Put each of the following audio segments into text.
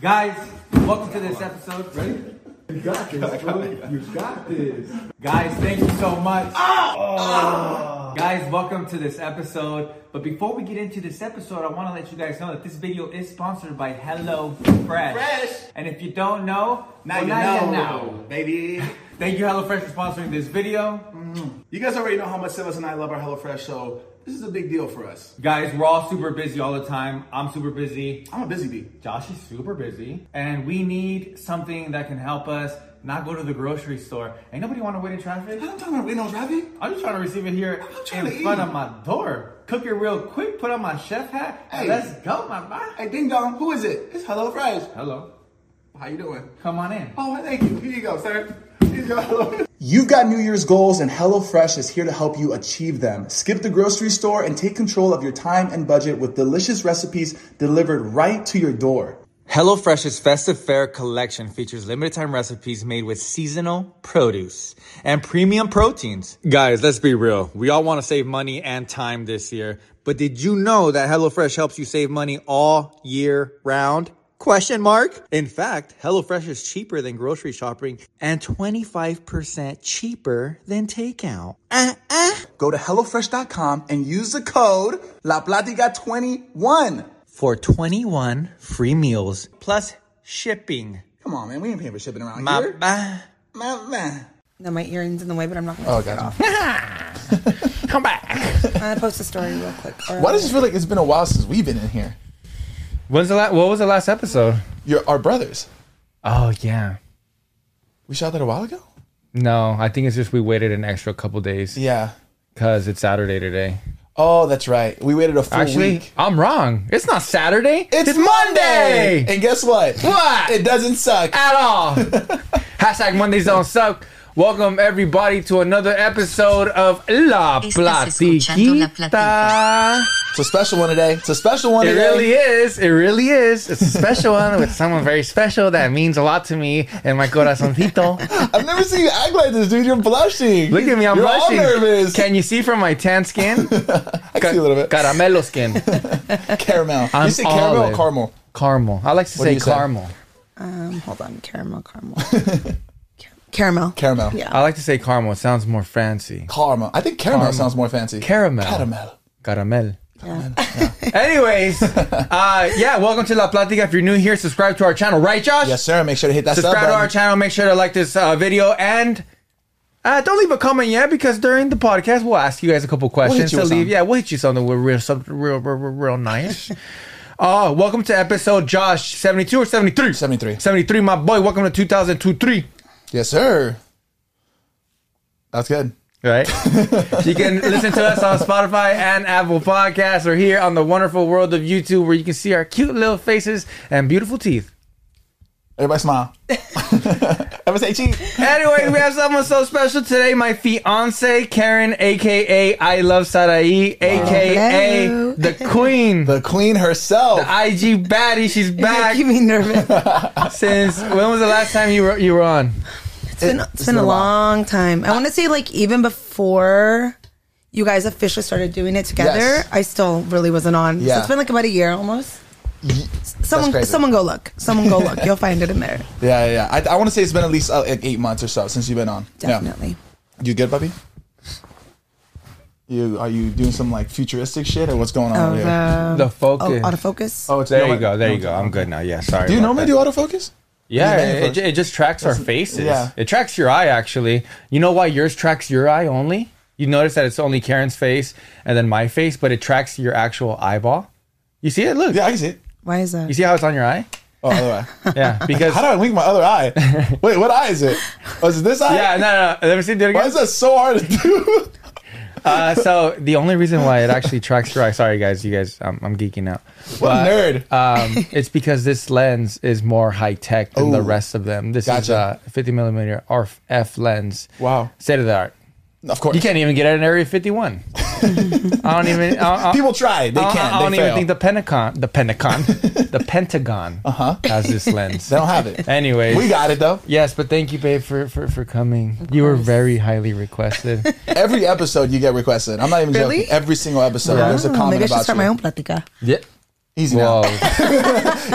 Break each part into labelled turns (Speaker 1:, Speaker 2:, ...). Speaker 1: Guys, welcome to this episode. Ready?
Speaker 2: You got this, bro. You got this.
Speaker 1: Guys, thank you so much. Guys, welcome to this episode. But before we get into this episode, I want to let you guys know that this video is sponsored by Hello Fresh.
Speaker 3: Fresh.
Speaker 1: And if you don't know,
Speaker 3: Now
Speaker 1: well,
Speaker 3: you
Speaker 1: now
Speaker 3: know,
Speaker 1: you know.
Speaker 3: baby.
Speaker 1: Thank you, HelloFresh, for sponsoring this video.
Speaker 3: You guys already know how much Silas and I love our HelloFresh, so this is a big deal for us.
Speaker 1: Guys, we're all super busy all the time. I'm super busy.
Speaker 3: I'm a busy bee.
Speaker 1: Josh is super busy. And we need something that can help us not go to the grocery store. Ain't nobody want to wait in traffic.
Speaker 3: I'm talking about Reno's Ravi.
Speaker 1: I'm just trying to receive it here
Speaker 3: I'm
Speaker 1: in
Speaker 3: trying to
Speaker 1: front
Speaker 3: eat.
Speaker 1: of my door. Cook it real quick, put on my chef hat, and
Speaker 3: Hey.
Speaker 1: let's go, my man.
Speaker 3: Hey, ding dong, who is it? It's HelloFresh.
Speaker 1: Hello.
Speaker 3: How you doing?
Speaker 1: Come on in.
Speaker 3: Oh, thank you. Here you go, sir. Here you go.
Speaker 4: You've got New Year's goals, and HelloFresh is here to help you achieve them. Skip the grocery store and take control of your time and budget with delicious recipes delivered right to your door.
Speaker 5: HelloFresh's festive fare collection features limited time recipes made with seasonal produce and premium proteins. Guys, let's be real. We all want to save money and time this year, but did you know that HelloFresh helps you save money all year round? Question mark. In fact, HelloFresh is cheaper than grocery shopping and 25% cheaper than takeout. Ah, ah.
Speaker 4: Go to HelloFresh.com and use the code LaPlatica21.
Speaker 5: For 21 free meals plus shipping.
Speaker 4: Come on, man. We ain't paying for shipping around
Speaker 5: My
Speaker 4: here.
Speaker 5: bye.
Speaker 4: Ma- ma.
Speaker 6: No, my earring's in the way, but I'm not gonna. Oh,
Speaker 7: gotcha.
Speaker 6: Come back. I'm gonna post a story real quick. or
Speaker 7: Why
Speaker 6: I'll-
Speaker 7: does this feel like it's been a while since we've been in here?
Speaker 8: When's the last? What was the last episode?
Speaker 7: You're our brothers.
Speaker 8: Oh yeah.
Speaker 7: We shot that a while ago?
Speaker 8: No, I think it's just we waited an extra couple days
Speaker 7: Yeah.
Speaker 8: because it's Saturday today.
Speaker 7: Oh, that's right. We waited a full
Speaker 8: Actually,
Speaker 7: week.
Speaker 8: I'm wrong. It's not Saturday.
Speaker 7: It's, Monday! And guess what? Ah.
Speaker 8: What?
Speaker 7: It doesn't suck.
Speaker 8: at all. Hashtag Mondays don't suck. Welcome everybody to another episode of La
Speaker 9: Estás escuchando La
Speaker 8: Platiquita.
Speaker 7: It's a special one today. It's a special one
Speaker 8: It
Speaker 7: today.
Speaker 8: really is. It really is. It's a special one with someone very special that means a lot to me and my corazoncito.
Speaker 7: I've never seen you act like this, dude. You're blushing.
Speaker 8: Look at me, I'm
Speaker 7: You're
Speaker 8: blushing.
Speaker 7: all nervous.
Speaker 8: Can you see from my tan skin?
Speaker 7: I can see a little bit.
Speaker 8: Caramelo skin.
Speaker 7: caramel.
Speaker 8: I'm
Speaker 7: you say caramel
Speaker 8: olive.
Speaker 7: or caramel?
Speaker 8: Caramel. I like to
Speaker 7: What do
Speaker 8: say
Speaker 7: you say?
Speaker 8: caramel.
Speaker 6: Um, hold on, caramel, caramel, Car- caramel,
Speaker 7: Caramel.
Speaker 6: Yeah.
Speaker 8: I like to say caramel. It sounds more fancy.
Speaker 7: Caramel. I think caramel, sounds more fancy.
Speaker 8: Caramel.
Speaker 7: Caramel.
Speaker 8: Caramel.
Speaker 6: yeah.
Speaker 8: Anyways, uh, yeah, welcome to La Platica. If you're new here, subscribe to our channel, right, Josh?
Speaker 7: Yes, sir. Make sure to hit that sub
Speaker 8: Subscribe to
Speaker 7: button.
Speaker 8: our channel. Make sure to like this uh, video and uh, don't leave a comment yet because during the podcast we'll ask you guys a couple questions
Speaker 7: you with
Speaker 8: to leave.
Speaker 7: some.
Speaker 8: Yeah, we'll hit you something with real something real real, real, real nice. Oh, welcome to episode Josh seventy two or seventy three.
Speaker 7: 73.
Speaker 8: Seventy three, my boy. Welcome to two thousand two three.
Speaker 7: Yes, sir. That's good.
Speaker 8: Right? you can listen to us on Spotify and Apple Podcasts or here on the wonderful world of YouTube where you can see our cute little faces and beautiful teeth.
Speaker 7: Everybody smile. Everybody say cheese.
Speaker 8: Anyway, we have someone so special today, my fiance Karen, aka I Love Sarai, aka
Speaker 6: Hello.
Speaker 8: the Queen.
Speaker 7: The queen herself.
Speaker 8: IG baddie, she's back
Speaker 6: Making me nervous.
Speaker 8: since when was the last time you were you were on?
Speaker 6: It's been,
Speaker 7: It-
Speaker 6: it's been a
Speaker 7: little while.
Speaker 6: long time. I want to say like even before you guys officially started doing it together,
Speaker 7: Yes.
Speaker 6: I still really wasn't on. So
Speaker 7: Yeah.
Speaker 6: it's been like about a year almost. Someone,
Speaker 7: crazy.
Speaker 6: someone go look. Someone go look. You'll find it in there.
Speaker 7: Yeah, yeah. yeah. I, I want to say it's been at least uh, like eight months or so since you've been on. Yeah.
Speaker 6: Definitely.
Speaker 7: You good, puppy? You are you doing some like futuristic shit or what's going on over
Speaker 6: Of,
Speaker 7: here?
Speaker 6: um,
Speaker 8: The focus.
Speaker 6: Oh, autofocus.
Speaker 7: Oh, it's
Speaker 8: There you
Speaker 7: what?
Speaker 8: go, there you go. I'm good now. Yeah, sorry.
Speaker 7: Do you
Speaker 8: about
Speaker 7: normally
Speaker 8: that.
Speaker 7: do autofocus?
Speaker 8: Yeah,
Speaker 7: Just name
Speaker 8: it,
Speaker 7: first.
Speaker 8: it just tracks our faces.
Speaker 7: yeah.
Speaker 8: It tracks your eye, actually. You know why yours tracks your eye only? You notice that it's only Karen's face and then my face, but it tracks your actual eyeball. You see it? Look.
Speaker 7: Yeah, I can see it.
Speaker 6: Why is that?
Speaker 8: You see how it's on your eye?
Speaker 7: Oh, other eye.
Speaker 8: Yeah, because
Speaker 7: How do I wink my other eye? Wait, what eye is it? Oh, is it this eye?
Speaker 8: yeah, no, no, no. Let me see. Do it
Speaker 7: Why
Speaker 8: again.
Speaker 7: is that so hard to do?
Speaker 8: Uh, so the only reason why it actually tracks your eye. Sorry, guys. You guys, I'm, I'm geeking out.
Speaker 7: what a nerd.
Speaker 8: Um, it's because this lens is more high tech than the
Speaker 7: Ooh.
Speaker 8: rest of them. This is
Speaker 7: Gotcha.
Speaker 8: a 50 millimeter RF lens.
Speaker 7: Wow.
Speaker 8: State of the art.
Speaker 7: of course.
Speaker 8: You can't even get at an Area 51. I don't even. I, I,
Speaker 7: People try. They
Speaker 8: I-
Speaker 7: can't.
Speaker 8: Uh, uh-huh, I, don't
Speaker 7: they
Speaker 8: even
Speaker 7: fail.
Speaker 8: think the Pentagon, the Pentagon, the Pentagon has this lens.
Speaker 7: Uh-huh. they don't have it.
Speaker 8: Anyways,
Speaker 7: we got it though.
Speaker 8: Yes, but thank you, babe, for for, for coming. You were very highly requested.
Speaker 7: Every episode you get requested. I'm not even
Speaker 6: Really?
Speaker 7: joking. Every single episode, there's a
Speaker 6: Oh,
Speaker 7: comment
Speaker 6: maybe I should
Speaker 7: about
Speaker 6: start
Speaker 7: you.
Speaker 6: my own platica.
Speaker 8: yeah.
Speaker 7: Easy
Speaker 8: Whoa.
Speaker 7: now.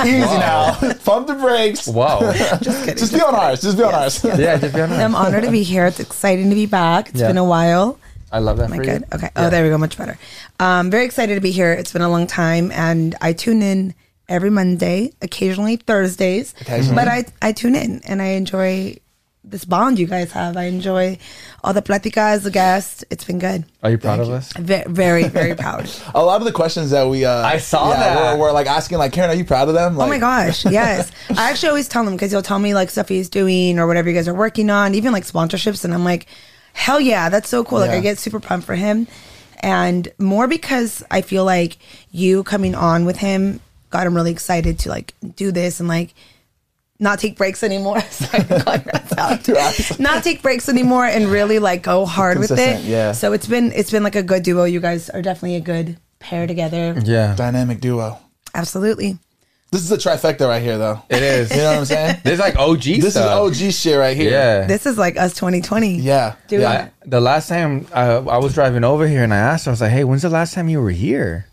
Speaker 7: Easy now. Pump the brakes.
Speaker 8: Whoa.
Speaker 7: Just be on ours. Just be on ours.
Speaker 8: yeah, just be honest.
Speaker 6: I'm honored to be here. It's exciting to be back. It's
Speaker 8: Yeah.
Speaker 6: been a while.
Speaker 8: I love that
Speaker 6: Am I
Speaker 8: for
Speaker 6: good?
Speaker 8: you.
Speaker 6: Okay. Oh, there we go. Much better. Um, very excited to be here. It's been a long time, and I tune in every Monday, occasionally Thursdays. But I, I tune in and I enjoy this bond you guys have. I enjoy all the platicas, the guests. It's been good.
Speaker 8: Are you proud of us?
Speaker 6: Ve- very, very proud.
Speaker 7: A lot of the questions that we uh,
Speaker 8: I saw that.
Speaker 7: We're, we're like asking like Karen, are you proud of them? Like,
Speaker 6: oh my gosh, yes. I actually always tell him because he'll tell me like stuff he's doing or whatever you guys are working on, even like sponsorships, and I'm like, hell yeah, that's so cool. Like
Speaker 7: Yeah.
Speaker 6: I get super pumped for him, and more because I feel like you coming on with him got him really excited to like do this and like not take breaks anymore. Sorry, I'm calling her out. not take breaks anymore and really like go hard with it.
Speaker 7: Consistent, yeah.
Speaker 6: So it's been it's been like a good duo. You guys are definitely a good pair together.
Speaker 7: Mm-hmm.
Speaker 8: Yeah.
Speaker 7: Dynamic duo.
Speaker 6: Absolutely.
Speaker 7: This is a trifecta right here, though.
Speaker 8: It is.
Speaker 7: You know what I'm saying?
Speaker 8: There's like OG
Speaker 7: this
Speaker 8: stuff.
Speaker 7: is OG shit right here.
Speaker 8: Yeah.
Speaker 6: This is like us 2020.
Speaker 7: Yeah.
Speaker 6: Dude.
Speaker 7: yeah.
Speaker 8: I, the last time I, I was driving over here and I asked her, I was like, hey, when's the last time you were here?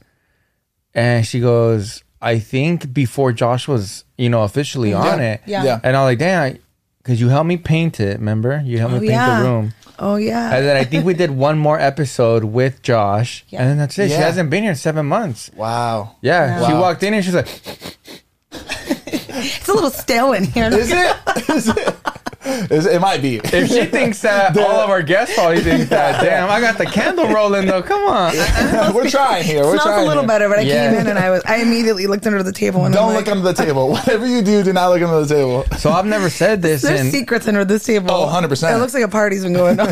Speaker 8: And she goes, I think before Josh was, you know, officially on it.
Speaker 6: Yeah.
Speaker 7: Yeah.
Speaker 8: And I'm like, damn, because you helped me paint it, remember? You helped me
Speaker 6: Oh,
Speaker 8: paint
Speaker 6: yeah.
Speaker 8: the room.
Speaker 6: Oh yeah.
Speaker 8: And then I think we did one more episode with Josh.
Speaker 6: Yeah.
Speaker 8: And then that's it. She
Speaker 7: Yeah.
Speaker 8: hasn't been here in seven months.
Speaker 7: Wow.
Speaker 8: Yeah.
Speaker 7: Wow.
Speaker 8: She walked in and she's like,
Speaker 6: it's a little stale in here.
Speaker 7: Is it? is it? Is it? It might be.
Speaker 8: if she thinks that all of our guests probably think that, damn, I got the candle rolling though. Come on.
Speaker 7: we're trying here. We're
Speaker 6: It smells
Speaker 7: trying.
Speaker 6: a little
Speaker 7: here.
Speaker 6: better, but I
Speaker 8: Yeah.
Speaker 6: came in and I was I immediately looked under the table and
Speaker 7: Don't
Speaker 6: I'm
Speaker 7: look
Speaker 6: like,
Speaker 7: under the table. Whatever you do, do not look under the table.
Speaker 8: So I've never said this.
Speaker 6: there's
Speaker 8: and
Speaker 6: secrets under this table.
Speaker 7: Oh, 100%.
Speaker 6: It looks like a party's been going on.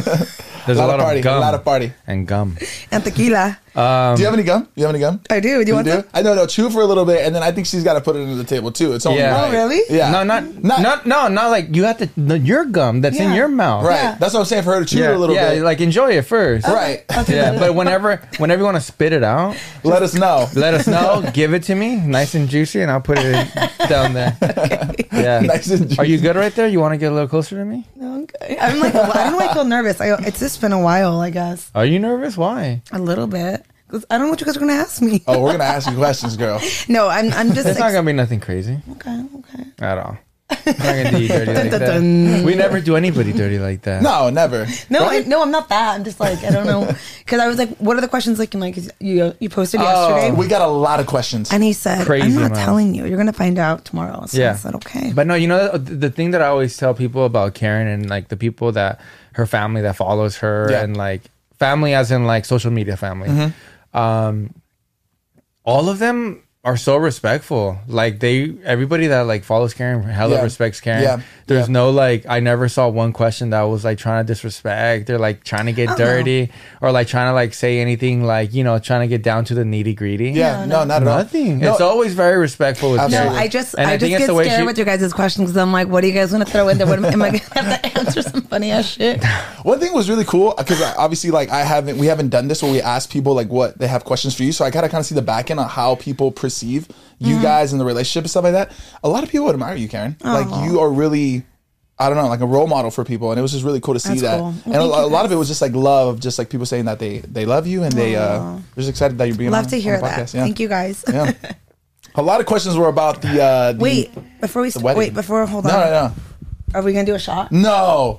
Speaker 8: there's a
Speaker 7: A lot,
Speaker 8: lot
Speaker 7: of party.
Speaker 8: of gum.
Speaker 7: A lot of party.
Speaker 8: and gum.
Speaker 6: and tequila.
Speaker 8: Um,
Speaker 7: do you have any gum? You have any gum?
Speaker 6: I do. Do you want
Speaker 7: do?
Speaker 6: some?
Speaker 7: I know. No. Chew for a little bit, and then I think she's got to put it under the table too. It's only
Speaker 8: Yeah.
Speaker 7: right.
Speaker 8: Oh,
Speaker 6: really?
Speaker 7: Yeah.
Speaker 8: No, not,
Speaker 7: Not-
Speaker 8: not no, not like you have to no, your gum that's in
Speaker 6: Yeah.
Speaker 8: your mouth.
Speaker 7: right.
Speaker 6: Yeah.
Speaker 7: That's what I'm saying for her to chew
Speaker 8: Yeah,
Speaker 7: it a little
Speaker 8: yeah,
Speaker 7: bit.
Speaker 8: like enjoy it
Speaker 6: Oh.
Speaker 8: first.
Speaker 7: right.
Speaker 8: Yeah, but whenever whenever you want to spit it out,
Speaker 7: Let us know.
Speaker 8: let us know. give it to me, nice and juicy, and I'll put it in- down there. Yeah.
Speaker 7: Nice and juicy.
Speaker 8: Are you good right there? You want to get a little closer to me?
Speaker 6: No, I'm good. I'm like I don't know why I feel nervous. I, it's just been a while, I guess.
Speaker 8: Are you nervous? Why?
Speaker 6: A little bit. 'Cause I don't know what you guys are gonna ask me.
Speaker 7: Oh, we're gonna ask you questions, girl.
Speaker 6: No, I'm I'm just
Speaker 8: It's not gonna be nothing crazy
Speaker 6: okay, okay.
Speaker 8: at all. We're not gonna do you dirty like
Speaker 6: dun,
Speaker 8: that. We never do anybody dirty like that.
Speaker 7: No, never.
Speaker 6: No, I, no, I'm not that. I'm just like I don't know because I was like, what are the questions like? And like you you posted yesterday.
Speaker 7: We got a lot of questions.
Speaker 6: And he said,
Speaker 8: Crazy
Speaker 6: I'm not
Speaker 8: amount.
Speaker 6: telling you. You're going to find out tomorrow. So
Speaker 8: Yeah.
Speaker 6: I said, okay.
Speaker 8: But no, you know the, the thing that I always tell people about Karen and like the people that her family that follows her
Speaker 7: Yeah.
Speaker 8: and like family as in like social media family. Um,
Speaker 7: Mm-hmm.
Speaker 8: all of them are so respectful. Like they, everybody that like follows Karen, hella
Speaker 7: Yeah.
Speaker 8: respects Karen.
Speaker 7: Yeah.
Speaker 8: There's
Speaker 7: Yeah.
Speaker 8: no like, I never saw one question that was like trying to disrespect or like trying to get dirty or like trying to like say anything like you know trying to get down to the nitty gritty.
Speaker 7: yeah, no, not at all.
Speaker 8: Nothing.
Speaker 7: No,
Speaker 8: it's always very respectful with
Speaker 7: Absolutely.
Speaker 6: no,
Speaker 8: Karen.
Speaker 6: I just,
Speaker 8: And
Speaker 6: I,
Speaker 8: I
Speaker 6: just
Speaker 8: think
Speaker 6: get
Speaker 8: it's the way
Speaker 6: scared
Speaker 8: she-
Speaker 6: with your guys' questions because I'm like, what are you guys going to throw in there? What am, am I going to have to answer some funny ass shit?
Speaker 7: One thing was really cool because obviously, like I haven't, we haven't done this where we ask people like what they have questions for you. So I gotta kind of see the back end on how people perceive you
Speaker 6: Mm-hmm.
Speaker 7: guys and the relationship and stuff like that. A lot of people admire you, Karen. Like you are really, I don't know, like a role model for people, and it was just really cool to see
Speaker 6: That's
Speaker 7: that.
Speaker 6: cool. Well,
Speaker 7: and a,
Speaker 6: thank you,
Speaker 7: a lot of
Speaker 6: guys.
Speaker 7: it was just like love, just like people saying that they they love you and they uh, they're just excited that you're being
Speaker 6: Love
Speaker 7: on-
Speaker 6: to
Speaker 7: on
Speaker 6: hear
Speaker 7: the
Speaker 6: that.
Speaker 7: podcast. Yeah.
Speaker 6: Thank you guys.
Speaker 7: Yeah. A lot of questions were about the uh, the
Speaker 6: wait, before we, st-
Speaker 7: wedding.
Speaker 6: wait, before, hold on.
Speaker 7: No, no,
Speaker 6: Are we going to do a shot?
Speaker 7: no, no.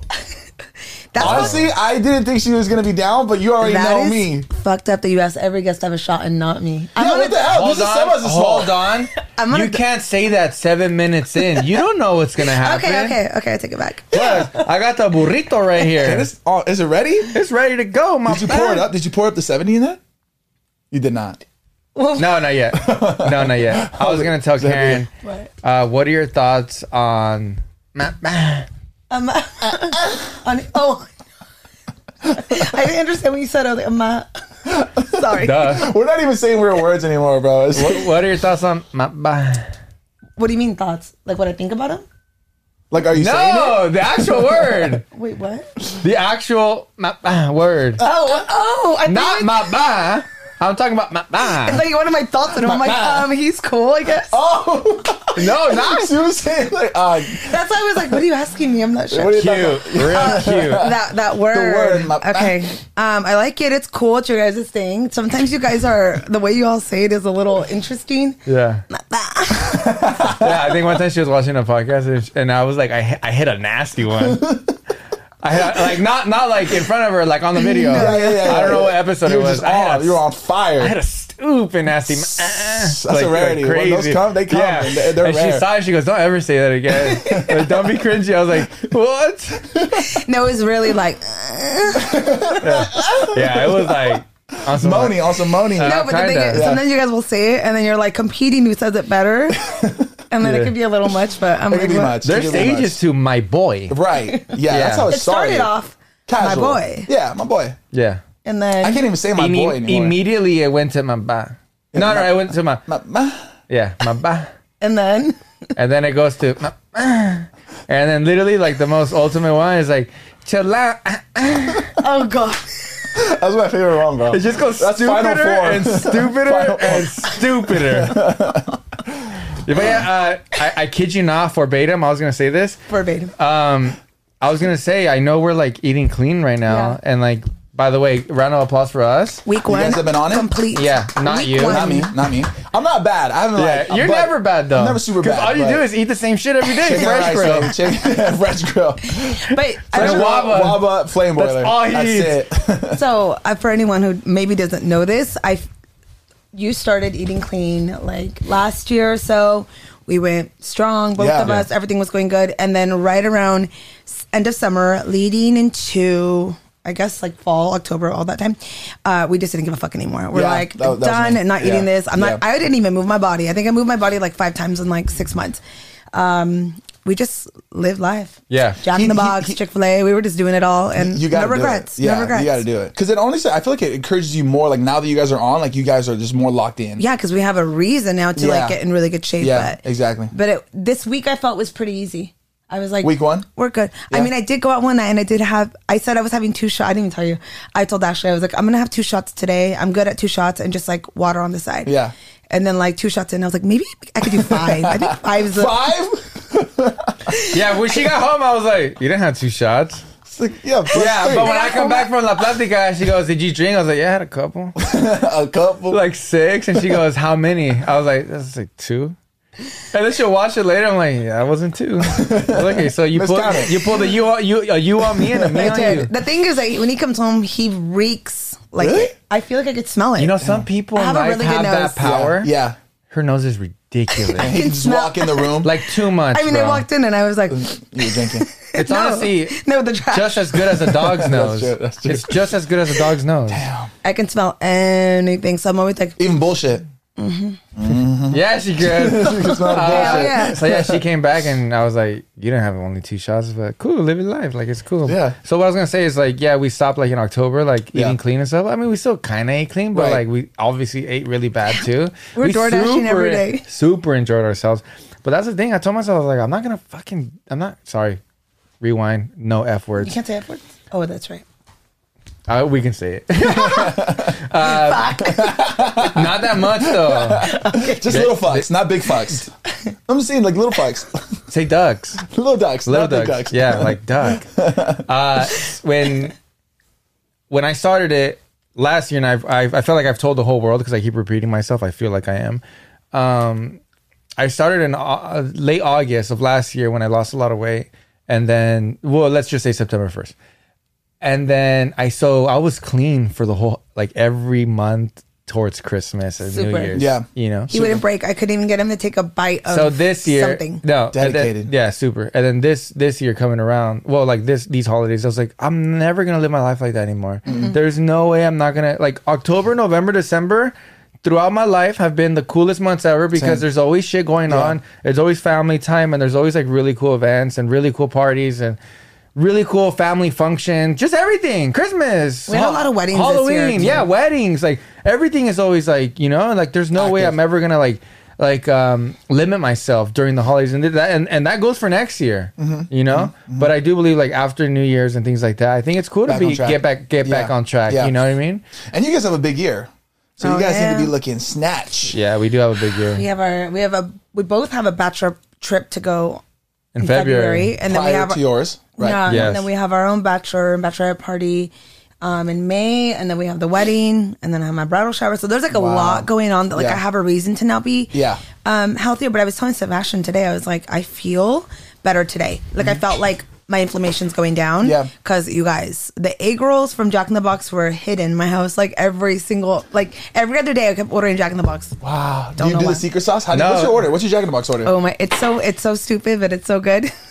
Speaker 6: That's
Speaker 7: Honestly, I didn't think she was gonna be down, but you already
Speaker 6: Oh. that
Speaker 7: know
Speaker 6: is
Speaker 7: me.
Speaker 6: fucked up that you asked every guest to have a shot and not me. I'm
Speaker 7: Yeah,
Speaker 6: gonna-
Speaker 7: what the hell?
Speaker 8: Hold
Speaker 7: this
Speaker 8: on,
Speaker 7: is so much small.
Speaker 8: hold on.
Speaker 6: I'm gonna
Speaker 8: you
Speaker 6: d-
Speaker 8: can't say that seven minutes in. You don't know what's gonna happen.
Speaker 6: Okay, okay, okay. I take it back.
Speaker 8: Plus, I got the burrito right
Speaker 7: And
Speaker 8: here.
Speaker 7: it's, oh, is it ready?
Speaker 8: It's ready to go. My
Speaker 7: Did you
Speaker 8: bad.
Speaker 7: pour it up? Did you pour up the 70 in that? You did not.
Speaker 8: No, not yet. No, not yet. I was gonna tell Karen.
Speaker 6: What?
Speaker 8: Uh, what are your thoughts on?
Speaker 6: Um, on, oh, I didn't understand when you said. I was like, I'm not- sorry.
Speaker 8: Duh.
Speaker 7: We're not even saying real words anymore, bro. It's-
Speaker 8: What are your thoughts on? No,
Speaker 6: What do you mean thoughts? Like what I think about him?
Speaker 7: like, are you saying it?
Speaker 8: the actual word.
Speaker 6: Wait, what?
Speaker 8: The actual word.
Speaker 6: Oh, oh, I thought
Speaker 8: Not
Speaker 6: you-
Speaker 8: my ba. I'm talking about my, my.
Speaker 6: It's like one of my thoughts, and I'm like, um, he's cool, I guess.
Speaker 7: Oh
Speaker 8: no, not
Speaker 7: she was saying like uh,
Speaker 6: That's why I was like, what are you asking me? I'm not sure.
Speaker 7: what are you talking
Speaker 8: cute, real cute.
Speaker 6: that that word.
Speaker 7: word, my-
Speaker 6: okay. Um, I like it. It's cool. It's your guys' thing. Sometimes you guys are the way you all say it is a little interesting.
Speaker 8: Yeah. yeah, I think one time she was watching a podcast and- and I was like, I, hit- I hit a nasty one. I hit, like not not like in front of her, like on the video.
Speaker 7: Yeah, yeah, yeah,
Speaker 8: I don't know
Speaker 7: yeah.
Speaker 8: what episode
Speaker 7: You're
Speaker 8: it was.
Speaker 7: just
Speaker 8: I had
Speaker 7: on,
Speaker 8: a-
Speaker 7: you're on fire.
Speaker 8: I had a stupid nasty. ma- uh,
Speaker 7: That's a rarity. When those come, they come, and they- they're
Speaker 8: and
Speaker 7: rare.
Speaker 8: she saw it. She goes, "Don't ever say that again. like, don't be cringy." I was like, "What?"
Speaker 6: No, it's really like
Speaker 7: Uh,
Speaker 8: Yeah, it was like on some
Speaker 7: Moni, also Moni.
Speaker 6: no. But the thing
Speaker 8: kinda.
Speaker 6: is, sometimes you guys will say it, and then you're like competing who says it better, and then
Speaker 8: Yeah.
Speaker 6: it could be a little much. But I'm
Speaker 7: It
Speaker 6: like,
Speaker 7: could be
Speaker 6: what-
Speaker 7: much.
Speaker 8: There's
Speaker 7: It could be
Speaker 8: stages to my boy.
Speaker 7: much. Right. Yeah, that's how it,
Speaker 6: it started, off
Speaker 7: Casual.
Speaker 6: my boy,
Speaker 7: Yeah, my boy.
Speaker 8: Yeah.
Speaker 6: and then
Speaker 7: I can't even say my
Speaker 8: Imme-
Speaker 7: boy anymore.
Speaker 8: immediately, it went to my ba. No, no, I went to my
Speaker 7: My- my-
Speaker 8: yeah my ba.
Speaker 6: and then
Speaker 8: and then it goes to and then literally like the most ultimate one is like chill out.
Speaker 6: oh god,
Speaker 7: That's my favorite one, bro.
Speaker 8: It just goes
Speaker 7: That's
Speaker 8: stupider
Speaker 7: Final Four.
Speaker 8: and stupider
Speaker 7: Final Four.
Speaker 8: and stupider. but yeah, uh, I, I kid you not, verbatim. I was gonna say this.
Speaker 6: verbatim.
Speaker 7: Uh,
Speaker 8: Um, I was gonna say I know we're like eating clean right now,
Speaker 6: Yeah.
Speaker 8: and like by the way, round of applause for us.
Speaker 6: Week
Speaker 7: You
Speaker 6: one,
Speaker 7: guys have been on it?
Speaker 6: complete.
Speaker 8: Yeah, not
Speaker 6: Week
Speaker 8: you.
Speaker 6: one.
Speaker 7: Not me, not me. I'm not bad. I haven't
Speaker 8: Yeah,
Speaker 7: like.
Speaker 8: you're
Speaker 7: but-
Speaker 8: never bad though.
Speaker 7: I'm never super
Speaker 8: 'Cause
Speaker 7: bad,
Speaker 8: All you
Speaker 7: but-
Speaker 8: do is eat the same shit every day.
Speaker 7: Chicken
Speaker 8: Fresh
Speaker 7: rice,
Speaker 8: grill.
Speaker 7: baby. Chicken- Fresh grill.
Speaker 6: But I
Speaker 8: Fresh
Speaker 6: don't
Speaker 8: And
Speaker 6: know.
Speaker 8: guava.
Speaker 7: Waba, flame
Speaker 8: That's
Speaker 7: boiler.
Speaker 8: all he
Speaker 7: That's it.
Speaker 6: So, uh, for anyone who maybe doesn't know this, I you started eating clean like last year or so. We went strong, both
Speaker 7: Yeah.
Speaker 6: of us. Everything was going good, and then right around s- end of summer, leading into I guess like fall, October, all that time, uh, we just didn't give a fuck anymore. We're
Speaker 7: Yeah,
Speaker 6: like
Speaker 7: that- that was
Speaker 6: done,
Speaker 7: me.
Speaker 6: and not
Speaker 7: Yeah.
Speaker 6: eating this. I'm not.
Speaker 7: Yeah.
Speaker 6: I didn't even move my body. I think I moved my body like five times in like six months. Um, we just lived life.
Speaker 8: Yeah.
Speaker 6: Jack
Speaker 7: He-
Speaker 6: in the
Speaker 7: he-
Speaker 6: Box,
Speaker 7: he-
Speaker 6: Chick Fil A. We were just doing it all, and
Speaker 7: You got
Speaker 6: no regrets.
Speaker 7: Do it. Yeah,
Speaker 6: no regrets.
Speaker 7: you got to do it because it honestly, I feel like it encourages you more. Like now that you guys are on, like you guys are just more locked in.
Speaker 6: Yeah, because we have a reason now to
Speaker 7: Yeah.
Speaker 6: like get in really good shape.
Speaker 7: Yeah,
Speaker 6: but,
Speaker 7: exactly.
Speaker 6: But it, this week I felt was pretty easy. I was like,
Speaker 7: Week one?
Speaker 6: we're good.
Speaker 7: Yeah.
Speaker 6: I mean, I did go out one night and I did have. I said I was having two shots. I didn't even tell you. I told Ashley I was like, I'm gonna have two shots today. I'm good at two shots and just like water on the side.
Speaker 7: Yeah.
Speaker 6: And then like two shots in, I was like, maybe I could do five. I think five is a-
Speaker 7: Five.
Speaker 8: Yeah, when she got home, I was like, "You didn't have two shots."
Speaker 7: It's like, yeah, plus
Speaker 8: Yeah,
Speaker 7: three.
Speaker 8: but when I come back from La Platica, she goes, "Did you drink?" I was like, "Yeah, I had a couple,
Speaker 7: a couple.
Speaker 8: like six. And she goes, "How many?" I was like, "That's like two. And then she'll watch it later. I'm like, "Yeah, I wasn't two. I was like, okay, so you pull
Speaker 7: Miscounted.
Speaker 8: you pull the you on you a you on me and a me
Speaker 6: I
Speaker 8: on
Speaker 6: did.
Speaker 8: you.
Speaker 6: The thing is, like when he comes home, he reeks. Like
Speaker 7: Really?
Speaker 6: I feel like I could smell it.
Speaker 8: You know, some people
Speaker 6: I
Speaker 8: in
Speaker 6: have a
Speaker 8: life
Speaker 6: really
Speaker 8: have
Speaker 6: good nose.
Speaker 8: that power.
Speaker 7: Yeah.
Speaker 8: her nose is ridiculous.
Speaker 7: yeah. You just
Speaker 6: smell-
Speaker 7: walk in the room.
Speaker 8: like too much.
Speaker 6: I mean,
Speaker 8: bro.
Speaker 6: I walked in and I was like,
Speaker 7: you're drinking.
Speaker 8: It's
Speaker 6: no,
Speaker 8: honestly
Speaker 6: no, the trash.
Speaker 8: just as good as a dog's nose.
Speaker 7: true, that's true.
Speaker 8: It's just as good as a dog's nose.
Speaker 6: I can smell anything. So I'm always like,
Speaker 7: Even bullshit.
Speaker 8: Yeah, she could.
Speaker 7: It's not
Speaker 6: hell
Speaker 7: bullshit.
Speaker 6: yeah.
Speaker 8: so yeah, she came back and I was like, "You didn't have only two shots, but cool, live your life. Like it's cool."
Speaker 7: Yeah.
Speaker 8: So what I was gonna say is like, yeah, we stopped like in October, like
Speaker 7: Yeah.
Speaker 8: eating clean and stuff. I mean, we still kind of ate clean, but
Speaker 7: Right.
Speaker 8: like we obviously ate really bad too.
Speaker 6: We're
Speaker 8: we
Speaker 6: door dashing every day.
Speaker 8: Super enjoyed ourselves, but that's the thing. I told myself like, I'm not gonna fucking. I'm not sorry. Rewind. No f
Speaker 6: You
Speaker 8: words.
Speaker 6: can't say F words. Oh, that's right.
Speaker 8: Uh, we can say it. Uh, not that much though.
Speaker 7: Just little fucks, not big fucks. I'm saying like little fucks,
Speaker 8: Say ducks.
Speaker 7: little ducks,
Speaker 8: little
Speaker 7: not big
Speaker 8: ducks.
Speaker 7: ducks.
Speaker 8: Yeah, like duck. uh, when when I started it last year, and I've, I've I feel like I've told the whole world because I keep repeating myself. I feel like I am. Um, I started in uh, late August of last year when I lost a lot of weight, and then well, let's just say September first, and then I so I was clean for the whole like every month towards Christmas and New
Speaker 6: Super.
Speaker 8: Year's.
Speaker 7: Yeah.
Speaker 8: you know,
Speaker 6: He wouldn't break. I couldn't even get him to take a bite of
Speaker 8: so this year
Speaker 6: something.
Speaker 8: no and then-
Speaker 7: Dedicated.
Speaker 8: yeah super and then this this year coming around well like this these holidays i was like i'm never gonna live my life like that anymore
Speaker 6: Mm-hmm.
Speaker 7: Mm-hmm.
Speaker 8: there's no way i'm not gonna like october november december throughout my life have been the coolest months ever because
Speaker 7: Same.
Speaker 8: there's always shit going on there's always family time and there's always like really cool events and really cool parties and really cool family function just everything christmas
Speaker 6: We had a lot of weddings this year,
Speaker 8: halloween
Speaker 6: too.
Speaker 8: yeah weddings like everything is always like you know like there's no way
Speaker 7: Active.
Speaker 8: i'm ever gonna like like um limit myself during the holidays and that and, and that goes for next year
Speaker 7: Mm-hmm.
Speaker 8: you know but i do believe like after new year's and things like that i think it's cool
Speaker 7: Back
Speaker 8: to
Speaker 7: on
Speaker 8: be
Speaker 7: track.
Speaker 8: get back get back
Speaker 7: Yeah.
Speaker 8: on track
Speaker 7: Yeah.
Speaker 8: you know what i mean
Speaker 7: And you guys have a big year. So
Speaker 6: Oh,
Speaker 7: you guys
Speaker 6: yeah.
Speaker 7: need to be looking snatch.
Speaker 8: Yeah, we do have a big year
Speaker 6: We have our we have a we both have a bachelor trip to go
Speaker 8: in February.
Speaker 6: and then we
Speaker 7: Prior
Speaker 6: have
Speaker 7: to yours, right?
Speaker 6: yeah,
Speaker 8: Yes.
Speaker 6: and then we have our own bachelor and bachelorette party um, in May, and then we have the wedding, and then I have my bridal shower. So there's like a lot going on. That, like
Speaker 7: Yeah.
Speaker 6: I have a reason to not be
Speaker 7: Yeah.
Speaker 6: um, healthier. But I was telling Sebastian today, I was like, I feel better today. Like I felt like my inflammation's going down.
Speaker 7: Mm. Yeah.
Speaker 6: Because you guys, the egg rolls from Jack in the Box were hidden in my house. Like every single, like every other day, I kept ordering Jack in the Box.
Speaker 7: Wow. Do
Speaker 6: Don't
Speaker 7: you
Speaker 6: know
Speaker 7: do
Speaker 6: why.
Speaker 7: the secret sauce? How do,
Speaker 8: No.
Speaker 7: What's your order? What's your Jack in the Box order?
Speaker 6: Oh my! It's so it's so stupid, but it's so good.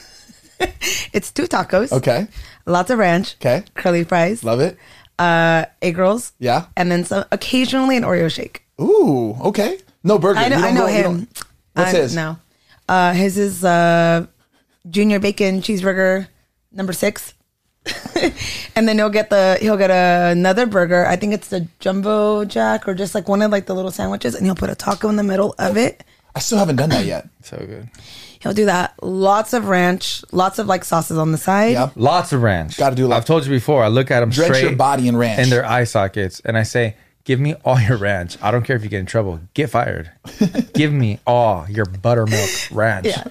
Speaker 6: it's two tacos.
Speaker 7: Okay.
Speaker 6: Lots of ranch.
Speaker 7: Okay.
Speaker 6: Curly fries.
Speaker 7: Love it.
Speaker 6: egg rolls.
Speaker 7: Yeah.
Speaker 6: And then some occasionally an Oreo shake.
Speaker 7: Ooh. Okay. No burger.
Speaker 6: I know,
Speaker 7: You
Speaker 6: I
Speaker 7: don't
Speaker 6: know
Speaker 7: go- you
Speaker 6: him.
Speaker 7: don't- What's
Speaker 6: I-
Speaker 7: his?
Speaker 6: No. Uh, his is uh, junior bacon cheeseburger number six. and then he'll get the he'll get another burger. I think it's the jumbo jack or just like one of like the little sandwiches, and he'll put a taco in the middle of it.
Speaker 7: I still haven't done that yet.
Speaker 8: So good.
Speaker 6: He'll do that. Lots of ranch, lots of like sauces on the side.
Speaker 7: Yeah.
Speaker 8: Lots of ranch.
Speaker 7: Gotta do lots.
Speaker 8: I've told you before. I look at them
Speaker 7: Drench
Speaker 8: straight
Speaker 7: your body in ranch.
Speaker 8: in their eye sockets, and I say, "Give me all your ranch. I don't care if you get in trouble. Get fired. Give me all your buttermilk ranch."
Speaker 6: Yeah.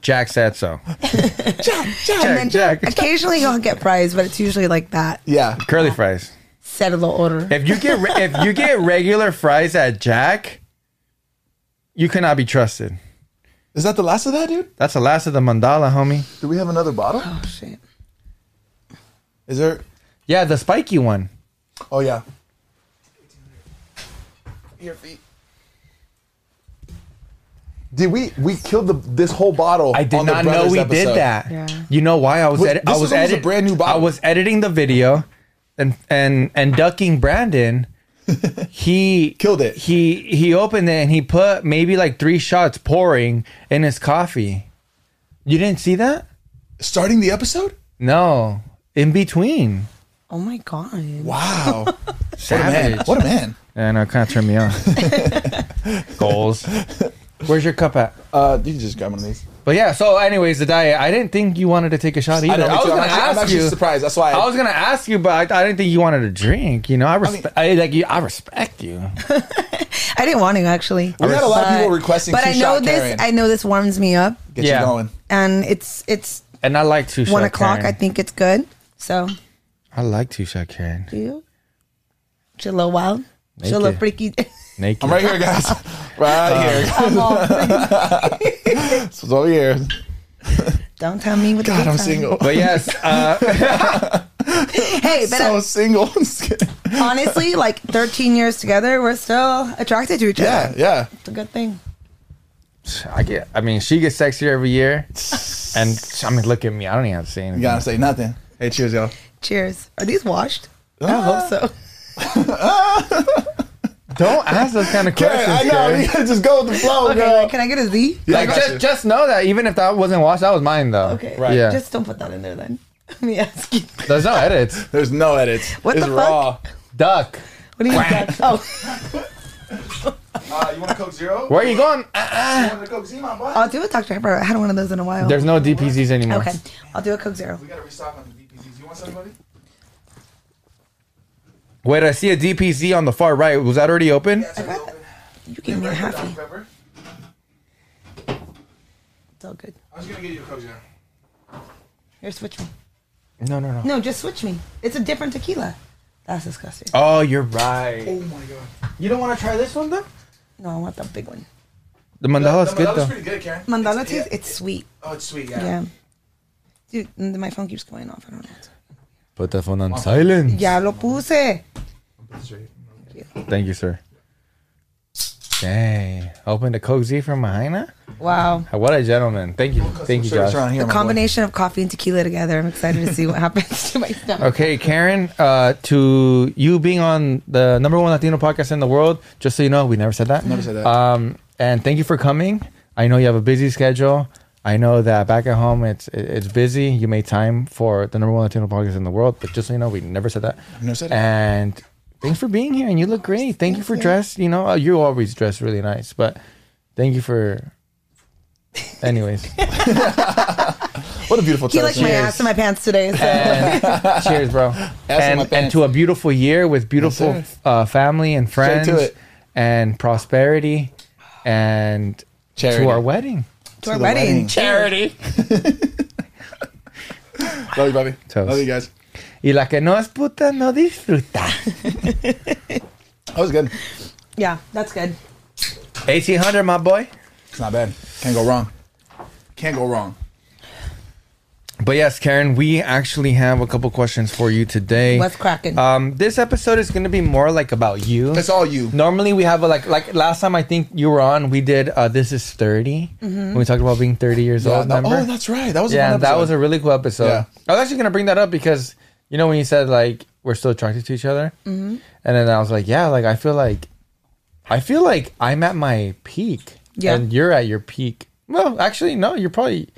Speaker 8: Jack said so.
Speaker 6: And then
Speaker 8: Jack.
Speaker 6: occasionally he'll get fries, but it's usually like that
Speaker 7: yeah.
Speaker 8: Curly fries.
Speaker 6: set little order.
Speaker 8: If you get re- if you get regular fries at Jack, you cannot be trusted.
Speaker 7: Is that the last of that, dude?
Speaker 8: That's the last of the mandala, homie.
Speaker 7: Do we have another bottle?
Speaker 6: Oh shit.
Speaker 7: Is there?
Speaker 8: Yeah, the spiky one.
Speaker 7: Oh yeah. Your feet. Did we we killed the this whole bottle?
Speaker 8: I did
Speaker 7: on the
Speaker 8: not know
Speaker 7: Brothers
Speaker 8: we
Speaker 7: episode.
Speaker 8: did that.
Speaker 6: Yeah.
Speaker 8: You know why I was
Speaker 7: Wait,
Speaker 8: edit-
Speaker 7: this
Speaker 8: I was
Speaker 7: was almost a
Speaker 8: edit-
Speaker 7: brand new
Speaker 8: I
Speaker 7: bottle.
Speaker 8: was editing the video and and and ducking Brandon. he
Speaker 7: Killed it.
Speaker 8: He he opened it and he put maybe like three shots pouring in his coffee. You didn't see that?
Speaker 7: Starting the episode?
Speaker 8: No. In between.
Speaker 6: Oh my god.
Speaker 7: Wow. man,
Speaker 8: Savage.
Speaker 7: what a man.
Speaker 8: I know, it kind of turned me on. Goals. Where's your cup at?
Speaker 7: Uh, you can just grab one of these.
Speaker 8: But yeah, so anyways, the diet. I didn't think you wanted to take a shot either. I,
Speaker 7: know, me
Speaker 8: was
Speaker 7: too. I'm
Speaker 8: gonna
Speaker 7: actually- I'm
Speaker 8: ask
Speaker 7: actually
Speaker 8: you.
Speaker 7: surprised. That's why I-
Speaker 8: I was gonna ask you, but I, I didn't think you wanted to drink. You know, I respect. I, like you. I respect you.
Speaker 6: I didn't want to actually.
Speaker 7: We had a lot of
Speaker 6: But-
Speaker 7: people requesting
Speaker 6: But I know
Speaker 7: two-shot
Speaker 6: this.
Speaker 7: Karen.
Speaker 6: I know this warms me up,
Speaker 7: Get
Speaker 8: Yeah.
Speaker 7: you going.
Speaker 6: and it's it's
Speaker 8: And I like two.
Speaker 6: one
Speaker 8: shot
Speaker 6: o'clock.
Speaker 8: Karen.
Speaker 6: I think it's good. So
Speaker 8: I like two shot Karen.
Speaker 6: do you? She a little wild. She a little
Speaker 8: Naked.
Speaker 6: freaky.
Speaker 8: Naked.
Speaker 7: I'm right here, guys. Right
Speaker 8: Uh-huh.
Speaker 7: here.
Speaker 6: I'm all freaky.
Speaker 7: This is over here.
Speaker 6: Don't tell me what. the
Speaker 7: God,
Speaker 6: good
Speaker 7: I'm
Speaker 6: time.
Speaker 7: single.
Speaker 8: But yes, uh,
Speaker 6: Hey, but
Speaker 7: so
Speaker 6: uh,
Speaker 7: single. I'm just kidding.
Speaker 6: honestly, like 13 years together, we're still attracted to each
Speaker 7: yeah,
Speaker 6: other.
Speaker 7: yeah.
Speaker 6: It's a good thing.
Speaker 8: I get. I mean, she gets sexier every year. And I mean, look at me. I don't even have to say anything.
Speaker 7: You gotta say nothing. Hey, cheers, y'all.
Speaker 6: Cheers. Are these washed?
Speaker 7: Uh,
Speaker 6: I hope so.
Speaker 8: Don't ask those kind of
Speaker 7: Karen,
Speaker 8: questions.
Speaker 7: I know.
Speaker 8: Karen.
Speaker 7: You gotta just go with the flow,
Speaker 6: Okay,
Speaker 7: girl.
Speaker 6: like, can I get a Z?
Speaker 7: Yeah, I
Speaker 8: Like
Speaker 7: got
Speaker 8: just,
Speaker 7: you.
Speaker 8: just know that even if that wasn't washed, that was mine though.
Speaker 6: Okay.
Speaker 8: Right. Yeah.
Speaker 6: Just don't put that in there then. Let me ask you.
Speaker 8: There's no edits.
Speaker 7: There's no edits.
Speaker 6: What
Speaker 7: it's
Speaker 6: the fuck?
Speaker 7: raw.
Speaker 8: Duck.
Speaker 6: What do you got? Oh.
Speaker 7: Uh, you want a Coke Zero?
Speaker 8: Where are you going?
Speaker 7: You want a Coke Z, my boy?
Speaker 6: I'll do a Dr. Pepper. I had one of those in a while.
Speaker 8: There's no DPZs anymore.
Speaker 6: okay. I'll do a Coke Zero.
Speaker 7: we gotta restock on the DPZs. You want something, buddy?
Speaker 8: Wait, I see a DPZ on the far right. Was that already open?
Speaker 6: You gave me a halfie.
Speaker 7: Pepper.
Speaker 6: It's all good.
Speaker 7: I'm just gonna get you a Coke Zero.
Speaker 6: Here, switch me.
Speaker 8: No, no, no.
Speaker 6: No, just switch me. It's a different tequila. That's disgusting.
Speaker 8: Oh, you're right.
Speaker 7: Oh my god.
Speaker 8: You don't want to try this one though?
Speaker 6: No, I want the big one.
Speaker 8: The mandala's
Speaker 7: No, that
Speaker 8: good
Speaker 7: was
Speaker 8: though.
Speaker 7: pretty good, Karen.
Speaker 6: Mandala
Speaker 7: It's-
Speaker 6: taste,
Speaker 7: yeah.
Speaker 6: it's sweet.
Speaker 7: Oh, it's sweet, yeah.
Speaker 6: Yeah. Dude, n- my phone keeps going off. I don't know. what's-
Speaker 8: Put that phone on silent.
Speaker 6: Ya lo puse.
Speaker 8: Thank you, sir. Dang. Opened a Coke Z from behind her?
Speaker 6: Wow.
Speaker 8: What a gentleman. Thank you. Thank you,
Speaker 7: Service
Speaker 8: Josh.
Speaker 7: around here,
Speaker 6: The
Speaker 7: my boy.
Speaker 6: combination of coffee and tequila together. I'm excited to see what happens to my stomach.
Speaker 8: Okay, Karen, uh, to you being on the number one Latino podcast in the world, just so you know, we never said that. Never
Speaker 7: said that.
Speaker 8: Um, and thank you for coming. I know you have a busy schedule. I know that back at home it's it- it's busy. You made time for the number one Latino podcast in the world, but just so you know, we never said that.
Speaker 7: never said it.
Speaker 8: And thanks for being here. And you look great. Thank you for dress. You know, uh, you always dress really nice, but thank you for. Anyways,
Speaker 7: What a beautiful
Speaker 6: He liked
Speaker 7: transition.
Speaker 6: my ass in my pants today. So.
Speaker 8: And- cheers, bro.
Speaker 7: in my
Speaker 8: And, and
Speaker 7: pants.
Speaker 8: to a beautiful year with beautiful
Speaker 7: Yes, sir.
Speaker 8: uh, family and
Speaker 7: Straight
Speaker 8: friends
Speaker 7: to it.
Speaker 8: and prosperity and
Speaker 7: Charity.
Speaker 8: to our wedding.
Speaker 6: to our
Speaker 7: the
Speaker 6: wedding.
Speaker 7: wedding.
Speaker 8: Charity.
Speaker 7: Love you, Bobby.
Speaker 8: Toast.
Speaker 7: Love you guys.
Speaker 8: Y la que no es puta no disfruta.
Speaker 7: That was good.
Speaker 6: Yeah, that's good.
Speaker 8: 1800, my boy.
Speaker 7: It's not bad. Can't go wrong. Can't go wrong.
Speaker 8: But yes, Karen, we actually have a couple questions for you today.
Speaker 6: What's cracking?
Speaker 8: Um, this episode is going to be more like about you.
Speaker 7: It's all you.
Speaker 8: Normally we have a like like last time I think you were on we did uh, this is 30
Speaker 6: Mm-hmm.
Speaker 8: when we talked about being thirty years
Speaker 7: Yeah,
Speaker 8: old.
Speaker 7: that-
Speaker 8: Remember?
Speaker 7: oh, that's right. That was a
Speaker 8: yeah,
Speaker 7: fun
Speaker 8: that
Speaker 7: episode.
Speaker 8: was a really cool episode.
Speaker 7: Yeah.
Speaker 8: I was actually gonna bring that up because you know when you said like we're still attracted to each other, mm-hmm. and then I was like, yeah, like I feel like, I feel like I'm at my peak,
Speaker 6: Yeah.
Speaker 8: and you're at your peak. Well, actually, no, you're probably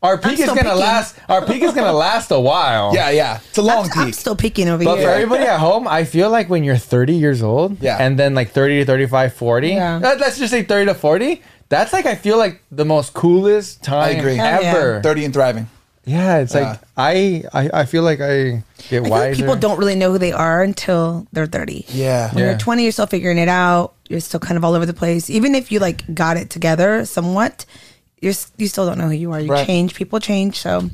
Speaker 8: our peak is
Speaker 6: still
Speaker 8: gonna
Speaker 6: peaking.
Speaker 8: last. Our peak is gonna last a while.
Speaker 7: yeah, yeah. It's a long
Speaker 6: I'm,
Speaker 7: peak.
Speaker 6: I'm still peeking over
Speaker 8: But for
Speaker 6: here.
Speaker 8: everybody at home, I feel like when you're 30 years old
Speaker 7: Yeah.
Speaker 8: and then like 30 to 35, 40,
Speaker 6: Yeah.
Speaker 8: uh, let's just say 30 to 40, that's like I feel like the most coolest time
Speaker 7: agree.
Speaker 6: Hell yeah.
Speaker 8: ever.
Speaker 7: 30 and thriving.
Speaker 8: Yeah, it's like I, I I feel like I get
Speaker 6: I feel like
Speaker 8: wiser.
Speaker 6: people don't really know who they are until they're 30.
Speaker 7: Yeah.
Speaker 6: When
Speaker 8: Yeah.
Speaker 6: you're 20, you're still figuring it out. You're still kind of all over the place. Even if you like got it together somewhat, you're s- you still don't know who you are. You
Speaker 7: Right.
Speaker 6: change. People change. So
Speaker 8: and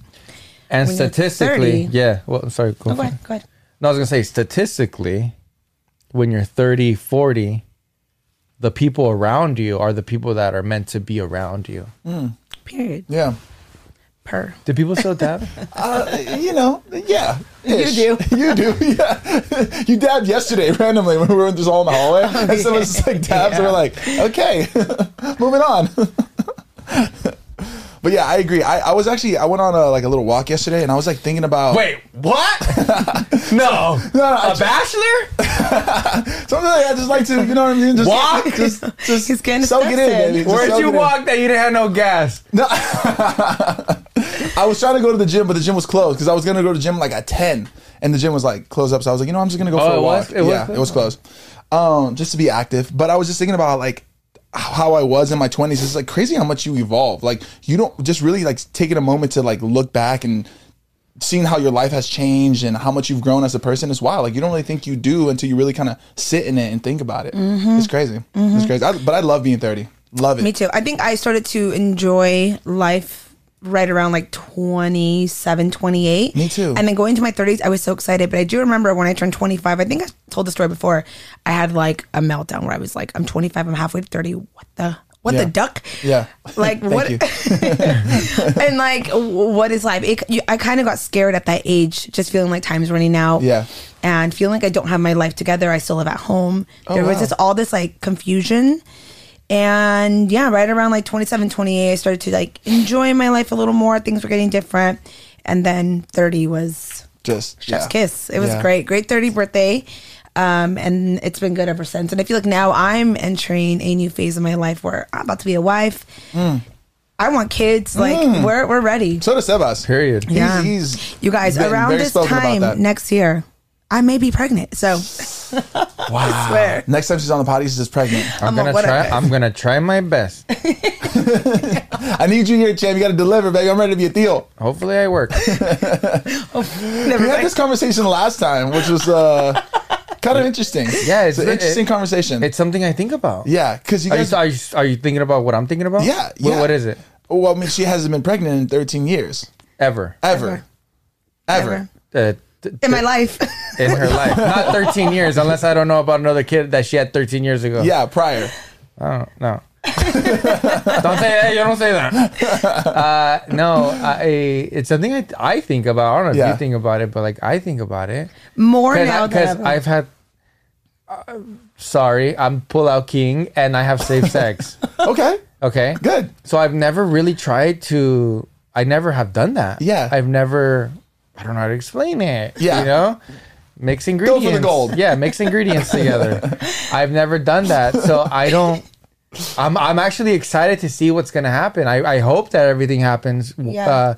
Speaker 6: when you're
Speaker 8: statistically,
Speaker 6: 30.
Speaker 8: yeah. Well, I'm sorry. Go
Speaker 6: go
Speaker 8: for it.
Speaker 6: ahead, go ahead.
Speaker 8: No, I was gonna say statistically, when you're 30, 40, the people around you are the people that are meant to be around you.
Speaker 6: Period.
Speaker 7: Yeah.
Speaker 6: Per.
Speaker 8: Do people still dab?
Speaker 7: Uh, you know, yeah. Ish.
Speaker 6: You do.
Speaker 7: you do, yeah. You dabbed yesterday randomly when we were just all in the hallway, and someone just like dabs, and we're like, okay, moving on. but yeah, I agree. I, I was actually I went on a, like a little walk yesterday, and I was like thinking about
Speaker 8: Wait, what? no.
Speaker 7: No, no, I
Speaker 8: a
Speaker 7: just-
Speaker 8: bachelor?
Speaker 7: something like I just like to, you know what I mean? Just
Speaker 8: Walk?
Speaker 7: just, just
Speaker 6: He's getting
Speaker 7: soak it in,
Speaker 6: disgusted.
Speaker 7: baby. Just
Speaker 8: Where'd
Speaker 7: soak
Speaker 8: you
Speaker 7: it in.
Speaker 8: walk that you didn't have no gas?
Speaker 7: I was trying to go to the gym, but the gym was closed because I was gonna go to the gym like at ten, and the gym was like closed up. So I was like, you know, I'm just gonna go for
Speaker 8: Oh, it
Speaker 7: a
Speaker 8: was-
Speaker 7: walk.
Speaker 8: it was
Speaker 7: yeah, it was closed, um, just to be active. But I was just thinking about like how I was in my 20s. It's like crazy how much you evolve. Like you don't just really like taking a moment to like look back and seeing how your life has changed and how much you've grown as a person is wild. Like you don't really think you do until you really kind of sit in it and think about it. It's crazy. It's crazy. I, but I love being 30. Love it.
Speaker 6: Mm-hmm. Me too. I think I started to enjoy life right around like 27, 28.
Speaker 7: Me too.
Speaker 6: And then going into my 30s, I was so excited. But I do remember when I turned 25, I think I told the story before, I had like a meltdown where I was like, I'm 25, I'm halfway to 30. What the? What
Speaker 7: Yeah.
Speaker 6: the duck?
Speaker 7: Yeah.
Speaker 6: Like
Speaker 7: Thank
Speaker 6: what?
Speaker 7: you.
Speaker 6: and like, w- what is life? It, you, I kind of got scared at that age, just feeling like time's running out.
Speaker 7: Yeah.
Speaker 6: And feeling like I don't have my life together. I still live at home. there was
Speaker 7: Oh, wow.
Speaker 6: just all this like confusion. And yeah, right around like 27, 28, I started to like enjoy my life a little more. Things were getting different. And then 30 was
Speaker 7: Just
Speaker 6: Chef's
Speaker 7: yeah.
Speaker 6: Kiss. It was
Speaker 7: Yeah.
Speaker 6: great. Great 30 birthday. Um, and it's been good ever since. And I feel like now I'm entering a new phase of my life where I'm about to be a wife.
Speaker 7: Mm.
Speaker 6: I want kids. Like we're we're ready.
Speaker 7: So does Sebas.
Speaker 8: Period.
Speaker 7: He's-
Speaker 6: Yeah.
Speaker 7: Mm. he's
Speaker 6: You guys,
Speaker 7: been
Speaker 6: around
Speaker 7: very
Speaker 6: this
Speaker 7: spoken about that.
Speaker 6: time next year, I may be pregnant. So I swear.
Speaker 7: Next time she's on the pod, she's just pregnant.
Speaker 8: I'm
Speaker 6: I'm a
Speaker 8: gonna
Speaker 6: what a
Speaker 8: try
Speaker 6: guy.
Speaker 8: I'm gonna try my best.
Speaker 7: I need you here, champ. You got to deliver, baby. I'm ready to be a deal.
Speaker 8: Hopefully I work.
Speaker 7: We had this conversation last time, which was uh, kind of interesting.
Speaker 8: Yeah, it's-
Speaker 7: it's, an interesting
Speaker 8: it-
Speaker 7: conversation.
Speaker 8: It's something I think about.
Speaker 7: yeah, because you
Speaker 8: Are
Speaker 7: guys.
Speaker 8: you, are, you, are you thinking about what I'm thinking about?
Speaker 7: yeah,
Speaker 8: Wh-
Speaker 7: yeah.
Speaker 8: what is it?
Speaker 7: Well, I mean, she hasn't been pregnant in 13 years,
Speaker 8: Ever.
Speaker 7: ever, ever.
Speaker 6: Ever.
Speaker 8: Uh, th-
Speaker 6: In my life.
Speaker 8: in her life. Not 13 years, unless I don't know about another kid that she had 13 years ago.
Speaker 7: Yeah, prior.
Speaker 8: I don't know. don't say that. You don't say that. Uh, no, I, it's something I, I think about. I don't know if
Speaker 7: Yeah.
Speaker 8: you think about it, but like I think about it.
Speaker 6: More now
Speaker 8: Because
Speaker 6: than ever.
Speaker 8: I've had. uh, sorry, I'm pull out king and I have safe sex.
Speaker 7: Okay,
Speaker 8: Okay.
Speaker 7: good.
Speaker 8: So I've never really tried to. I never have done that.
Speaker 7: Yeah.
Speaker 8: I've never. I don't know how to explain it.
Speaker 7: Yeah.
Speaker 8: You know, mix
Speaker 7: the
Speaker 8: ingredients.
Speaker 7: gold.
Speaker 8: Yeah, mix ingredients together. I've never done that, so I don't. I'm I'm actually excited to see what's gonna happen. I I hope that everything happens.
Speaker 6: Yeah.
Speaker 8: Uh,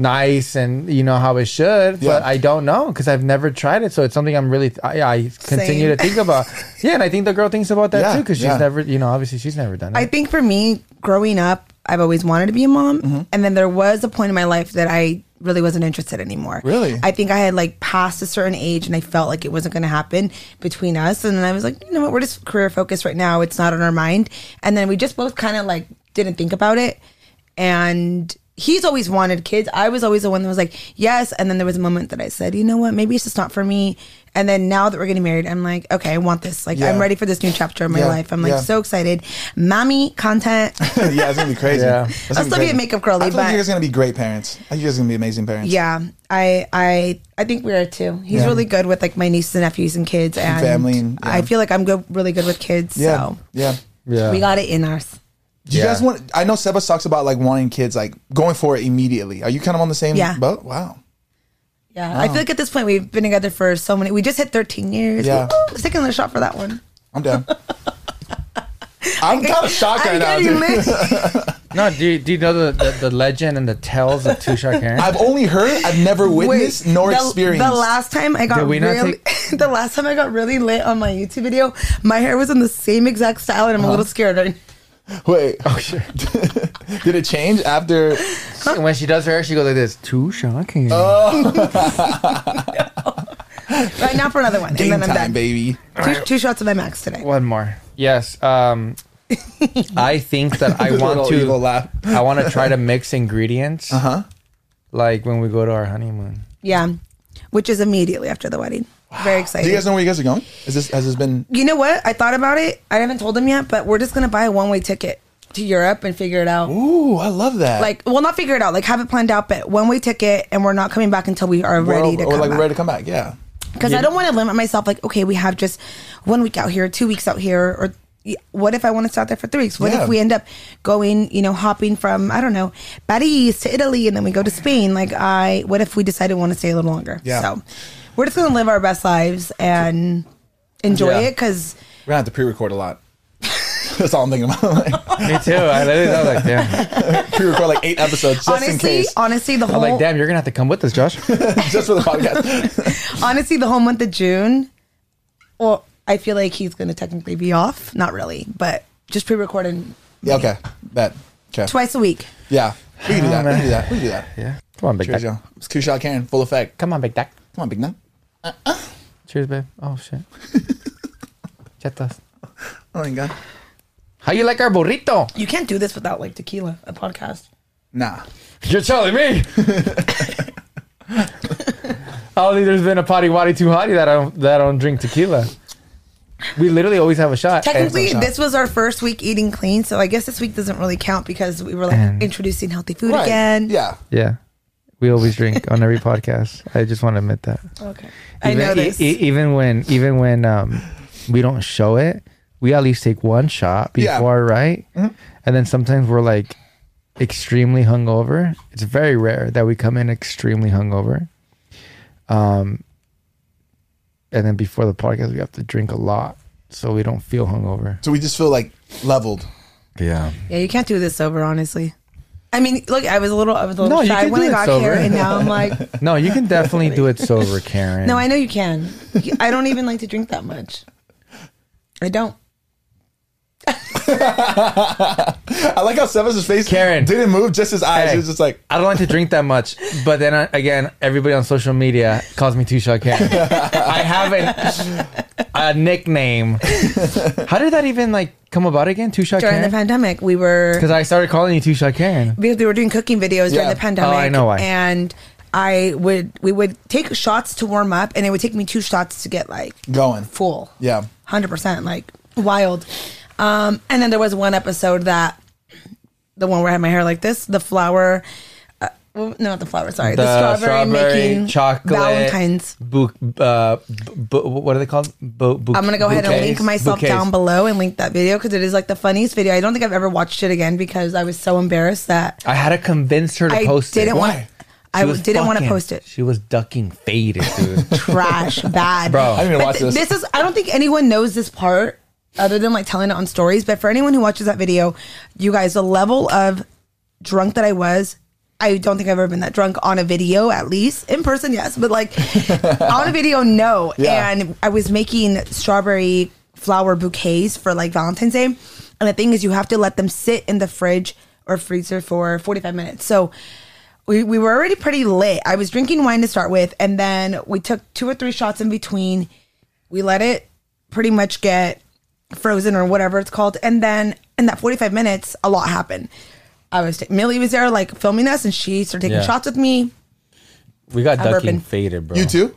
Speaker 8: Nice and you know how it should, but
Speaker 7: Yeah.
Speaker 8: I don't know because I've never tried it. So it's something I'm really I, I continue to
Speaker 6: Same.
Speaker 8: think about. Yeah, and I think the girl thinks about that
Speaker 7: Yeah,
Speaker 8: too because
Speaker 7: yeah.
Speaker 8: she's never you know obviously she's never done it.
Speaker 6: I think for me, growing up, I've always wanted to be a mom.
Speaker 7: Mm-hmm.
Speaker 6: And then there was a point in my life that I really wasn't interested anymore.
Speaker 7: Really?
Speaker 6: I think I had like passed a certain age and I felt like it wasn't going to happen between us. And then I was like, you know what? We're just career focused right now. It's not on our mind. And then we just both kind of like didn't think about it. And he's always wanted kids. I was always the one that was like, yes. And then there was a moment that I said, you know what? Maybe it's just not for me. And then now that we're getting married, I'm like, okay, I want this. Like, I'm
Speaker 7: Yeah.
Speaker 6: ready for this new chapter in my
Speaker 7: Yeah,
Speaker 6: life. I'm like
Speaker 7: yeah.
Speaker 6: so excited. Mommy content.
Speaker 7: yeah, it's gonna be crazy.
Speaker 8: Yeah.
Speaker 7: It's gonna
Speaker 6: I'll still be
Speaker 7: crazy.
Speaker 6: a makeup girly,
Speaker 7: I feel like
Speaker 6: but-
Speaker 7: you guys are gonna be great parents. I think you guys are gonna be amazing parents.
Speaker 6: Yeah, I I I think we are too. He's
Speaker 7: Yeah.
Speaker 6: really good with like my nieces and nephews and kids and
Speaker 7: family and- yeah.
Speaker 6: I feel like I'm good, really good with kids.
Speaker 7: yeah,
Speaker 6: So
Speaker 7: yeah.
Speaker 8: Yeah.
Speaker 6: we got it in ours.
Speaker 7: Do you
Speaker 8: Yeah.
Speaker 7: guys want? I know Sebas talks about like wanting kids, like going for it immediately. Are you kind of on the same
Speaker 6: Yeah.
Speaker 7: boat? Wow.
Speaker 6: Yeah, I feel like at this point we've been together for so many. We just hit 13 years.
Speaker 7: Yeah.
Speaker 6: Woo! Let's take another shot for that one.
Speaker 7: I'm down. I'm kind of shocked right
Speaker 6: I'm
Speaker 7: now.
Speaker 6: getting
Speaker 7: dude.
Speaker 6: lit.
Speaker 8: No, do you, do you know the, the, the legend and the tales of Two Shot Karen?
Speaker 7: I've only heard. I've never witnessed nor
Speaker 6: the,
Speaker 7: experienced.
Speaker 6: The last time I got
Speaker 8: Did we not
Speaker 6: really, the last time I got really lit on my YouTube video, my hair was in the same exact style, and I'm
Speaker 7: Uh-huh.
Speaker 6: a little scared. Right
Speaker 7: Wait. Oh sure. Did it change after?
Speaker 8: And when she does her hair, she goes like this Two Shot Karen.
Speaker 7: Oh.
Speaker 6: right now for another one,
Speaker 7: Game
Speaker 6: and then I'm
Speaker 7: time,
Speaker 6: done.
Speaker 7: baby.
Speaker 6: Two, two shots of my max today.
Speaker 8: One more. Yes. Um, I think that I want
Speaker 7: Little evil Uh-huh.
Speaker 8: to.
Speaker 7: laugh.
Speaker 8: I want to try to mix ingredients. Uh huh. Like when we go to our honeymoon.
Speaker 6: Yeah, which is immediately after the wedding. Very excited.
Speaker 7: Do
Speaker 6: You,
Speaker 7: you guys know where you guys are going? Is this has this been?
Speaker 6: know what? I thought about it. I haven't told them yet, but we're just gonna buy a one way ticket to Europe and figure it out.
Speaker 7: Ooh, I love that.
Speaker 6: Like, well, not figure it out. Like, have it planned out, but one way ticket, and we're not coming back until we are
Speaker 7: We're
Speaker 6: ready
Speaker 7: over-
Speaker 6: to
Speaker 7: or
Speaker 6: come
Speaker 7: Oh, like
Speaker 6: back.
Speaker 7: ready to come back. Yeah.
Speaker 6: because I don't want to limit myself. Like, okay, we have just one week out here, two weeks out here, or y- what if I want to stay out there for three weeks? What
Speaker 7: Yeah.
Speaker 6: if we end up going, you know, hopping from I don't know, Paris to Italy, and then we go to Spain? Like, I what if we decided we want to stay a little longer?
Speaker 7: Yeah.
Speaker 6: So we're just gonna live our best lives and enjoy
Speaker 8: Yeah.
Speaker 6: it because
Speaker 7: We're gonna have to pre-record a lot. That's all I'm thinking about. Like,
Speaker 8: Me too. I literally I was like, damn.
Speaker 7: pre-record like eight episodes just in
Speaker 6: honestly,
Speaker 7: case,
Speaker 6: honestly, the
Speaker 8: I'm
Speaker 6: whole
Speaker 8: like, damn. You're gonna have to come with us, Josh.
Speaker 7: just for the podcast.
Speaker 6: honestly the whole month of June. Well, I feel like he's gonna technically be off. Not really, but just pre-recording
Speaker 7: Yeah. Okay. Bet. Okay.
Speaker 6: twice a week.
Speaker 7: Yeah. We can do that. We can do that. We can do that. Yeah.
Speaker 8: Come on, big
Speaker 7: Cheers,
Speaker 8: duck.
Speaker 7: y'all. It's two shot Karen, full effect.
Speaker 8: Come on, big duck.
Speaker 7: Come on, big nut.
Speaker 8: Cheers, babe. Oh shit. Chetas.
Speaker 7: Oh my god.
Speaker 8: How you like our burrito?
Speaker 6: You can't do this without like tequila, a podcast.
Speaker 7: Nah.
Speaker 8: You're telling me. I don't think there's been a potty waddy too hotty that I don't that I don't drink tequila. We literally always have a shot.
Speaker 6: Technically,
Speaker 7: shot.
Speaker 6: this was our first week eating clean, so I guess this week doesn't really count because we were like
Speaker 8: And-
Speaker 6: introducing healthy food
Speaker 7: Right.
Speaker 6: again.
Speaker 7: Yeah.
Speaker 8: Yeah. We always drink on every podcast. I just want to admit that.
Speaker 6: Okay. I
Speaker 8: Even-
Speaker 6: know this.
Speaker 8: e- e- even when even when um we don't show it, we at least take one shot
Speaker 7: Yeah.
Speaker 8: before, right?
Speaker 6: Mm-hmm.
Speaker 8: And then sometimes we're like extremely hungover. It's very rare that we come in extremely hungover. Um and then before the podcast we have to drink a lot so we don't feel hungover.
Speaker 7: So we just feel like leveled.
Speaker 8: Yeah.
Speaker 6: yeah, you can't do this sober, honestly. I mean, look, I was a little, I was a little
Speaker 8: No, you
Speaker 6: shy
Speaker 8: can
Speaker 6: when
Speaker 8: do
Speaker 6: I
Speaker 8: it
Speaker 6: got
Speaker 8: sober.
Speaker 6: here, and now I'm like,
Speaker 8: No, you can definitely do it sober, Karen.
Speaker 6: no, I know you can. I don't even like to drink that much. I don't.
Speaker 7: I like how Seven's face
Speaker 8: Karen.
Speaker 7: didn't move, just his eyes.
Speaker 8: Hey.
Speaker 7: He was just like,
Speaker 8: I don't like to drink that much, but then uh, again, everybody on social media calls me Two Shot Karen. I have an, a nickname. How did that even like come about again? Two Shot
Speaker 6: During the
Speaker 8: Karen?
Speaker 6: pandemic, we were
Speaker 8: Because I started calling you Two Shot Karen.
Speaker 6: because we were doing cooking videos during
Speaker 7: Yeah.
Speaker 6: the pandemic.
Speaker 8: Oh, I know why.
Speaker 6: And I would, we would take shots to warm up, and it would take me two shots to get like
Speaker 7: going.
Speaker 6: full.
Speaker 7: Yeah.
Speaker 6: hundred percent, like wild. Um, and then there was one episode that the one where I had my hair like this, the flower. Uh, well, no, not the flower. Sorry, the, strawberry, making
Speaker 8: chocolate
Speaker 6: Valentine's.
Speaker 8: Bu- uh, bu- what are they called? Bu- bu-
Speaker 6: I'm gonna go ahead and
Speaker 8: bouquets?
Speaker 6: link myself
Speaker 8: Bouquets.
Speaker 6: down below and link that video because it is like the funniest video. I don't think I've ever watched it again because I was so embarrassed that
Speaker 8: I had to convince her to
Speaker 6: I
Speaker 8: post it.
Speaker 6: didn't want.
Speaker 7: Why?
Speaker 8: She
Speaker 6: I
Speaker 8: was
Speaker 6: didn't want to
Speaker 8: fucking-
Speaker 6: post it.
Speaker 8: She was ducking faded, dude.
Speaker 6: trash, bad,
Speaker 8: Bro.
Speaker 7: I didn't even
Speaker 6: But
Speaker 7: watch
Speaker 6: th-
Speaker 7: this.
Speaker 6: is I don't think anyone knows this part other than like telling it on stories. But for anyone who watches that video, you guys, the level of drunk that I was. I don't think I've ever been that drunk on a video, at least in person, yes, but like on a video, no.
Speaker 7: Yeah.
Speaker 6: And I was making strawberry flower bouquets for like Valentine's Day. And the thing is, you have to let them sit in the fridge or freezer for 45 minutes. So we, we were already pretty lit. I was drinking wine to start with, and then we took two or three shots in between. We let it pretty much get frozen or whatever it's called. And then in that 45 minutes, a lot happened. I was, Millie was there like filming us, and she started taking
Speaker 8: Yeah.
Speaker 6: shots with me.
Speaker 8: We got
Speaker 6: I'm
Speaker 8: ducking
Speaker 6: burping.
Speaker 8: faded, bro.
Speaker 7: You too?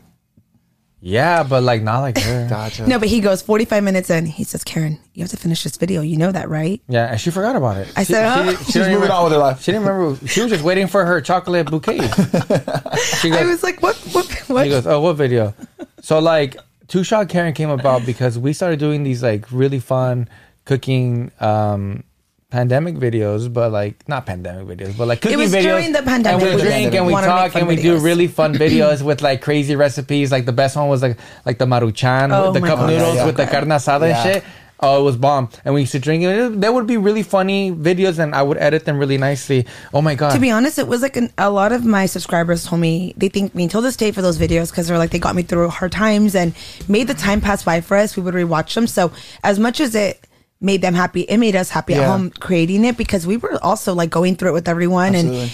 Speaker 8: Yeah, but like not like her.
Speaker 6: No, but he goes 45 minutes in. He says, Karen, you have to finish this video. You know that, right?
Speaker 8: yeah, and she forgot about it.
Speaker 6: I said, huh?
Speaker 8: she
Speaker 7: She's
Speaker 8: don't
Speaker 7: moving
Speaker 8: even-
Speaker 7: on with her life.
Speaker 8: She didn't remember. She was just waiting for her chocolate bouquet. she
Speaker 6: I
Speaker 8: goes,
Speaker 6: was like, what? What? what?
Speaker 8: she goes, "Oh, what video?" So like, Two Shot Karen came about because we started doing these like really fun cooking um pandemic videos, but like not pandemic videos, but like cooking
Speaker 6: was
Speaker 8: videos.
Speaker 6: during the
Speaker 8: And
Speaker 6: pandemic. It
Speaker 8: we
Speaker 6: was
Speaker 8: drink and we
Speaker 6: wanted to make
Speaker 8: talk
Speaker 6: fun
Speaker 8: and we do
Speaker 6: videos.
Speaker 8: really fun videos with like crazy recipes. Like the best one was like like the maruchan,
Speaker 6: Oh
Speaker 8: with the
Speaker 6: my
Speaker 8: cup
Speaker 6: God,
Speaker 8: noodles
Speaker 6: so
Speaker 8: with the
Speaker 6: good.
Speaker 8: carne asada
Speaker 7: Yeah.
Speaker 8: and shit. Oh, it was bomb. And we used to drink it. There would be really funny videos and I would edit them really nicely. Oh my God.
Speaker 6: to be honest, it was like an, a lot of my subscribers told me they thank me until this day for those videos because they're like they got me through hard times and made the time pass by for us. We would rewatch them. So as much as it made them happy, it made us happy at
Speaker 7: Yeah.
Speaker 6: home creating it because we were also like going through it with everyone and.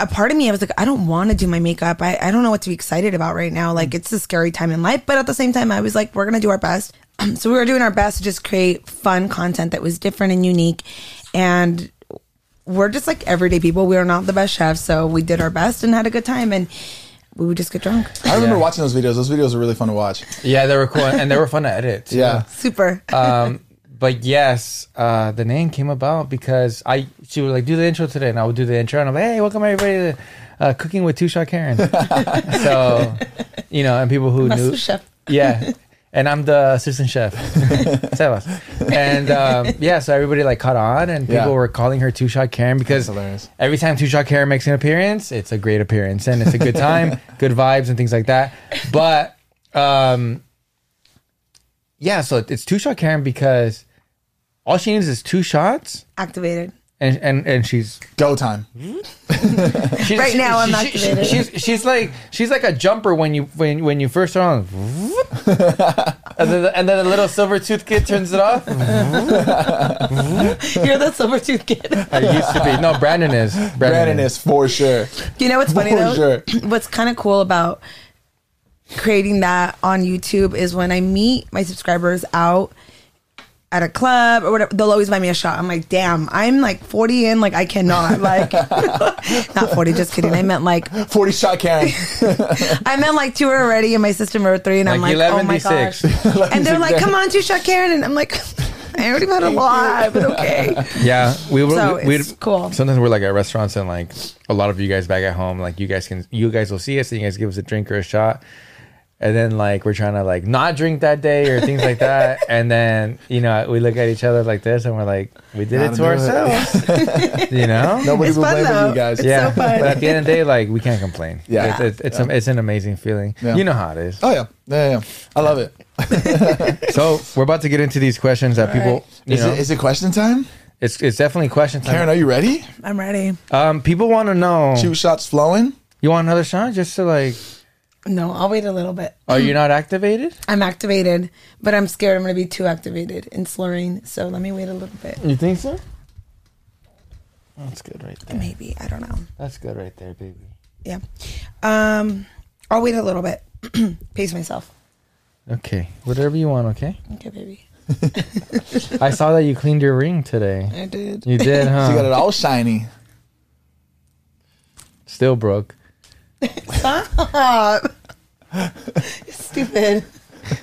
Speaker 6: A part of me, I was like, I don't want to do my makeup. I, I don't know what to be excited about right now. Like, it's a scary time in life. But at the same time, I was like, we're going to do our best. so, we were doing our best to just create fun content that was different and unique. And we're just like everyday people. We are not the best chefs, so we did our best and had a good time, and we would just get drunk.
Speaker 7: I remember
Speaker 8: Yeah.
Speaker 7: watching those videos. Those videos were really fun to watch.
Speaker 8: yeah, they were cool and they were fun to edit. too.
Speaker 7: Yeah.
Speaker 6: Super.
Speaker 8: um, but yes, uh, the name came about because I she would like do the intro today, and I would do the intro, and I'm like, hey, welcome everybody to uh, Cooking with Two Shot Karen. so, you know, and people who
Speaker 6: My
Speaker 8: knew,
Speaker 6: sous chef.
Speaker 8: yeah, and I'm the assistant chef, Sebas. and um, yeah, so everybody like caught on, and people
Speaker 7: Yeah.
Speaker 8: were calling her Two Shot Karen because
Speaker 7: That's hilarious.
Speaker 8: every time Two Shot Karen makes an appearance, it's a great appearance and it's a good time, good vibes and things like that. But um, yeah, so it's Two Shot Karen because all she needs is two shots.
Speaker 6: Activated.
Speaker 8: And, and, and she's,
Speaker 7: Go time.
Speaker 8: she's
Speaker 6: Right now, I'm
Speaker 8: she- she-
Speaker 6: activated.
Speaker 8: she's she's like she's like a jumper when you when when you first are on, and then the, and then the little silver tooth kid turns it off.
Speaker 6: You're the silver tooth kid.
Speaker 8: I used to be no Brandon is Brandon,
Speaker 7: Brandon is for sure.
Speaker 6: You know what's funny
Speaker 7: For
Speaker 6: though?
Speaker 7: sure.
Speaker 6: What's kind of cool about creating that on YouTube is when I meet my subscribers out at a club or whatever, they'll always buy me a shot. I'm like, damn, I'm like 40 in, like I cannot, like not 40, just kidding. I meant like
Speaker 7: 40 shot Karen.
Speaker 6: I meant like two already, and my sister were three, and I'm
Speaker 8: Like
Speaker 6: like, oh my
Speaker 8: 11,
Speaker 6: gosh. and they're like, come on, two shot Karen, and I'm like, I already had a lot, but okay.
Speaker 8: Yeah, we were.
Speaker 6: So
Speaker 8: we,
Speaker 6: it's cool.
Speaker 8: Sometimes we're like at restaurants and like a lot of you guys back at home. Like you guys can, you guys will see us and you guys give us a drink or a shot, and then like we're trying to like not drink that day or things like that. And then you know we look at each other like this and we're like, we did it to
Speaker 7: do it.
Speaker 8: ourselves. you know.
Speaker 7: Nobody
Speaker 6: It's
Speaker 7: will
Speaker 6: fun,
Speaker 7: blame
Speaker 6: though.
Speaker 7: you guys.
Speaker 6: It's- so fun.
Speaker 8: but at the end of the day, like we can't complain.
Speaker 7: Yeah.
Speaker 8: it's it's, it's, a- it's an amazing feeling.
Speaker 7: Yeah.
Speaker 8: You know how it is.
Speaker 7: Oh, yeah. Yeah, yeah, yeah. I love it.
Speaker 8: So we're about to get into these questions that people. You
Speaker 7: Is,
Speaker 8: know, Uh,
Speaker 7: it. is it question time?
Speaker 8: it's it's definitely question
Speaker 7: Karen,
Speaker 8: time.
Speaker 7: are you ready?
Speaker 6: I'm ready.
Speaker 8: Um, people want to know.
Speaker 7: Two shots flowing.
Speaker 8: You want another shot just to like?
Speaker 6: No, I'll wait a little bit.
Speaker 8: Are you not activated?
Speaker 6: I'm activated, but I'm scared I'm going to be too activated and slurring. So let me wait a little bit.
Speaker 8: You think so? That's good right there.
Speaker 6: Maybe I don't know.
Speaker 8: That's good right there, baby.
Speaker 6: Yeah, um, I'll wait a little bit. Pace myself.
Speaker 8: Okay, whatever you want. Okay.
Speaker 6: Okay, baby.
Speaker 8: I saw that you cleaned your ring today.
Speaker 6: I did.
Speaker 8: You did, huh?
Speaker 7: She got it all shiny.
Speaker 8: Still broke.
Speaker 6: Stop. Stupid.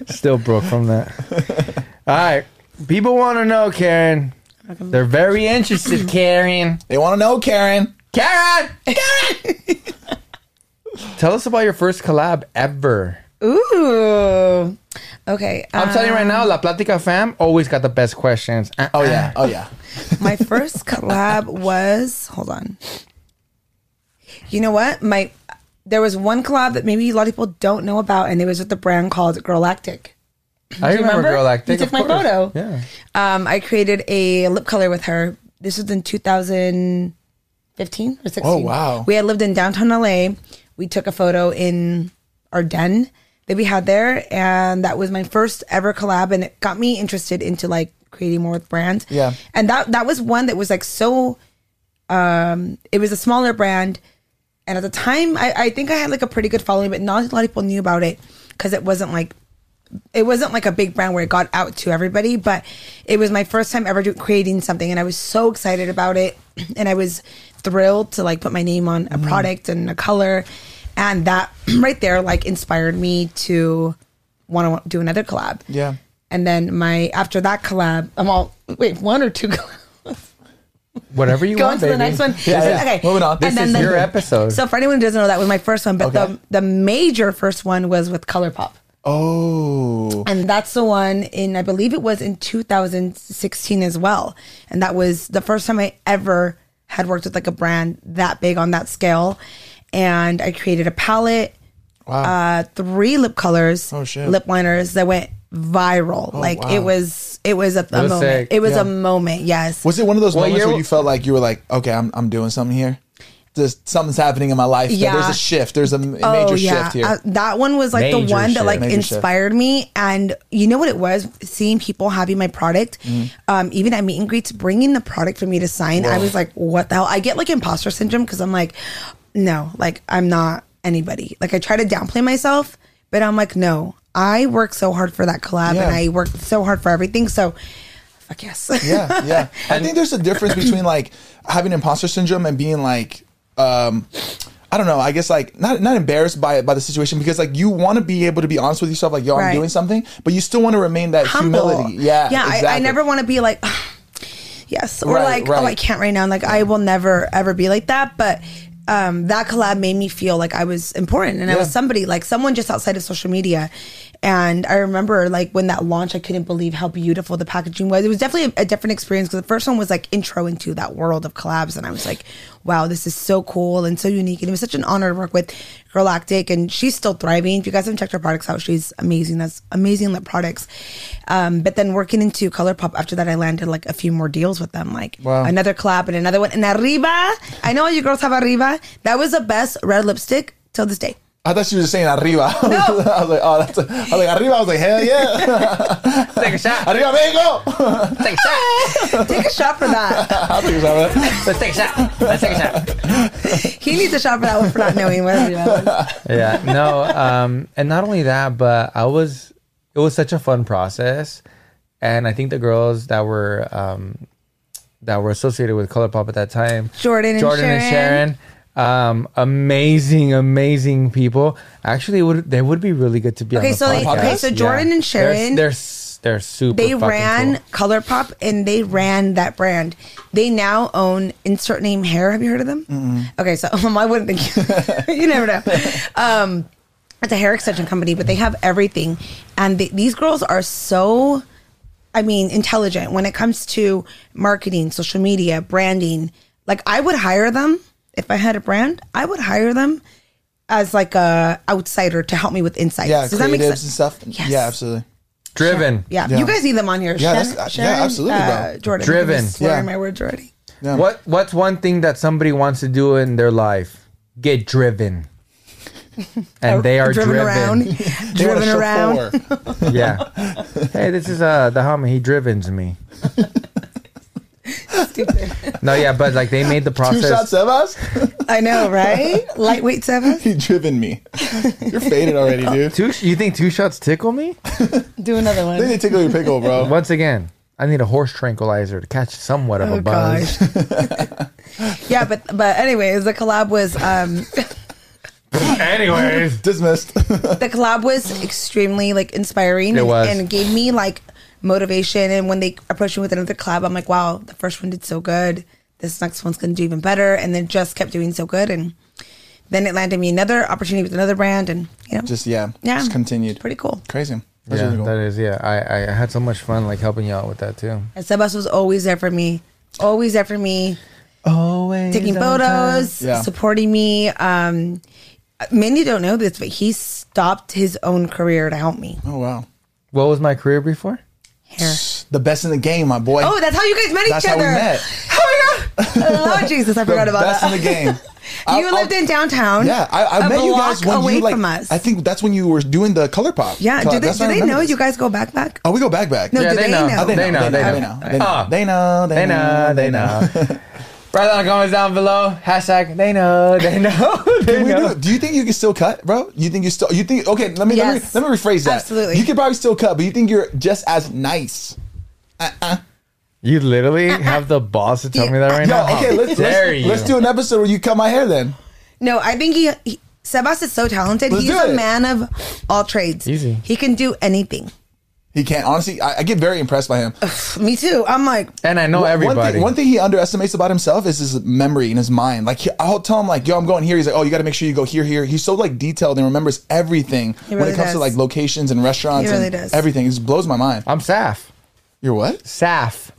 Speaker 8: Still broke from that. All right. People want to know, Karen. They're very interested, Karen.
Speaker 7: They want to know, Karen.
Speaker 8: Karen. Tell us about your first collab ever.
Speaker 6: Ooh. Okay. uh,
Speaker 8: I'm telling you right now, La Platica fam always got the best questions. Uh,
Speaker 7: Oh, yeah. Oh, yeah.
Speaker 6: my first collab was hold on you know what my there was one collab that maybe a lot of people don't know about and it was with the brand called girlactic
Speaker 8: I
Speaker 6: Do you
Speaker 8: remember,
Speaker 6: remember?
Speaker 8: Girl Actic.
Speaker 6: You took
Speaker 8: of
Speaker 6: my
Speaker 8: course.
Speaker 6: photo.
Speaker 8: Yeah.
Speaker 6: um i created a lip color with her this was in 2015 or 16
Speaker 7: Oh, wow.
Speaker 6: we had lived in downtown la we took a photo in our den that we had there and that was my first ever collab and it got me interested into like creating more with brands
Speaker 7: Yeah.
Speaker 6: and that that was one that was like so Um, it was a smaller brand, and at the time, I, I think I had like a pretty good following, but not a lot of people knew about it because it wasn't like it wasn't like a big brand where it got out to everybody, but it was my first time ever do, creating something, and I was so excited about it, and I was thrilled to like put my name on a product and a color, and that right there like inspired me to want to do another collab.
Speaker 7: Yeah.
Speaker 6: And then my after that collab, I'm all wait one or two collabs.
Speaker 8: Whatever you
Speaker 6: Go on
Speaker 8: want,
Speaker 6: to the
Speaker 8: baby.
Speaker 6: next one.
Speaker 7: Yeah, yeah.
Speaker 6: Okay,
Speaker 7: Moving on.
Speaker 6: And
Speaker 7: This
Speaker 6: then
Speaker 8: is
Speaker 6: the-
Speaker 8: your episode.
Speaker 6: So for anyone who doesn't know, that was my first one, but
Speaker 7: Okay.
Speaker 6: the the major first one was with ColourPop.
Speaker 7: Oh.
Speaker 6: And that's the one in, I believe it was in 2016 as well. And that was the first time I ever had worked with like a brand that big on that scale. And I created a palette,
Speaker 7: Wow.
Speaker 6: uh, three lip colors,
Speaker 7: Oh, shit. Oh,
Speaker 6: lip liners that went viral. like
Speaker 7: wow.
Speaker 6: it was, it was a, a
Speaker 8: was
Speaker 6: moment.
Speaker 8: sick.
Speaker 6: It was
Speaker 7: Yeah.
Speaker 6: a moment. Yes.
Speaker 7: was it one of those
Speaker 8: Well,
Speaker 7: moments where
Speaker 8: you're-
Speaker 7: you felt like you were like, okay, I'm, I'm doing something here? Just something something's happening in my life. that
Speaker 6: Yeah.
Speaker 7: There's a shift. There's a m- major shift here.
Speaker 6: Uh, that one was like the
Speaker 8: Major
Speaker 6: one
Speaker 8: shift.
Speaker 6: that like
Speaker 7: Major shift.
Speaker 6: inspired me. And you know what it was? Seeing people having my product,
Speaker 7: Mm.
Speaker 6: um, even at meet and greets, bringing the product for me to sign. I was like, what the hell? I get like imposter syndrome because I'm like, no, like I'm not anybody. Like I try to downplay myself, but I'm like, no, I worked so hard for that collab
Speaker 7: Yeah.
Speaker 6: and I worked so hard for everything. So fuck yes.
Speaker 7: yeah, yeah. I think there's a difference between like having imposter syndrome and being like, um, I don't know. I guess like not not embarrassed by by the situation because like you want to be able to be honest with yourself, like yo, I'm
Speaker 6: Right.
Speaker 7: doing something, but you still want to remain that
Speaker 6: humble.
Speaker 7: humility. Yeah,
Speaker 6: yeah. I, I
Speaker 7: exactly.
Speaker 6: never want to be like, "Ah, yes, or
Speaker 7: Right,
Speaker 6: like,
Speaker 7: right.
Speaker 6: oh, I can't right now. And, like, I will never ever be like that. But um, that collab made me feel like I was important and I was
Speaker 7: Yeah.
Speaker 6: somebody, like someone just outside of social media. And I remember like when that launched, I couldn't believe how beautiful the packaging was. It was definitely a, a different experience because the first one was like intro into that world of collabs, and I was like, wow, this is so cool and so unique. And it was such an honor to work with Galactic, and she's still thriving. If you guys haven't checked her products out, she's amazing. That's amazing lip products. Um, but then working into ColourPop after that, I landed like a few more deals with them, like another collab and another one. And Arriba, I know all you girls have Arriba. That was the best red lipstick till this day.
Speaker 7: I thought you were just saying arriba. I was like, oh, that's. A, I was like arriba. I was like, hell yeah,
Speaker 8: Take a shot.
Speaker 7: arriba Mexico.
Speaker 8: Take a shot.
Speaker 6: Take a shot for that.
Speaker 7: I think it was all right.
Speaker 8: Let's take a shot. Let's take a shot.
Speaker 6: He needs a shot for that one for not knowing what Arriba was.
Speaker 8: yeah no um and not only that but i was it was such a fun process and i think the girls that were um that were associated with colourpop at that time
Speaker 6: Jordan and
Speaker 8: jordan and
Speaker 6: Sharon.
Speaker 8: sharon um amazing amazing people actually it would they would be really good to be
Speaker 6: Okay,
Speaker 8: on the
Speaker 6: so like-
Speaker 8: podcast.
Speaker 6: okay, so Jordan and Sharon-
Speaker 8: they're, they're s- they're super
Speaker 6: they
Speaker 8: fucking
Speaker 6: ran
Speaker 8: cool.
Speaker 6: ColourPop and they ran that brand. They now own insert name hair. Have you heard of them? Okay, so um, I wouldn't think you never know. Um, it's a hair extension company, but they have everything, and they, these girls are so. I mean, intelligent when it comes to marketing, social media, branding. Like, I would hire them if I had a brand. I would hire them as like a outsider to help me with insights.
Speaker 7: Yeah,
Speaker 6: Does that make
Speaker 7: creatives and
Speaker 6: sense?
Speaker 7: stuff.
Speaker 6: Yes.
Speaker 7: Yeah, absolutely.
Speaker 8: driven
Speaker 6: Yeah.
Speaker 7: Yeah.
Speaker 6: you guys need them on here.
Speaker 7: Yeah, that's- yeah, absolutely, bro.
Speaker 6: Uh, Jordan,
Speaker 8: Driven.
Speaker 6: I'm just slurring
Speaker 7: Yeah.
Speaker 6: my words already.
Speaker 8: what what's one thing that somebody wants to do in their life get driven and they are
Speaker 6: driven, around,
Speaker 7: They want a
Speaker 6: driven around.
Speaker 7: chauffeur.
Speaker 8: Yeah. hey, this is uh the homie. He drivens me.
Speaker 6: Stupid.
Speaker 8: No, yeah, but like they made the
Speaker 7: Two
Speaker 8: process.
Speaker 7: shots of us.
Speaker 6: I know, right? Lightweight seven,
Speaker 7: He driven me. You're faded already, dude.
Speaker 8: Two. sh- You think two shots tickle me?
Speaker 6: do another
Speaker 7: They
Speaker 6: one.
Speaker 7: need to tickle your pickle, bro.
Speaker 8: Once again, I need a horse tranquilizer to catch somewhat of
Speaker 6: Oh
Speaker 8: a buzz.
Speaker 6: gosh. yeah, but but anyways, the collab was um
Speaker 8: Anyways,
Speaker 7: Dismissed.
Speaker 6: the collab was extremely like inspiring
Speaker 8: It
Speaker 6: and-
Speaker 8: was.
Speaker 6: And, gave me like motivation and when they approached me with another collab i'm like wow the first one did so good this next one's gonna do even better and then just kept doing so good and then it landed me another opportunity with another brand and you know
Speaker 7: just yeah,
Speaker 6: Yeah.
Speaker 7: just continued.
Speaker 6: pretty cool
Speaker 7: crazy. That's
Speaker 8: yeah,
Speaker 7: really cool.
Speaker 8: that is yeah. I I had so much fun like helping you out with that too.
Speaker 6: And Sebas was always there for me, always there for me,
Speaker 8: Always
Speaker 6: taking photos,
Speaker 7: Yeah.
Speaker 6: supporting me. Um, many don't know this, but he stopped his own career to help me.
Speaker 7: oh wow,
Speaker 8: What was my career before?
Speaker 7: Oh,
Speaker 6: Hair.
Speaker 7: the best in the game, my boy.
Speaker 6: Oh, that's how you guys met
Speaker 7: That's
Speaker 6: each
Speaker 7: how we
Speaker 6: other.
Speaker 7: met.
Speaker 6: Oh my god! Oh Jesus, I
Speaker 7: the
Speaker 6: forgot about
Speaker 7: best
Speaker 6: that.
Speaker 7: in the game.
Speaker 6: you lived in downtown.
Speaker 7: Yeah, I, I
Speaker 6: a
Speaker 7: met you
Speaker 6: block
Speaker 7: guys when
Speaker 6: away
Speaker 7: you like.
Speaker 6: from us.
Speaker 7: I think that's when you were doing the color pop.
Speaker 6: yeah, do they,
Speaker 7: That's
Speaker 6: do
Speaker 7: when I
Speaker 6: they
Speaker 7: remember
Speaker 6: know
Speaker 7: this.
Speaker 6: you guys go back back?
Speaker 7: Oh, we go back back.
Speaker 6: No,
Speaker 8: Yeah,
Speaker 6: do
Speaker 8: they
Speaker 6: they,
Speaker 8: know.
Speaker 6: know?
Speaker 7: Oh, Ah. they know. They know. They know. They know.
Speaker 8: Ah.
Speaker 7: They know.
Speaker 8: They know. They know. Write down the comments down below. Hashtag they know, they know, they
Speaker 7: We do.
Speaker 8: know.
Speaker 7: do you think you can still cut, bro? You think you still? You think? Okay, let me
Speaker 6: Yes.
Speaker 7: let me let me rephrase that.
Speaker 6: Absolutely.
Speaker 7: You can probably still cut, but you think you're just as nice.
Speaker 8: You literally have the balls to tell me that right
Speaker 7: Yo,
Speaker 8: now.
Speaker 7: okay,
Speaker 8: How
Speaker 7: let's
Speaker 8: dare
Speaker 7: let's,
Speaker 8: you.
Speaker 7: let's do an episode where you cut my hair then.
Speaker 6: No, I think he, he Sebas is so talented.
Speaker 7: Let's
Speaker 6: He's
Speaker 7: do
Speaker 6: a
Speaker 7: it.
Speaker 6: man of all trades.
Speaker 8: Easy.
Speaker 6: He can do anything.
Speaker 7: He can't. Honestly, I, I get very impressed by him.
Speaker 6: Me too. I'm like,
Speaker 8: and I know
Speaker 7: One-
Speaker 8: everybody.
Speaker 7: One thing, one thing he underestimates about himself is his memory and his mind. Like he- I'll tell him like, "Yo, I'm going here." He's like, "Oh, you got to make sure you go here, here." He's so like detailed and remembers everything when
Speaker 6: really
Speaker 7: it comes to
Speaker 6: does.
Speaker 7: like locations and restaurants
Speaker 6: He really
Speaker 7: and
Speaker 6: does.
Speaker 7: everything. It just blows my mind.
Speaker 8: I'm Saf.
Speaker 7: You're what?
Speaker 8: Saf.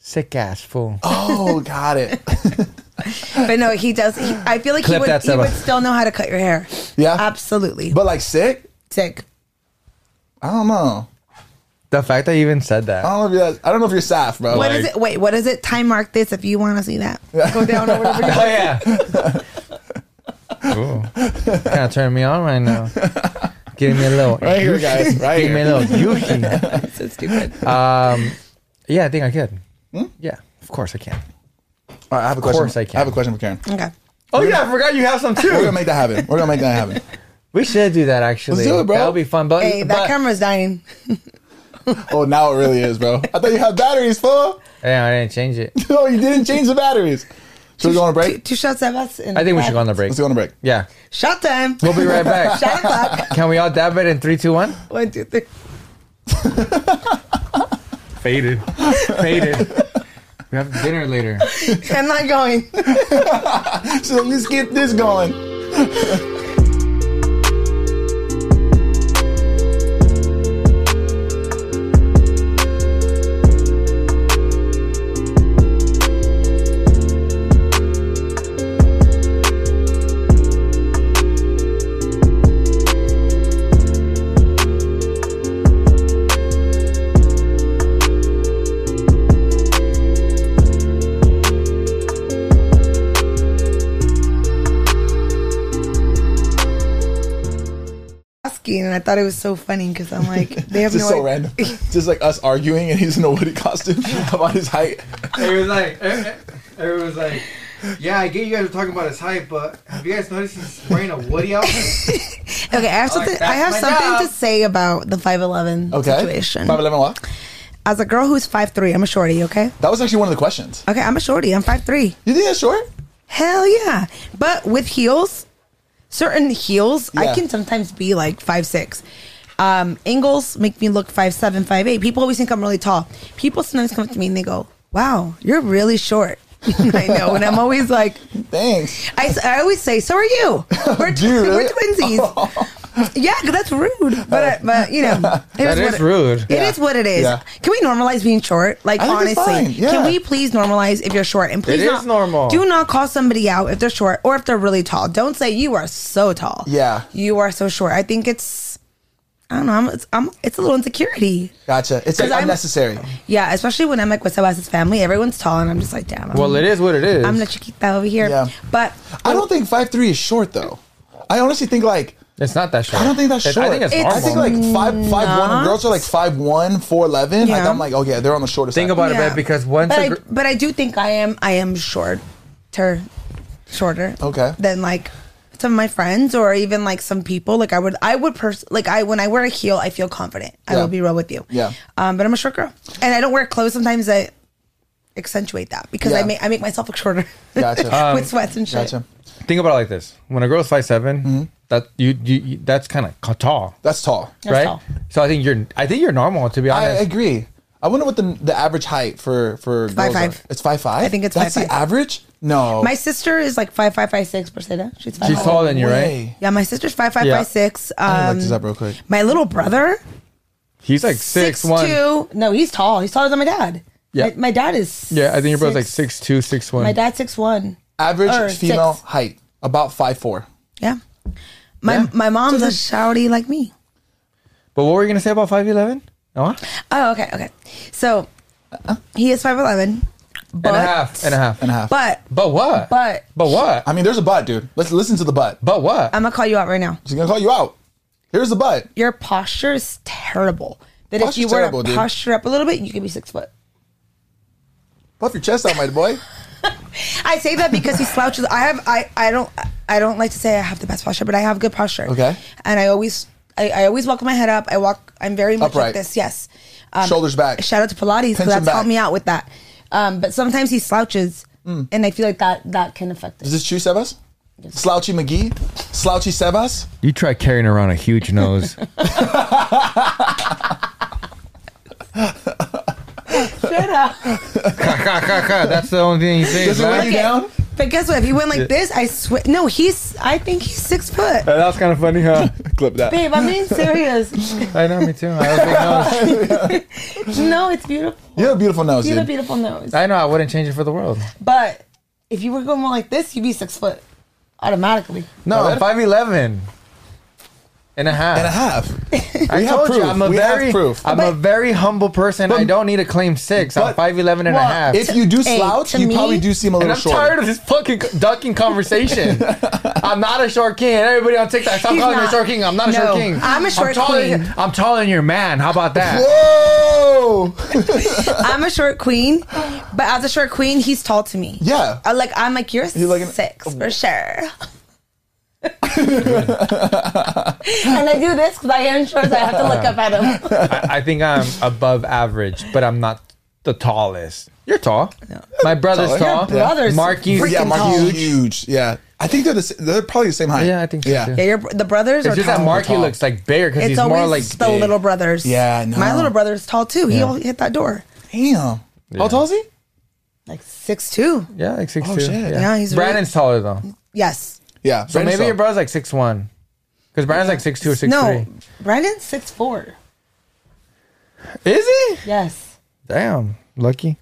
Speaker 8: Sick ass fool.
Speaker 7: Oh, got it.
Speaker 6: but no, he does. He, I feel like he
Speaker 8: Clip
Speaker 6: would,
Speaker 8: that,
Speaker 6: he would
Speaker 8: Sebas.
Speaker 6: still know how to cut your hair.
Speaker 7: Yeah.
Speaker 6: Absolutely.
Speaker 7: but like sick.
Speaker 6: Sick.
Speaker 7: I don't know.
Speaker 8: The fact that you even said that.
Speaker 7: I don't know if you're. that- I don't know if you're Saf, bro.
Speaker 6: What
Speaker 7: Like,
Speaker 6: is it? Wait, what is it? Time mark this if you want to see that. Go down or whatever.
Speaker 8: Oh yeah. kind of turning me on right now. Getting me a little.
Speaker 7: Right here, guys. Right
Speaker 8: Getting me
Speaker 7: here.
Speaker 8: a little yuki.
Speaker 6: so stupid.
Speaker 8: Um, yeah, I think I could.
Speaker 7: Hmm?
Speaker 8: Yeah, of course I can.
Speaker 7: All right, I have a
Speaker 8: course
Speaker 7: question.
Speaker 8: I can.
Speaker 7: have a question for Karen.
Speaker 6: Okay.
Speaker 8: Oh yeah, I forgot you have some
Speaker 7: We're gonna
Speaker 8: too.
Speaker 7: make that happen. We're gonna make that happen.
Speaker 8: We should do that actually.
Speaker 7: Let's do it, bro.
Speaker 8: That'll be fun. But,
Speaker 6: Hey, that
Speaker 8: but
Speaker 6: camera's dying.
Speaker 7: Oh, now it really is, bro. I thought you had batteries, fool.
Speaker 8: yeah, I didn't change it.
Speaker 7: No, you didn't change the batteries. Should we go on a
Speaker 6: Two,
Speaker 7: break?
Speaker 6: two shots of us. in
Speaker 8: I think we
Speaker 6: five.
Speaker 8: should go on the break.
Speaker 7: Let's go on a break.
Speaker 8: Yeah,
Speaker 6: Shot time.
Speaker 8: we'll be right back.
Speaker 6: Shot o'clock.
Speaker 8: Can we all dab it in three, two, one?
Speaker 6: One, two, three.
Speaker 8: Faded, faded. We have dinner later.
Speaker 6: I'm not going.
Speaker 7: So let's get this going.
Speaker 6: Asking, and I thought it was so funny because I'm like, they have
Speaker 7: Just
Speaker 6: no
Speaker 7: so
Speaker 6: idea.
Speaker 7: random. Just like us arguing and he's in a Woody costume about his height.
Speaker 5: It was like, it was like, yeah, I get you guys are talking about his height, but have you guys noticed he's wearing a Woody outfit?
Speaker 6: Okay, I have something. I
Speaker 5: that's
Speaker 6: have
Speaker 5: my
Speaker 6: something
Speaker 5: job.
Speaker 6: to say about the five eleven
Speaker 7: Okay.
Speaker 6: situation.
Speaker 7: 5'11 what?
Speaker 6: As a girl who's five three, I'm a shorty. Okay,
Speaker 7: That was actually one of the questions.
Speaker 6: okay, I'm a shorty. I'm five three.
Speaker 7: You think that's short?
Speaker 6: Hell yeah! But with heels, certain heels,
Speaker 7: Yeah.
Speaker 6: I can sometimes be like five six. Um, angles make me look five seven, five eight. People always think I'm really tall. People sometimes come up to me and they go, "Wow, you're really short." I know, and I'm always like,
Speaker 7: Thanks.
Speaker 6: I, s- I always say, "So are you? We're,
Speaker 7: Do you really?
Speaker 6: we're twinsies." Yeah, 'cause that's rude. But uh, but you know, it
Speaker 8: That
Speaker 6: what
Speaker 8: is
Speaker 6: it-
Speaker 8: rude.
Speaker 6: It is what it is.
Speaker 7: Yeah.
Speaker 6: Can we normalize being short? Like
Speaker 7: I think it's
Speaker 6: honestly,
Speaker 7: fine. Yeah.
Speaker 6: can we please normalize if you're short? And please,
Speaker 8: It is
Speaker 6: not,
Speaker 8: normal.
Speaker 6: Do not call somebody out if they're short or if they're really tall. Don't say you are so tall.
Speaker 7: Yeah.
Speaker 6: you are so short. I think it's. I don't know. I'm, it's, I'm, it's a little insecurity.
Speaker 7: Gotcha. It's like
Speaker 6: I'm-
Speaker 7: unnecessary.
Speaker 6: Yeah, especially when I'm like with Sebas's family. Everyone's tall, and I'm just like, damn. I'm,
Speaker 8: Well, it is what it is.
Speaker 6: I'm the chiquita over here.
Speaker 7: Yeah.
Speaker 6: But
Speaker 7: I don't think 5'3 is short though. I honestly think like
Speaker 8: it's not that short.
Speaker 7: I don't think that's
Speaker 8: It-
Speaker 7: short.
Speaker 8: I think it's,
Speaker 6: It's-
Speaker 8: normal.
Speaker 7: I think like five five one
Speaker 6: not.
Speaker 7: girls are like five one, four eleven. Like
Speaker 6: Yeah.
Speaker 7: I'm like, oh yeah, they're on the shorter
Speaker 8: Think
Speaker 7: side.
Speaker 8: about it, babe, because once
Speaker 6: but
Speaker 8: a
Speaker 6: I,
Speaker 8: gr-
Speaker 6: but I do think I am I am shorter, shorter.
Speaker 7: Okay.
Speaker 6: Than like some of my friends or even like some people. Like I would I would pers- like I when I wear a heel I feel confident. I
Speaker 7: Yeah.
Speaker 6: will be real with you.
Speaker 7: Yeah.
Speaker 6: Um, but I'm a short girl and I don't wear clothes sometimes that accentuate that because I
Speaker 7: Yeah.
Speaker 6: make I make myself look shorter.
Speaker 7: Gotcha.
Speaker 8: Um,
Speaker 6: with sweats and shit.
Speaker 7: gotcha.
Speaker 8: think about it like this: when a girl's five
Speaker 7: Mm-hmm.
Speaker 8: that you, you, you that's kind of tall,
Speaker 7: That's tall.
Speaker 6: That's
Speaker 8: right?
Speaker 6: tall.
Speaker 8: So I think you're, I think you're normal to be
Speaker 7: I
Speaker 8: honest.
Speaker 7: agree. I wonder what the the average height for for
Speaker 6: five
Speaker 7: girls are.
Speaker 6: five.
Speaker 7: It's five five.
Speaker 6: I think it's
Speaker 7: that's
Speaker 6: five
Speaker 7: the
Speaker 6: five.
Speaker 7: average. No,
Speaker 6: My sister is like five five five six Persida. She's five.
Speaker 8: She's
Speaker 6: five.
Speaker 8: taller than you, right?
Speaker 7: Way.
Speaker 6: Yeah, my sister's five five
Speaker 8: Yeah.
Speaker 6: five six.
Speaker 7: me look
Speaker 6: Um,
Speaker 7: this up real quick.
Speaker 6: My little brother
Speaker 8: He's like six, one.
Speaker 6: two. No, he's tall. He's taller than my dad.
Speaker 8: Yeah.
Speaker 6: my, my dad is.
Speaker 8: Yeah, I think your brother's like six two, six one.
Speaker 6: My dad's six one.
Speaker 7: Average
Speaker 6: Or
Speaker 7: female
Speaker 6: six.
Speaker 7: height about five four.
Speaker 6: Yeah, my
Speaker 7: Yeah.
Speaker 6: my mom's a shouty like me.
Speaker 8: But what were you gonna say about five eleven? Uh-huh. No,
Speaker 6: Oh, okay, okay. So he is five eleven, but
Speaker 8: Uh-uh. and a half, and a half,
Speaker 7: And a half.
Speaker 6: but
Speaker 8: But what?
Speaker 6: But-
Speaker 8: but what?
Speaker 7: I mean, there's a butt, dude. Let's listen to the butt.
Speaker 8: But what?
Speaker 6: I'm gonna call you out right now.
Speaker 7: She's gonna call you out. Here's the butt.
Speaker 6: Your posture is terrible. That if you
Speaker 7: Posture's
Speaker 6: were
Speaker 7: terrible,
Speaker 6: to
Speaker 7: dude.
Speaker 6: posture up a little bit, you could be six foot.
Speaker 7: Puff your chest out, my boy.
Speaker 6: I say that because he slouches. I have I I don't I don't like to say I have the best posture, but I have good posture.
Speaker 7: Okay.
Speaker 6: And I always I, I always walk with my head up. I walk. I'm very much
Speaker 7: Upright.
Speaker 6: like this. Yes. Um,
Speaker 7: Shoulders back.
Speaker 6: Shout out to Pilates
Speaker 7: Pinch
Speaker 6: because
Speaker 7: 'em
Speaker 6: that's
Speaker 7: back. Mm.
Speaker 6: helped me out with that. Um, but sometimes he slouches, and I feel like that that can affect
Speaker 7: Is
Speaker 6: it.
Speaker 7: this true, Sebas? Slouchy McGee? Slouchy Sebas?
Speaker 8: You try carrying around a huge nose.
Speaker 6: Shut up.
Speaker 8: That's the only thing you think.
Speaker 7: Does it
Speaker 8: right?
Speaker 7: weigh you down?
Speaker 6: But guess what? If he went like this, I swear. No, he's. I think he's six
Speaker 7: Uh,
Speaker 6: foot.
Speaker 8: That was kind of funny, huh?
Speaker 7: Clip that.
Speaker 6: Babe, I'm being serious.
Speaker 8: I know, me too. I, have a big nose.
Speaker 6: no, it's beautiful.
Speaker 7: You have a beautiful nose,
Speaker 6: You have a
Speaker 7: dude.
Speaker 6: beautiful nose.
Speaker 8: I know. I wouldn't change it for the world.
Speaker 6: But if you were going more like this, you'd be six foot automatically.
Speaker 8: No, I'm 5'11 and a half.
Speaker 7: and a half.
Speaker 8: I
Speaker 7: have
Speaker 8: told you,
Speaker 7: proof.
Speaker 8: I'm a
Speaker 7: We have
Speaker 8: very,
Speaker 7: proof.
Speaker 8: I'm a
Speaker 6: But-
Speaker 8: very humble person. I don't need to claim six. I'm
Speaker 7: but-
Speaker 8: 5'11 and a
Speaker 6: Well,
Speaker 8: half.
Speaker 7: If you do
Speaker 6: Hey,
Speaker 7: slouch,
Speaker 6: to
Speaker 7: you
Speaker 6: me-
Speaker 7: probably do seem a
Speaker 8: and
Speaker 7: little
Speaker 8: I'm
Speaker 7: short.
Speaker 8: tired of this fucking ducking conversation. I'm not a short king. Everybody on TikTok, stop
Speaker 6: He's
Speaker 8: calling me a
Speaker 6: not.
Speaker 8: short king. I'm not a
Speaker 6: No,
Speaker 8: short king.
Speaker 6: I'm a short
Speaker 8: taller
Speaker 6: queen.
Speaker 8: than- I'm taller than your man. How about that?
Speaker 7: Whoa!
Speaker 6: I'm a short queen, but as a short queen, he's tall to me.
Speaker 7: Yeah.
Speaker 6: I, like I'm like you're
Speaker 7: like an-
Speaker 6: six for sure. and I do this because I am short, so I have to look up at him.
Speaker 8: I, I think I'm above average, but I'm not the tallest. You're tall. My brother's
Speaker 7: Taller.
Speaker 8: tall.
Speaker 7: Your
Speaker 6: brother's
Speaker 8: Mark, you.
Speaker 6: freaking
Speaker 7: yeah,
Speaker 6: Freaking
Speaker 7: Mark
Speaker 6: tall.
Speaker 7: huge. huge. Yeah, I think they're the, sa- they're probably the same height.
Speaker 8: Yeah, I think so,
Speaker 7: yeah.
Speaker 8: too.
Speaker 6: Yeah, your, the brothers
Speaker 8: It's
Speaker 6: are
Speaker 8: just
Speaker 6: tall.
Speaker 8: that Marky
Speaker 7: tall.
Speaker 8: looks like bigger because
Speaker 6: It's
Speaker 8: he's
Speaker 6: always
Speaker 8: more like
Speaker 6: the
Speaker 8: big.
Speaker 6: little brothers.
Speaker 7: Yeah, I know.
Speaker 6: my little brother's tall too. He all hit that door
Speaker 7: Damn. How tall is he?
Speaker 6: like six two.
Speaker 8: Yeah, like six
Speaker 7: Oh,
Speaker 8: two.
Speaker 7: shit.
Speaker 6: Yeah, he's really-
Speaker 8: Brandon's taller though.
Speaker 6: Yes.
Speaker 7: Yeah.
Speaker 8: So maybe your brother's like six one, because Brandon's like six two or six
Speaker 6: no,
Speaker 8: three.
Speaker 6: Brandon's six four.
Speaker 8: Is he?
Speaker 6: Yes.
Speaker 8: Damn, lucky.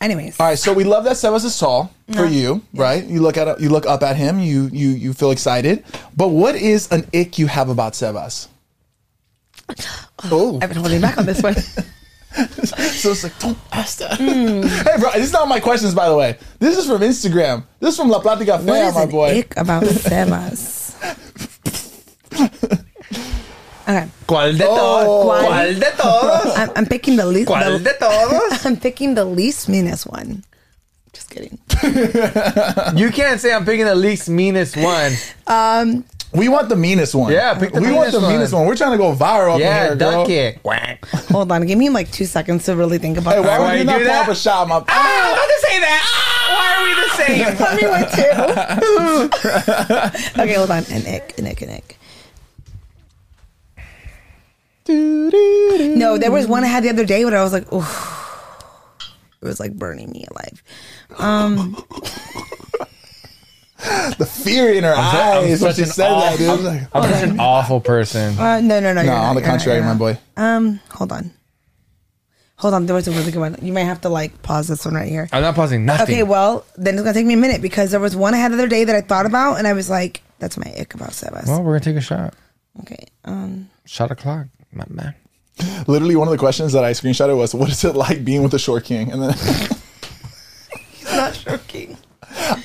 Speaker 6: Anyways,
Speaker 7: All right, so we love that Sebas is tall for you, right? You look at you look up at him, you you you feel excited. But what is an ick you have about Sebas? Oh,
Speaker 6: I've been holding back on this one.
Speaker 7: so it's like don't ask that.
Speaker 6: Mm.
Speaker 7: hey, bro, this is not my questions, by the way. This is from Instagram. This is from La Platica Fam,
Speaker 6: What is
Speaker 7: my
Speaker 6: an
Speaker 7: boy.
Speaker 6: ick about Sebas? okay,
Speaker 8: ¿Cuál de
Speaker 7: Oh.
Speaker 8: todos?
Speaker 6: ¿Cuál
Speaker 8: de todos?
Speaker 6: I'm, I'm picking the least.
Speaker 8: ¿Cuál de
Speaker 6: The,
Speaker 8: todos?
Speaker 6: I'm picking the least meanest one. Just kidding.
Speaker 8: You can't say I'm picking the least meanest one.
Speaker 6: Um,
Speaker 7: We want the meanest one.
Speaker 8: Yeah, pick the
Speaker 7: we want
Speaker 8: meanest
Speaker 7: the
Speaker 8: one.
Speaker 7: meanest one. We're trying to go viral. up in
Speaker 8: Yeah,
Speaker 7: here, girl.
Speaker 8: duck it. Quack.
Speaker 6: hold on, give me like two seconds to really think about
Speaker 7: Hey, why
Speaker 6: that.
Speaker 8: Why
Speaker 7: would you
Speaker 8: you
Speaker 7: not
Speaker 8: do
Speaker 7: pop
Speaker 8: that?
Speaker 7: a shot, my?
Speaker 8: Ah, I'm about to say that. Ah, why are we the same?
Speaker 6: Let me one too. okay, hold on. An ick, an ick, an ick. No, there was one I had the other day, but I was like, oh, it was like burning me alive.
Speaker 7: The fear in her
Speaker 8: I'm
Speaker 7: eyes when
Speaker 8: such
Speaker 7: she
Speaker 8: an
Speaker 7: said that, dude.
Speaker 8: aw-
Speaker 7: It's like-
Speaker 8: I'm such an awful person.
Speaker 6: Uh, no, no, no.
Speaker 7: no,
Speaker 6: you're not,
Speaker 7: on the
Speaker 6: you're not,
Speaker 7: contrary,
Speaker 6: you're
Speaker 7: my
Speaker 6: not.
Speaker 7: boy.
Speaker 6: Um, hold on. Hold on. There was a really good one. You might have to like pause this one right here.
Speaker 8: I'm not pausing nothing.
Speaker 6: Okay, well, then it's gonna take me a minute because there was one I had the other day that I thought about, and I was like, "That's my ick about Sebas."
Speaker 8: well, we're gonna take a shot.
Speaker 6: okay. Um.
Speaker 8: Shot o'clock, my man.
Speaker 7: Literally, one of the questions that I screenshotted was, "What is it like being with a short king?" And then
Speaker 6: It's not shocking.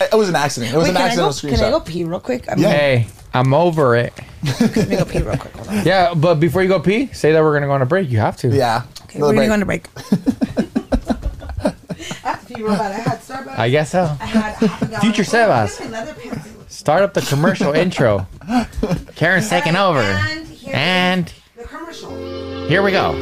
Speaker 7: it was an accident. It was
Speaker 6: Wait,
Speaker 7: an
Speaker 6: can I, go,
Speaker 7: accidental
Speaker 6: can I go
Speaker 7: screenshot.
Speaker 6: pee real quick? I'm
Speaker 7: Yeah.
Speaker 8: Hey, I'm over it.
Speaker 6: gonna go pee real quick. Hold on.
Speaker 8: Yeah, but before you go pee, say that we're gonna go on a break. You have to.
Speaker 7: Yeah.
Speaker 6: Okay,
Speaker 7: Another
Speaker 6: we're gonna
Speaker 7: break.
Speaker 6: go on a break. I have to pee real bad. I had Starbucks.
Speaker 8: I guess so.
Speaker 6: I had half an hour.
Speaker 8: Future
Speaker 6: Oh, look at
Speaker 8: Sebas.
Speaker 6: my leather pants.
Speaker 8: Start up the commercial intro. Karen's taking over.
Speaker 6: And here-
Speaker 8: And
Speaker 6: The commercial.
Speaker 8: here we go.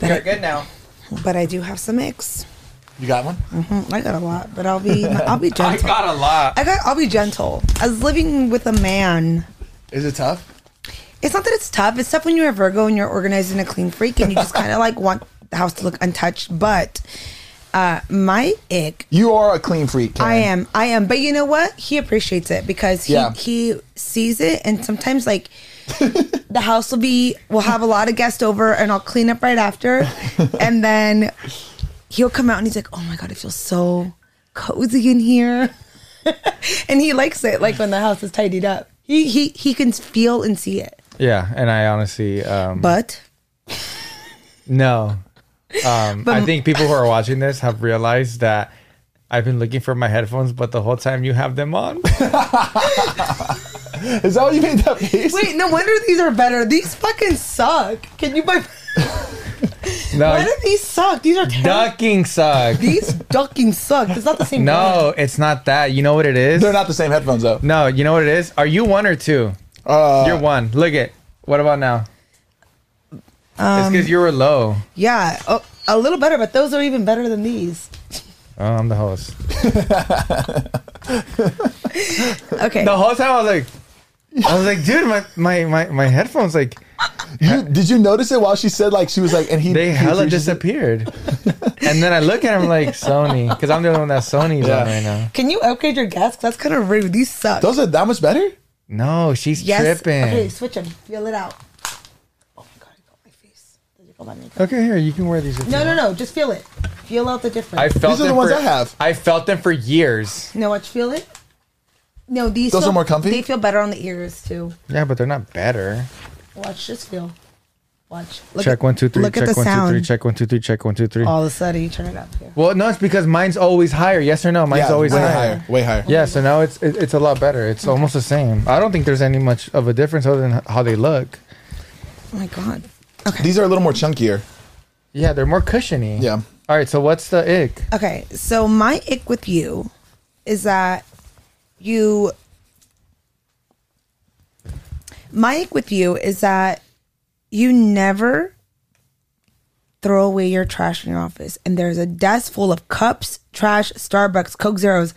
Speaker 6: But, I,
Speaker 8: Good now.
Speaker 6: but I do have some mix.
Speaker 7: You got one?
Speaker 6: Mm, I got a lot, but I'll be I'll be gentle.
Speaker 8: a lot.
Speaker 6: I got I'll be gentle. As living with a man,
Speaker 7: Is it tough?
Speaker 6: it's not that it's tough. It's tough when you're a Virgo and you're organized and a clean freak and you just kind of like want the house to look untouched. But Uh, my ick.
Speaker 7: You are a clean freak. Karen.
Speaker 6: I am. I am. But you know what? He appreciates it because he,
Speaker 7: Yeah.
Speaker 6: he sees it. And sometimes, like, the house will be, we'll have a lot of guests over and I'll clean up right after. And then he'll come out and he's like, oh my God, it feels so cozy in here. and he likes it, like, when the house is tidied up. He, he, he can feel and see it.
Speaker 8: Yeah, and I honestly um
Speaker 6: But
Speaker 8: no. Um I think people who are watching this have realized that I've been looking for my headphones, but the whole time you have them on.
Speaker 7: Is that what you made that face?
Speaker 6: wait, no wonder these are better. These fucking suck. Can you buy? Why
Speaker 8: No,
Speaker 6: do these suck? These are terrible.
Speaker 8: ducking suck.
Speaker 6: These ducking suck. It's not the same. brand.
Speaker 8: No, it's not that. You know what it is?
Speaker 7: They're not the same headphones though.
Speaker 8: No, you know what it is? Are you one or two?
Speaker 7: Uh,
Speaker 8: You're one. Look it. What about now?
Speaker 7: um,
Speaker 8: it's because you were low.
Speaker 6: Yeah, oh, a little better, but those are even better than these.
Speaker 8: Oh, I'm the host.
Speaker 6: Okay.
Speaker 8: The whole time I was like, I was like, dude, my my my, my headphones like
Speaker 7: you, did you notice it while she said like she was like and he
Speaker 8: they
Speaker 7: he
Speaker 8: hella
Speaker 7: appreciates it?
Speaker 8: disappeared. and then I look at him like Sony, because I'm the only one that Sony's
Speaker 7: Yeah.
Speaker 8: on right now.
Speaker 6: Can you upgrade your gas? 'Cause That's kind of rude. These suck.
Speaker 7: Those are that much better.
Speaker 8: No, she's
Speaker 6: yes.
Speaker 8: tripping.
Speaker 6: Okay,
Speaker 8: Okay.
Speaker 6: switch them. Feel it out. Oh my god, I got my face. Did it go by me?
Speaker 8: here you can wear these. If you
Speaker 6: No,
Speaker 8: want.
Speaker 6: no, no. Just feel it. Feel out the difference.
Speaker 8: I felt
Speaker 7: These are the
Speaker 8: them
Speaker 7: ones
Speaker 8: for,
Speaker 7: I have.
Speaker 8: I felt them for years.
Speaker 6: no, watch. Feel it. No, these.
Speaker 7: Those
Speaker 6: feel-
Speaker 7: are more comfy?
Speaker 6: They feel better on the ears too.
Speaker 8: Yeah, but they're not better.
Speaker 6: Watch. Just feel. Watch. Look
Speaker 8: check
Speaker 6: at-
Speaker 8: one two three.
Speaker 6: Look
Speaker 8: check
Speaker 6: at the
Speaker 8: one, two,
Speaker 6: sound.
Speaker 8: three, Check one two three. Check one two three.
Speaker 6: All of a sudden, you turn it up here.
Speaker 8: Well, no, it's because mine's always higher. Yes or no? Mine's always
Speaker 7: way
Speaker 8: higher.
Speaker 7: Way higher.
Speaker 8: Yeah, so now it's it, it's a lot better. It's almost the same. I don't think there's any much of a difference other than how they look.
Speaker 6: Oh my god.
Speaker 7: These are a little more chunkier.
Speaker 8: Yeah, they're more cushiony.
Speaker 7: Yeah.
Speaker 8: All right. So what's the ick?
Speaker 6: Okay, so my ick with you is that you. My ick with you is that you never throw away your trash in your office, and there's a desk full of cups, trash, Starbucks, Coke Zeros.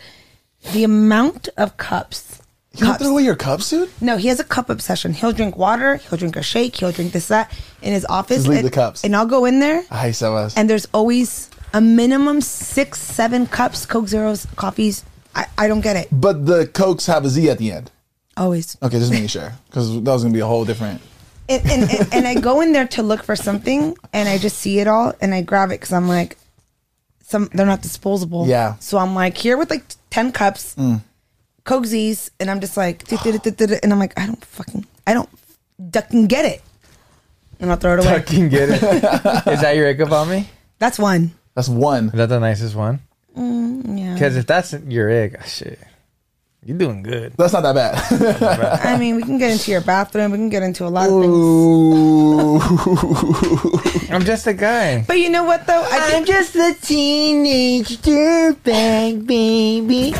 Speaker 6: The amount of cups.
Speaker 7: You don't throw away your cups, dude.
Speaker 6: No, he has a cup obsession. He'll drink water, he'll drink a shake, he'll drink this, that in his office.
Speaker 7: Just leave
Speaker 6: and-
Speaker 7: the cups.
Speaker 6: And I'll go in there
Speaker 7: I so us.
Speaker 6: and there's always a minimum six, seven cups, Coke Zeros, coffees. I, I don't get it.
Speaker 7: But the cokes have a Z at the end.
Speaker 6: Always.
Speaker 7: Okay, just making sure because that was gonna be a whole different.
Speaker 6: And, and, and, and I go in there to look for something and I just see it all and I grab it because I'm like, some they're not disposable.
Speaker 7: Yeah.
Speaker 6: So I'm like here with like 10 cups, Coke Z's, and I'm just like, "Duh, duh, duh, duh, duh," and I'm like, I don't fucking, I don't ducking get it. And I'll throw it away.
Speaker 8: Fucking get it. Is that your ick about me?
Speaker 6: That's one.
Speaker 7: That's one.
Speaker 8: Is that the nicest one?
Speaker 6: Mm, Yeah.
Speaker 8: Because if that's your ick, shit, you're doing good.
Speaker 7: That's not that bad.
Speaker 6: I mean, we can get into your bathroom. We can get into a lot of things.
Speaker 7: Ooh.
Speaker 8: I'm just a guy.
Speaker 6: But you know what though? I am just a teenage dirtbag baby.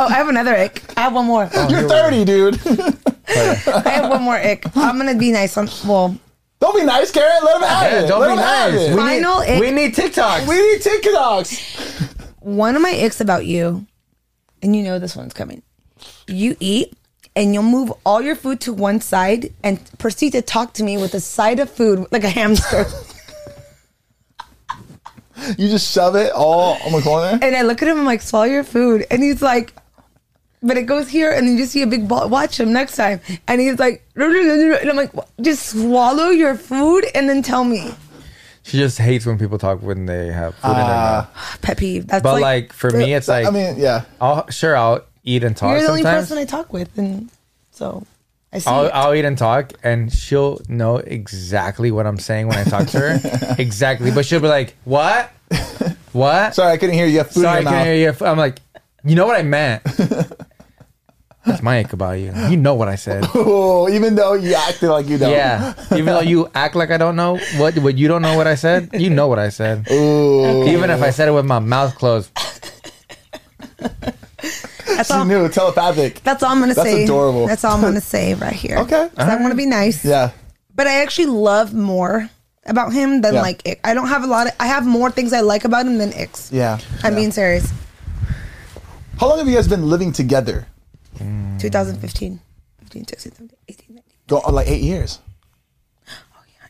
Speaker 6: Oh, I have another ick. I have one more.
Speaker 7: You're 30, dude.
Speaker 6: I have one more ick. I'm gonna be nice on well.
Speaker 7: don't be nice, Karen. Let him have
Speaker 8: Yeah,
Speaker 7: it.
Speaker 8: don't
Speaker 7: Let
Speaker 8: be
Speaker 7: him have
Speaker 8: nice.
Speaker 7: it.
Speaker 8: We need,
Speaker 6: Final ick.
Speaker 8: we need TikTok.
Speaker 7: We need TikToks.
Speaker 6: One of my icks about you, and you know this one's coming. You eat and you'll move all your food to one side and proceed to talk to me with a side of food like a hamster.
Speaker 7: You just shove it all on the corner.
Speaker 6: and I look at him, I'm like, swallow your food. And he's like, but it goes here, and then you see a big ball. Watch him next time. And he's like, and I'm like, just swallow your food and then tell me.
Speaker 8: She just hates when people talk when they have food in their mouth.
Speaker 6: Pet peeve. That's
Speaker 8: But like,
Speaker 6: like,
Speaker 8: for me, it's like
Speaker 7: Ah. I mean, yeah.
Speaker 8: I'll sure I'll eat and talk
Speaker 6: you're the only
Speaker 8: sometimes.
Speaker 6: person I talk with. And so I see.
Speaker 8: I'll,
Speaker 6: it.
Speaker 8: I'll eat and talk, and she'll know exactly what I'm saying when I talk to her. exactly. But she'll be like, What? What?
Speaker 7: Sorry, I couldn't hear you. You have food
Speaker 8: Sorry,
Speaker 7: in
Speaker 8: I
Speaker 7: your
Speaker 8: can't
Speaker 7: mouth.
Speaker 8: hear you. I'm like, You know what I meant. That's my ick about you. You know what I said.
Speaker 7: Ooh, even though you acted like you don't.
Speaker 8: Yeah. Even though you act like I don't know what, what you don't know what I said, you know what I said.
Speaker 7: Ooh.
Speaker 8: Even if I said it with my mouth closed.
Speaker 6: that's,
Speaker 7: She
Speaker 6: all,
Speaker 7: knew telepathic.
Speaker 6: that's all I'm going to
Speaker 7: That's
Speaker 6: say.
Speaker 7: adorable.
Speaker 6: That's all I'm going to say right here.
Speaker 7: Okay.
Speaker 6: 'Cause I want to be nice.
Speaker 7: Yeah.
Speaker 6: But I actually love more about him than
Speaker 7: Yeah.
Speaker 6: like ick. I don't have a lot of, I have more things I like about him than icks.
Speaker 7: Yeah.
Speaker 6: I'm being serious.
Speaker 7: How long have you guys been living together?
Speaker 6: 2015, 15, 16, 17, 18, 19.
Speaker 7: Go, oh, like eight years.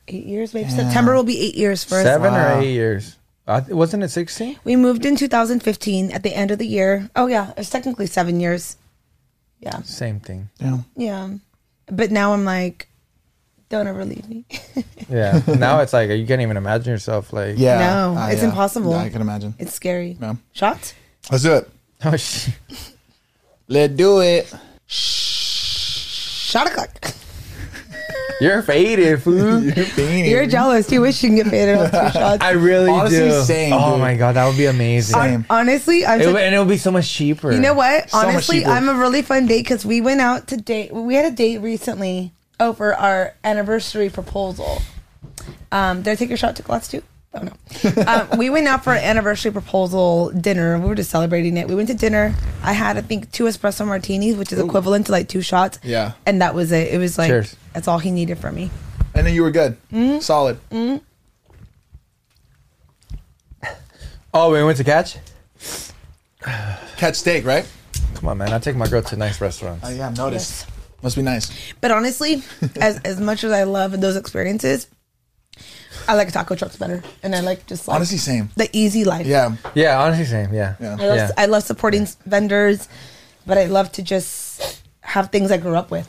Speaker 6: Eight years, maybe September will be eight years for us.
Speaker 8: Seven or eight years. Uh, wasn't it 16?
Speaker 6: We moved in 2015 at the end of the year. Oh yeah, it's technically seven years. Yeah,
Speaker 8: Same thing.
Speaker 7: Yeah.
Speaker 6: yeah. But now I'm like, don't ever leave me.
Speaker 8: Yeah. now it's like you can't even imagine yourself like
Speaker 7: Yeah.
Speaker 6: No,
Speaker 7: Ah,
Speaker 6: it's
Speaker 7: yeah.
Speaker 6: impossible.
Speaker 7: Yeah, I can imagine.
Speaker 6: It's scary.
Speaker 7: Yeah.
Speaker 6: Shots?
Speaker 7: Let's do it.
Speaker 8: Oh shit.
Speaker 7: Let's do it.
Speaker 6: Shot o'clock.
Speaker 8: You're faded, fool.
Speaker 6: You're jealous. You wish you can get paid enough for shots.
Speaker 8: I really
Speaker 7: Honestly,
Speaker 8: do.
Speaker 7: same,
Speaker 8: oh
Speaker 7: dude.
Speaker 8: my god, that would be amazing.
Speaker 7: Same.
Speaker 6: Honestly, I'm.
Speaker 8: It
Speaker 6: such-
Speaker 8: would- and it would be so much cheaper.
Speaker 6: you know what?
Speaker 7: much
Speaker 6: Honestly,
Speaker 7: cheaper.
Speaker 6: I'm a really fun date because we went out to date. We had a date recently over our anniversary proposal. Um, did I take your shot to glass too? Oh no. um, we went out for an anniversary proposal dinner. We were just celebrating it. We went to dinner. I had, I think, two espresso martinis, which is equivalent to like two shots.
Speaker 7: Yeah.
Speaker 6: And that was it. It was like
Speaker 8: Cheers.
Speaker 6: that's all he needed from me.
Speaker 7: And then you were good.
Speaker 6: Mm.
Speaker 7: Solid.
Speaker 8: Oh, we went to catch?
Speaker 7: Catch steak, right?
Speaker 8: Come on, man. I take my girl to nice restaurants.
Speaker 7: Oh, yeah, I've noticed. Must be nice.
Speaker 6: But honestly, as as much as I love those experiences, I like taco trucks better, and I like just like
Speaker 7: Honestly, same.
Speaker 6: the easy life.
Speaker 7: Yeah.
Speaker 8: Yeah, honestly same. Yeah.
Speaker 7: Yeah.
Speaker 6: I love,
Speaker 8: Yeah.
Speaker 6: I love supporting s- vendors, but I love to just have things I grew up with.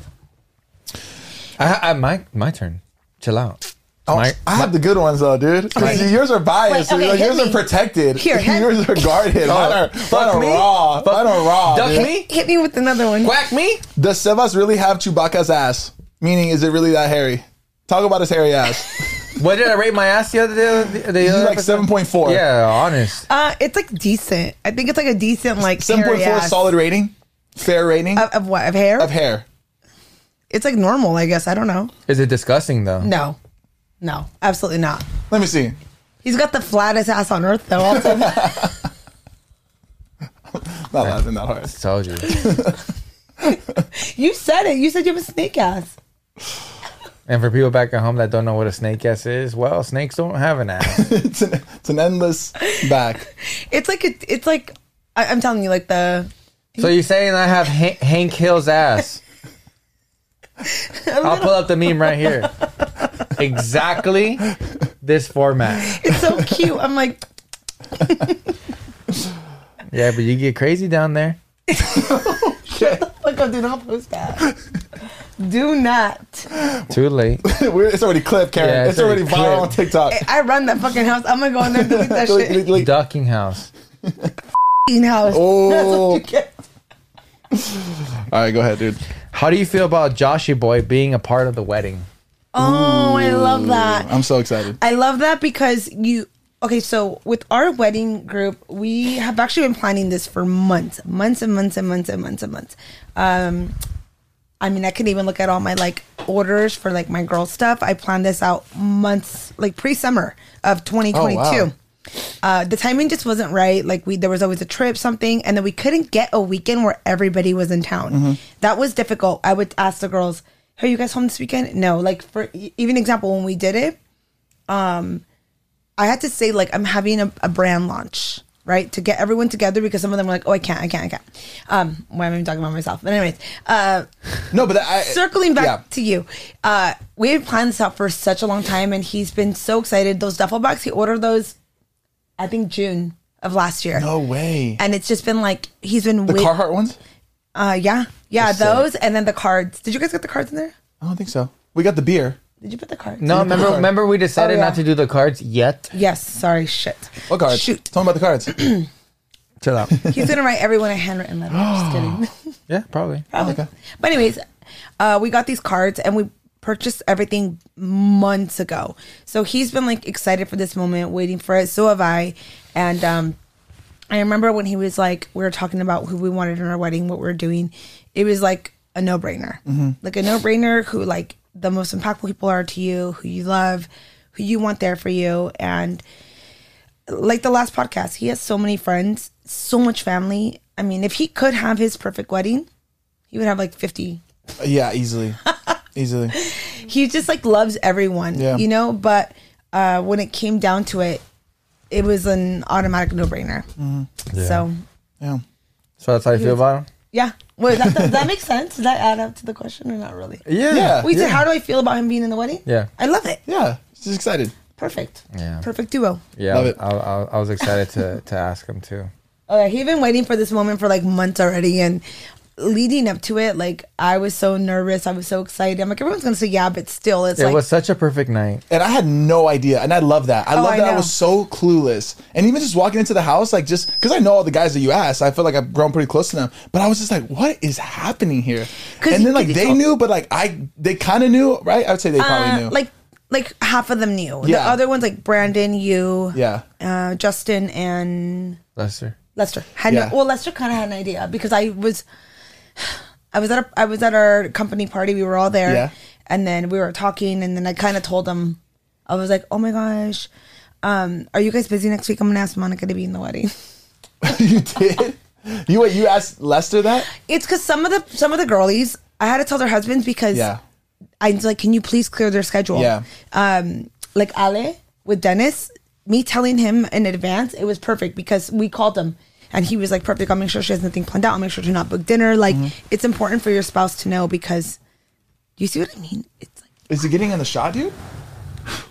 Speaker 8: I, I my my turn. Chill out.
Speaker 7: Oh,
Speaker 8: My-
Speaker 7: I have the good ones though, dude. 'Cause
Speaker 6: Okay.
Speaker 7: Yours are biased.
Speaker 6: Wait, okay,
Speaker 7: Like,
Speaker 6: hit
Speaker 7: yours
Speaker 6: me.
Speaker 7: are protected.
Speaker 6: Here, hit-
Speaker 7: yours are guarded. Mine are, mine are
Speaker 8: me.
Speaker 7: raw.
Speaker 8: Fuck-
Speaker 7: Mine are raw.
Speaker 8: Duck
Speaker 7: dude.
Speaker 8: me?
Speaker 6: Hit me with another one.
Speaker 8: Whack me?
Speaker 7: Does Sebas really have Chewbacca's ass? Meaning, is it really that hairy? Talk about his hairy ass.
Speaker 8: What did I rate my ass the other day? The, the
Speaker 7: He's
Speaker 8: other
Speaker 7: like
Speaker 8: episode?
Speaker 7: seven point four.
Speaker 8: Yeah, honest.
Speaker 6: Uh, it's like decent. I think it's like a decent like
Speaker 7: seven point
Speaker 6: hairy
Speaker 7: four
Speaker 6: ass. Uh,
Speaker 7: solid rating, fair rating
Speaker 6: of, of what of hair.
Speaker 7: of hair.
Speaker 6: It's like normal, I guess. I don't know.
Speaker 8: Is it disgusting though?
Speaker 6: No, no, absolutely not.
Speaker 7: Let me see.
Speaker 6: He's got the flattest ass on earth, though. Also,
Speaker 7: Not laughing that hard.
Speaker 8: Told you.
Speaker 6: you said it. You said you have a snake ass.
Speaker 8: And for people back at home that don't know what a snake ass is, well, snakes don't have an ass.
Speaker 7: It's an, it's an endless back.
Speaker 6: It's like it, it's like I, I'm telling you, like the
Speaker 8: so you're saying I have Han- Hank Hill's ass? I'll pull up the meme right here. Exactly this format.
Speaker 6: it's so cute. I'm like,
Speaker 8: Yeah, but you get crazy down there.
Speaker 6: fuck up, oh, do not post that. Do not.
Speaker 8: Too late.
Speaker 7: We're- it's already clipped, Karen.
Speaker 8: Yeah,
Speaker 7: it's,
Speaker 8: it's
Speaker 7: already,
Speaker 8: already
Speaker 7: viral on
Speaker 8: clipped.
Speaker 7: TikTok.
Speaker 6: I run that fucking house. I'm gonna go in there and delete that
Speaker 7: Like,
Speaker 6: shit.
Speaker 7: like, like-
Speaker 8: Ducking house.
Speaker 6: Fucking house.
Speaker 7: oh. All
Speaker 6: You get-
Speaker 7: right, go ahead, dude.
Speaker 8: How do you feel about Joshy Boy being a part of the wedding?
Speaker 6: Oh, I love that.
Speaker 7: I'm so excited.
Speaker 6: I love that because you. Okay, so with our wedding group, we have actually been planning this for months, months and months and months and months and months. Um, I mean, I could even look at all my like orders for like my girl stuff. I planned this out months, like pre summer of 2022. uh, the timing just wasn't right. Like we, there was always a trip, something, and then we couldn't get a weekend where everybody was in town. That was difficult. I would ask the girls, "Are you guys home this weekend?" No. Like for e- even example, when we did it, um, I had to say like I'm having a, a brand launch, right, to get everyone together because some of them were like, "Oh, I can't, I can't, I can't." Um, why am I even talking about myself? But anyways, uh,
Speaker 7: No, but I
Speaker 6: circling back
Speaker 7: yeah.
Speaker 6: to you, uh, we had planned this out for such a long time, and he's been so excited. Those duffel bags, he ordered those, I think June of last year,
Speaker 7: No way.
Speaker 6: and it's just been like he's been
Speaker 7: The
Speaker 6: wait-
Speaker 7: Carhartt ones?
Speaker 6: uh, yeah, yeah, those, and then the cards. Did you guys get the cards in there?
Speaker 7: I don't think so. We got the beer.
Speaker 6: Did you put the cards?
Speaker 8: No, remember,
Speaker 7: card.
Speaker 8: remember we decided
Speaker 6: Oh, yeah.
Speaker 8: not to do the cards yet.
Speaker 6: Yes. Sorry. Shit.
Speaker 7: What cards?
Speaker 6: Shoot.
Speaker 7: Tell me about the cards.
Speaker 8: Chill out.
Speaker 6: He's gonna write everyone a handwritten letter. Just kidding.
Speaker 8: yeah, probably.
Speaker 6: Probably. But anyways, uh, we got these cards and we purchased everything months ago. So he's been like excited for this moment, waiting for it. So have I. And um, I remember when he was like, we were talking about who we wanted in our wedding, what we were doing. It was like a no brainer, like a no brainer. Who like the most impactful people are to you, who you love, who you want there for you, and like the last podcast, he has so many friends, so much family. I mean, if he could have his perfect wedding, he would have like 50
Speaker 7: yeah, easily. Easily.
Speaker 6: he just like loves everyone
Speaker 7: Yeah.
Speaker 6: you know but uh when it came down to it it was an automatic no-brainer
Speaker 8: Mm-hmm.
Speaker 6: so
Speaker 7: Yeah.
Speaker 8: So that's how you feel about him?
Speaker 6: yeah Wait, that, does that make sense does that add up to the question or not really
Speaker 8: Yeah.
Speaker 7: Yeah.
Speaker 6: we said how do i feel about him being in the wedding
Speaker 8: Yeah.
Speaker 6: i love it
Speaker 7: Yeah. She's excited.
Speaker 6: Perfect.
Speaker 8: Yeah.
Speaker 6: Perfect duo.
Speaker 8: Yeah,
Speaker 7: Love it.
Speaker 8: I, I, I was excited to to ask him too.
Speaker 6: Oh, yeah, he's been waiting for this moment for like months already, and leading up to it, like I was so nervous, I was so excited. I'm like, everyone's gonna say yeah, but still, it's
Speaker 8: It
Speaker 6: like
Speaker 8: was such a perfect night.
Speaker 7: And I had no idea. And I love that. I love
Speaker 6: Oh, I
Speaker 7: that I
Speaker 6: know.
Speaker 7: was so clueless. And even just walking into the house, like just because I know all the guys that you asked, I feel like I've grown pretty close to them. But I was just like, what is happening here?
Speaker 6: 'Cause
Speaker 7: And
Speaker 6: you-
Speaker 7: then like
Speaker 6: did
Speaker 7: they
Speaker 6: you-
Speaker 7: knew, but like I they kind of knew, right? I would say they probably
Speaker 6: uh,
Speaker 7: knew.
Speaker 6: like like half of them knew. The
Speaker 7: Yeah.
Speaker 6: other ones like Brandon, you,
Speaker 7: Yeah.
Speaker 6: uh, Justin, and
Speaker 8: Lester.
Speaker 6: Lester had
Speaker 7: Yeah.
Speaker 6: no, well Lester kind of had an idea because I was I was at a, I was at our company party we were all there
Speaker 7: Yeah.
Speaker 6: and then we were talking and then I kind of told him I was like oh my gosh um, are you guys busy next week I'm gonna ask Monica to be in the wedding
Speaker 7: you did. You what? You asked Lester that?
Speaker 6: it's because some of the some of the girlies I had to tell their husbands because
Speaker 7: Yeah.
Speaker 6: I was like can you please clear their schedule
Speaker 7: Yeah.
Speaker 6: um, like Ale with Dennis me telling him in advance it was perfect because we called him and he was like perfect I'll make sure she has nothing planned out I'll make sure to not book dinner like
Speaker 7: Mm-hmm.
Speaker 6: it's important for your spouse to know because you see what I mean it's like
Speaker 7: Is he getting in the shot, dude?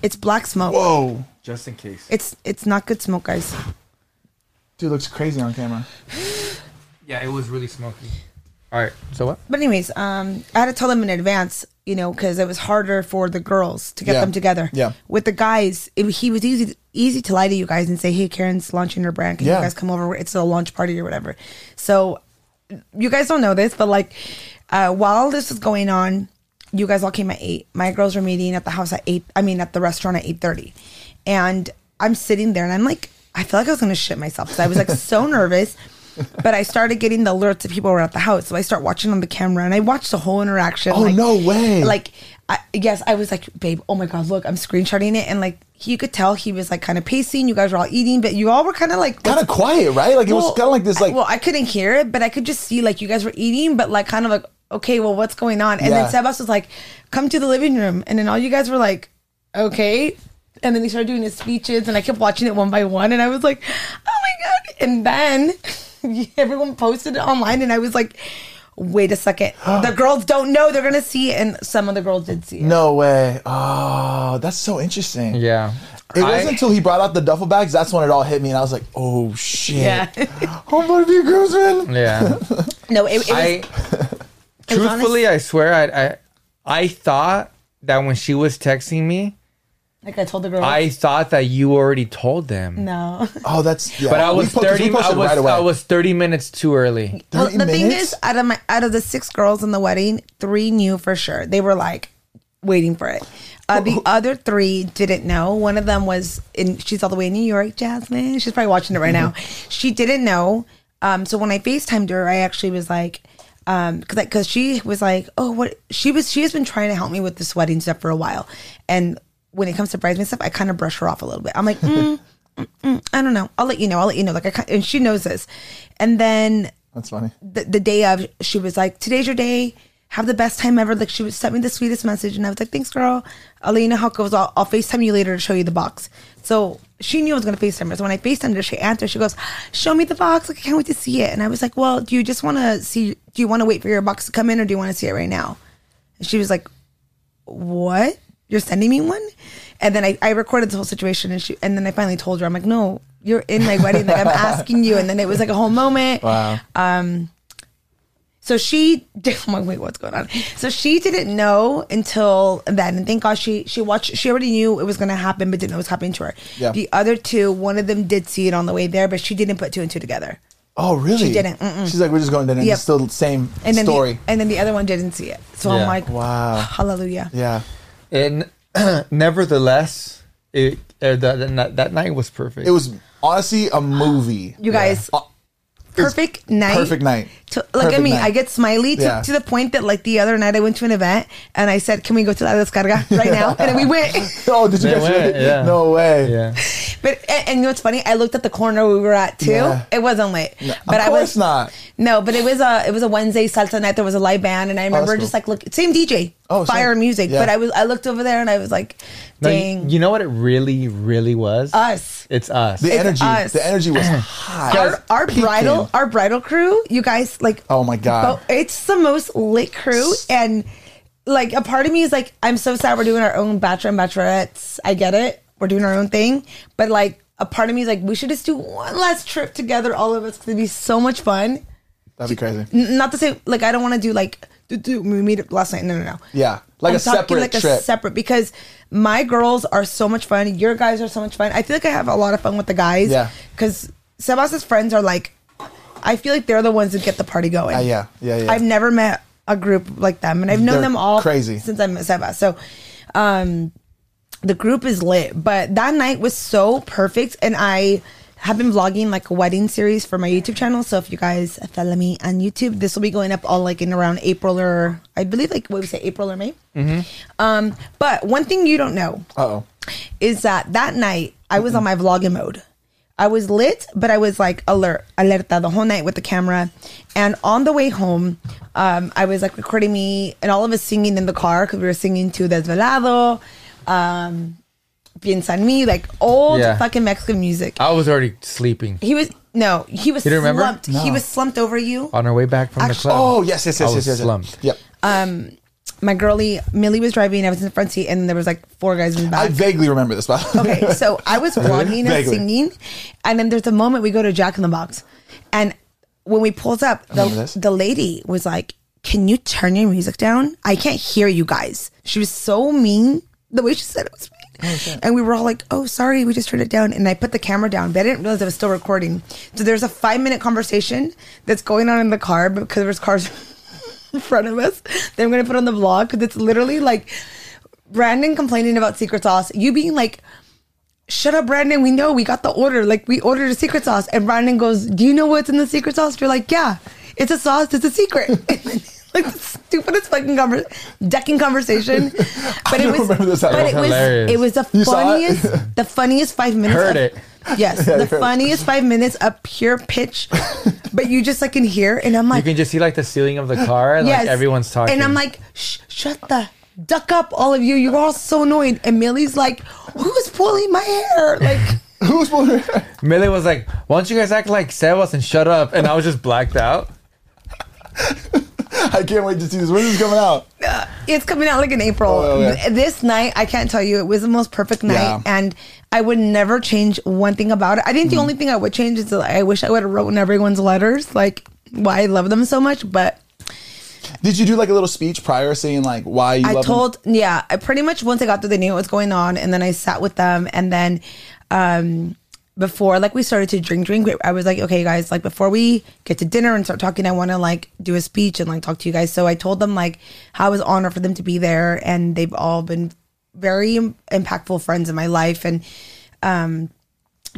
Speaker 6: it's black smoke
Speaker 7: Whoa,
Speaker 8: Just in case.
Speaker 6: it's it's not good smoke guys
Speaker 7: dude looks crazy on camera.
Speaker 8: Yeah, it was really smoky. All right. So what?
Speaker 6: But anyways, um, I had to tell them in advance, you know, because it was harder for the girls to get
Speaker 7: Yeah.
Speaker 6: them together.
Speaker 7: Yeah.
Speaker 6: With the guys, it, he was easy easy to lie to you guys and say, "Hey, Karen's launching her brand. Can
Speaker 7: Yeah.
Speaker 6: you guys come over? It's a launch party or whatever." So, you guys don't know this, but like, uh, while this was going on, you guys all came at eight. My girls were meeting at the house at eight. I mean, at the restaurant at eight thirty, and I'm sitting there and I'm like, I feel like I was gonna shit myself because I was like so nervous. But I started getting the alerts that people were at the house, so I start watching on the camera and I watched the whole interaction.
Speaker 7: Oh, no way.
Speaker 6: Like, I, yes, I was like, babe, oh my god, look, I'm screenshotting it, and like you could tell he was like kind of pacing. You guys were all eating, but you all were kind of like
Speaker 7: Kind of quiet, right? Like it was
Speaker 6: well,
Speaker 7: kind of like this, like
Speaker 6: well, I couldn't hear it, but I could just see like you guys were eating, but like kind of like okay, well, what's going on? And
Speaker 7: Yeah.
Speaker 6: then Sebas was like, "Come to the living room," and then all you guys were like, "Okay," and then they started doing his speeches, and I kept watching it one by one, and I was like, "Oh my god!" And then everyone posted it online, and I was like. Wait a second. The girls don't know they're gonna see it, and some of the girls did see it.
Speaker 7: no way. Oh, that's so interesting.
Speaker 8: Yeah.
Speaker 7: It
Speaker 8: I-
Speaker 7: wasn't until he brought out the duffel bags that's when it all hit me, and I was like, "Oh shit!
Speaker 6: Yeah,
Speaker 7: I'm gonna be a groomsman."
Speaker 8: Yeah.
Speaker 6: no, it, it was
Speaker 8: I
Speaker 6: was honest-
Speaker 8: truthfully, I swear, I, I I thought that when she was texting me,
Speaker 6: like I told the girls.
Speaker 8: I thought that you already told them.
Speaker 6: no,
Speaker 7: Oh, that's yeah.
Speaker 8: But I
Speaker 7: We
Speaker 8: was
Speaker 7: po- 'cause we
Speaker 8: thirty. I
Speaker 7: posted
Speaker 8: was
Speaker 7: right away.
Speaker 8: I was thirty minutes too early.
Speaker 6: Well,
Speaker 7: 30
Speaker 6: the thing
Speaker 7: minutes?
Speaker 6: is, out of my out of the six girls in the wedding, three knew for sure. They were like waiting for it. Uh, the other three didn't know. One of them was in. She's all the way in New York, Jasmine. She's probably watching it right now. She didn't know. Um, so when I Facetimed her, I actually was like, um, because because she was like, oh, what she was. She has been trying to help me with this wedding stuff for a while, and when it comes to bridesmaid stuff, I kind of brush her off a little bit. I'm like. Mm, mm, mm, I don't know. I'll let you know. I'll let you know. Like I, ki- and she knows this. And then
Speaker 7: that's funny.
Speaker 6: the, the day of, she was like, "Today's your day. Have the best time ever." Like she was sent me the sweetest message, and I was like, "Thanks, girl. I'll let you know how it goes. I'll, I'll Facetime you later to show you the box." So she knew I was gonna Facetime her. So when I Facetimed her, she answered. She goes, "Show me the box. Like I can't wait to see it." And I was like, "Well, do you just want to see? Do you want to wait for your box to come in, or do you want to see it right now?" And she was like, what you're sending me one and then I, I recorded the whole situation and she and then I finally told her I'm like no you're in my wedding like I'm asking you and then it was like a whole moment wow um so she I'm like wait what's going on so she didn't know until then and thank God she she watched she already knew it was gonna happen but didn't know it was happening to her
Speaker 7: Yeah.
Speaker 6: the other two one of them did see it on the way there but she didn't put two and two together
Speaker 7: Oh, really?
Speaker 6: She didn't, mm-mm.
Speaker 7: She's like, "We're just going to dinner."
Speaker 6: Yep.
Speaker 7: It's still the same
Speaker 6: and then
Speaker 7: story.
Speaker 6: The, and then the other one didn't see it so I'm
Speaker 8: Yeah.
Speaker 6: like
Speaker 7: Wow.
Speaker 6: hallelujah
Speaker 7: yeah.
Speaker 8: And nevertheless, it uh, that, that that night was perfect.
Speaker 7: It was honestly a movie.
Speaker 6: you guys
Speaker 7: Uh,
Speaker 6: perfect night
Speaker 7: Perfect night.
Speaker 6: to, like I
Speaker 7: Perfect
Speaker 6: mean,
Speaker 7: night.
Speaker 6: I get smiley to,
Speaker 7: Yeah.
Speaker 6: to the point that like the other night I went to an event and I said, "Can we go to La Descarga right now?" And we went.
Speaker 7: Oh, did you
Speaker 8: They
Speaker 7: guys?
Speaker 8: went, yeah.
Speaker 7: No way.
Speaker 8: yeah.
Speaker 6: but and, and you know what's funny? I looked at the corner we were at too.
Speaker 7: Yeah.
Speaker 6: It wasn't lit, but
Speaker 7: of
Speaker 6: I
Speaker 7: course
Speaker 6: was
Speaker 7: not.
Speaker 6: No, but it was a it was a Wednesday salsa night. There was a live band, and I remember
Speaker 7: Oh, that's
Speaker 6: just like look same DJ,
Speaker 7: Oh,
Speaker 6: fire
Speaker 7: same.
Speaker 6: music.
Speaker 7: Yeah.
Speaker 6: But I was I looked over there and I was like,
Speaker 8: No, you-
Speaker 6: dang,
Speaker 8: you know what it really, really was?
Speaker 6: us.
Speaker 8: it's us.
Speaker 7: The
Speaker 6: It's
Speaker 7: energy.
Speaker 6: us.
Speaker 7: The energy was high.
Speaker 6: Our, our
Speaker 7: Peaking.
Speaker 6: bridal our bridal crew, you guys like
Speaker 7: Oh my God.
Speaker 6: But it's the most lit crew, and like a part of me is like, I'm so sad we're doing our own bachelor and bachelorettes. I get it. we're doing our own thing. But like a part of me is like, we should just do one last trip together, all of us, 'cause it'd be so much fun.
Speaker 7: That'd be crazy.
Speaker 6: N- not to say like I don't want to do like do, do, we meet up last night. No, no, no.
Speaker 7: Yeah, like a
Speaker 6: talking
Speaker 7: separate trip.
Speaker 6: separate because my girls are so much fun. Your guys are so much fun. I feel like I have a lot of fun with the guys.
Speaker 7: Yeah.
Speaker 6: Because Sebas's friends are like, I feel like they're the ones that get the party going.
Speaker 7: Uh, yeah, yeah, yeah.
Speaker 6: I've never met a group like them, and I've known
Speaker 7: They're
Speaker 6: them all
Speaker 7: crazy.
Speaker 6: since I met Sebas. So, um, the group is lit. But that night was so perfect, and I have been vlogging like a wedding series for my YouTube channel. So if you guys follow me on YouTube, this will be going up all like in around April or I believe like what we say April or May.
Speaker 7: Mm-hmm.
Speaker 6: Um, but one thing you don't know
Speaker 7: Uh oh.
Speaker 6: is that that night I was on my vlogging mode. I was lit, but I was like alert, alerta the whole night with the camera. And on the way home, um, I was like recording me and all of us singing in the car because we were singing to Desvelado, um, Piensa en mí, like old
Speaker 8: Yeah.
Speaker 6: fucking Mexican music.
Speaker 8: I was already sleeping
Speaker 6: He was, no, he was
Speaker 8: You don't remember?
Speaker 6: slumped. He was slumped over you.
Speaker 8: on our way back from the
Speaker 6: Actu-
Speaker 8: club.
Speaker 7: Oh yes, yes, yes,
Speaker 8: I
Speaker 7: yes,
Speaker 8: was
Speaker 7: yes. yes.
Speaker 8: slumped.
Speaker 7: Yep.
Speaker 6: My girlie, Millie was driving, I was in the front seat, and there was like four guys in the back.
Speaker 7: I vaguely remember this, but
Speaker 6: Okay, so I was vlogging and
Speaker 7: Vaguely.
Speaker 6: singing, and then there's a moment we go to Jack in the Box, and when we pulled up,
Speaker 7: remember this.
Speaker 6: the, the lady was like, "Can you turn your music down? I can't hear you guys." She was so mean. The way she said it was mean, and we were all like, "Oh, sorry, we just turned it down." And I put the camera down, but I didn't realize it was still recording. So there's a five minute conversation that's going on in the car because there's cars in front of us. That I'm gonna put on the vlog because it's literally like. Brandon complaining about secret sauce, you being like, shut up, Brandon. We know we got the order. Like we ordered a secret sauce, and Brandon goes, "Do you know what's in the secret sauce?" You're like, "Yeah, it's a sauce. It's a secret." like the stupidest fucking conver- decking conversation. But it
Speaker 7: don't
Speaker 6: was,
Speaker 7: remember this at
Speaker 6: but
Speaker 7: all.
Speaker 6: it was,
Speaker 8: Hilarious.
Speaker 6: it was the
Speaker 7: You saw it?
Speaker 6: funniest, the funniest five minutes.
Speaker 8: Heard it.
Speaker 6: of- Yes,
Speaker 7: you
Speaker 6: the
Speaker 7: heard it.
Speaker 6: funniest five minutes of pure pitch. but you just like can hear, and I'm
Speaker 8: You
Speaker 6: like,
Speaker 8: can just see like the ceiling of the car, and, like everyone's talking.
Speaker 6: And I'm like, Shh, shut the duck up, all of you. You're all so annoying. And Millie's like, who's pulling my hair? Like,
Speaker 7: who's more?
Speaker 8: Millie was like, "Why don't you guys act like Sebas and shut up?" And I was just blacked out.
Speaker 7: I can't wait to see this. When is this coming out?
Speaker 6: uh, it's coming out like in April.
Speaker 7: Oh, okay.
Speaker 6: Th- This night, I can't tell you, it was the most perfect night.
Speaker 7: Yeah.
Speaker 6: And I would never change one thing about it. I
Speaker 7: Mm.
Speaker 6: think the only thing I would change is that I wish I would have written everyone's letters, like why I love them so much. But
Speaker 7: Did you do like a little speech prior saying like why you
Speaker 6: I
Speaker 7: love him?
Speaker 6: told, yeah, I pretty much once I got there, they knew what was going on, and then I sat with them, and then um, before like we started to drink, drink, I was like, okay, guys, like before we get to dinner and start talking, I want to like do a speech and like talk to you guys. So I told them like how I was honored for them to be there, and they've all been very im- impactful friends in my life, and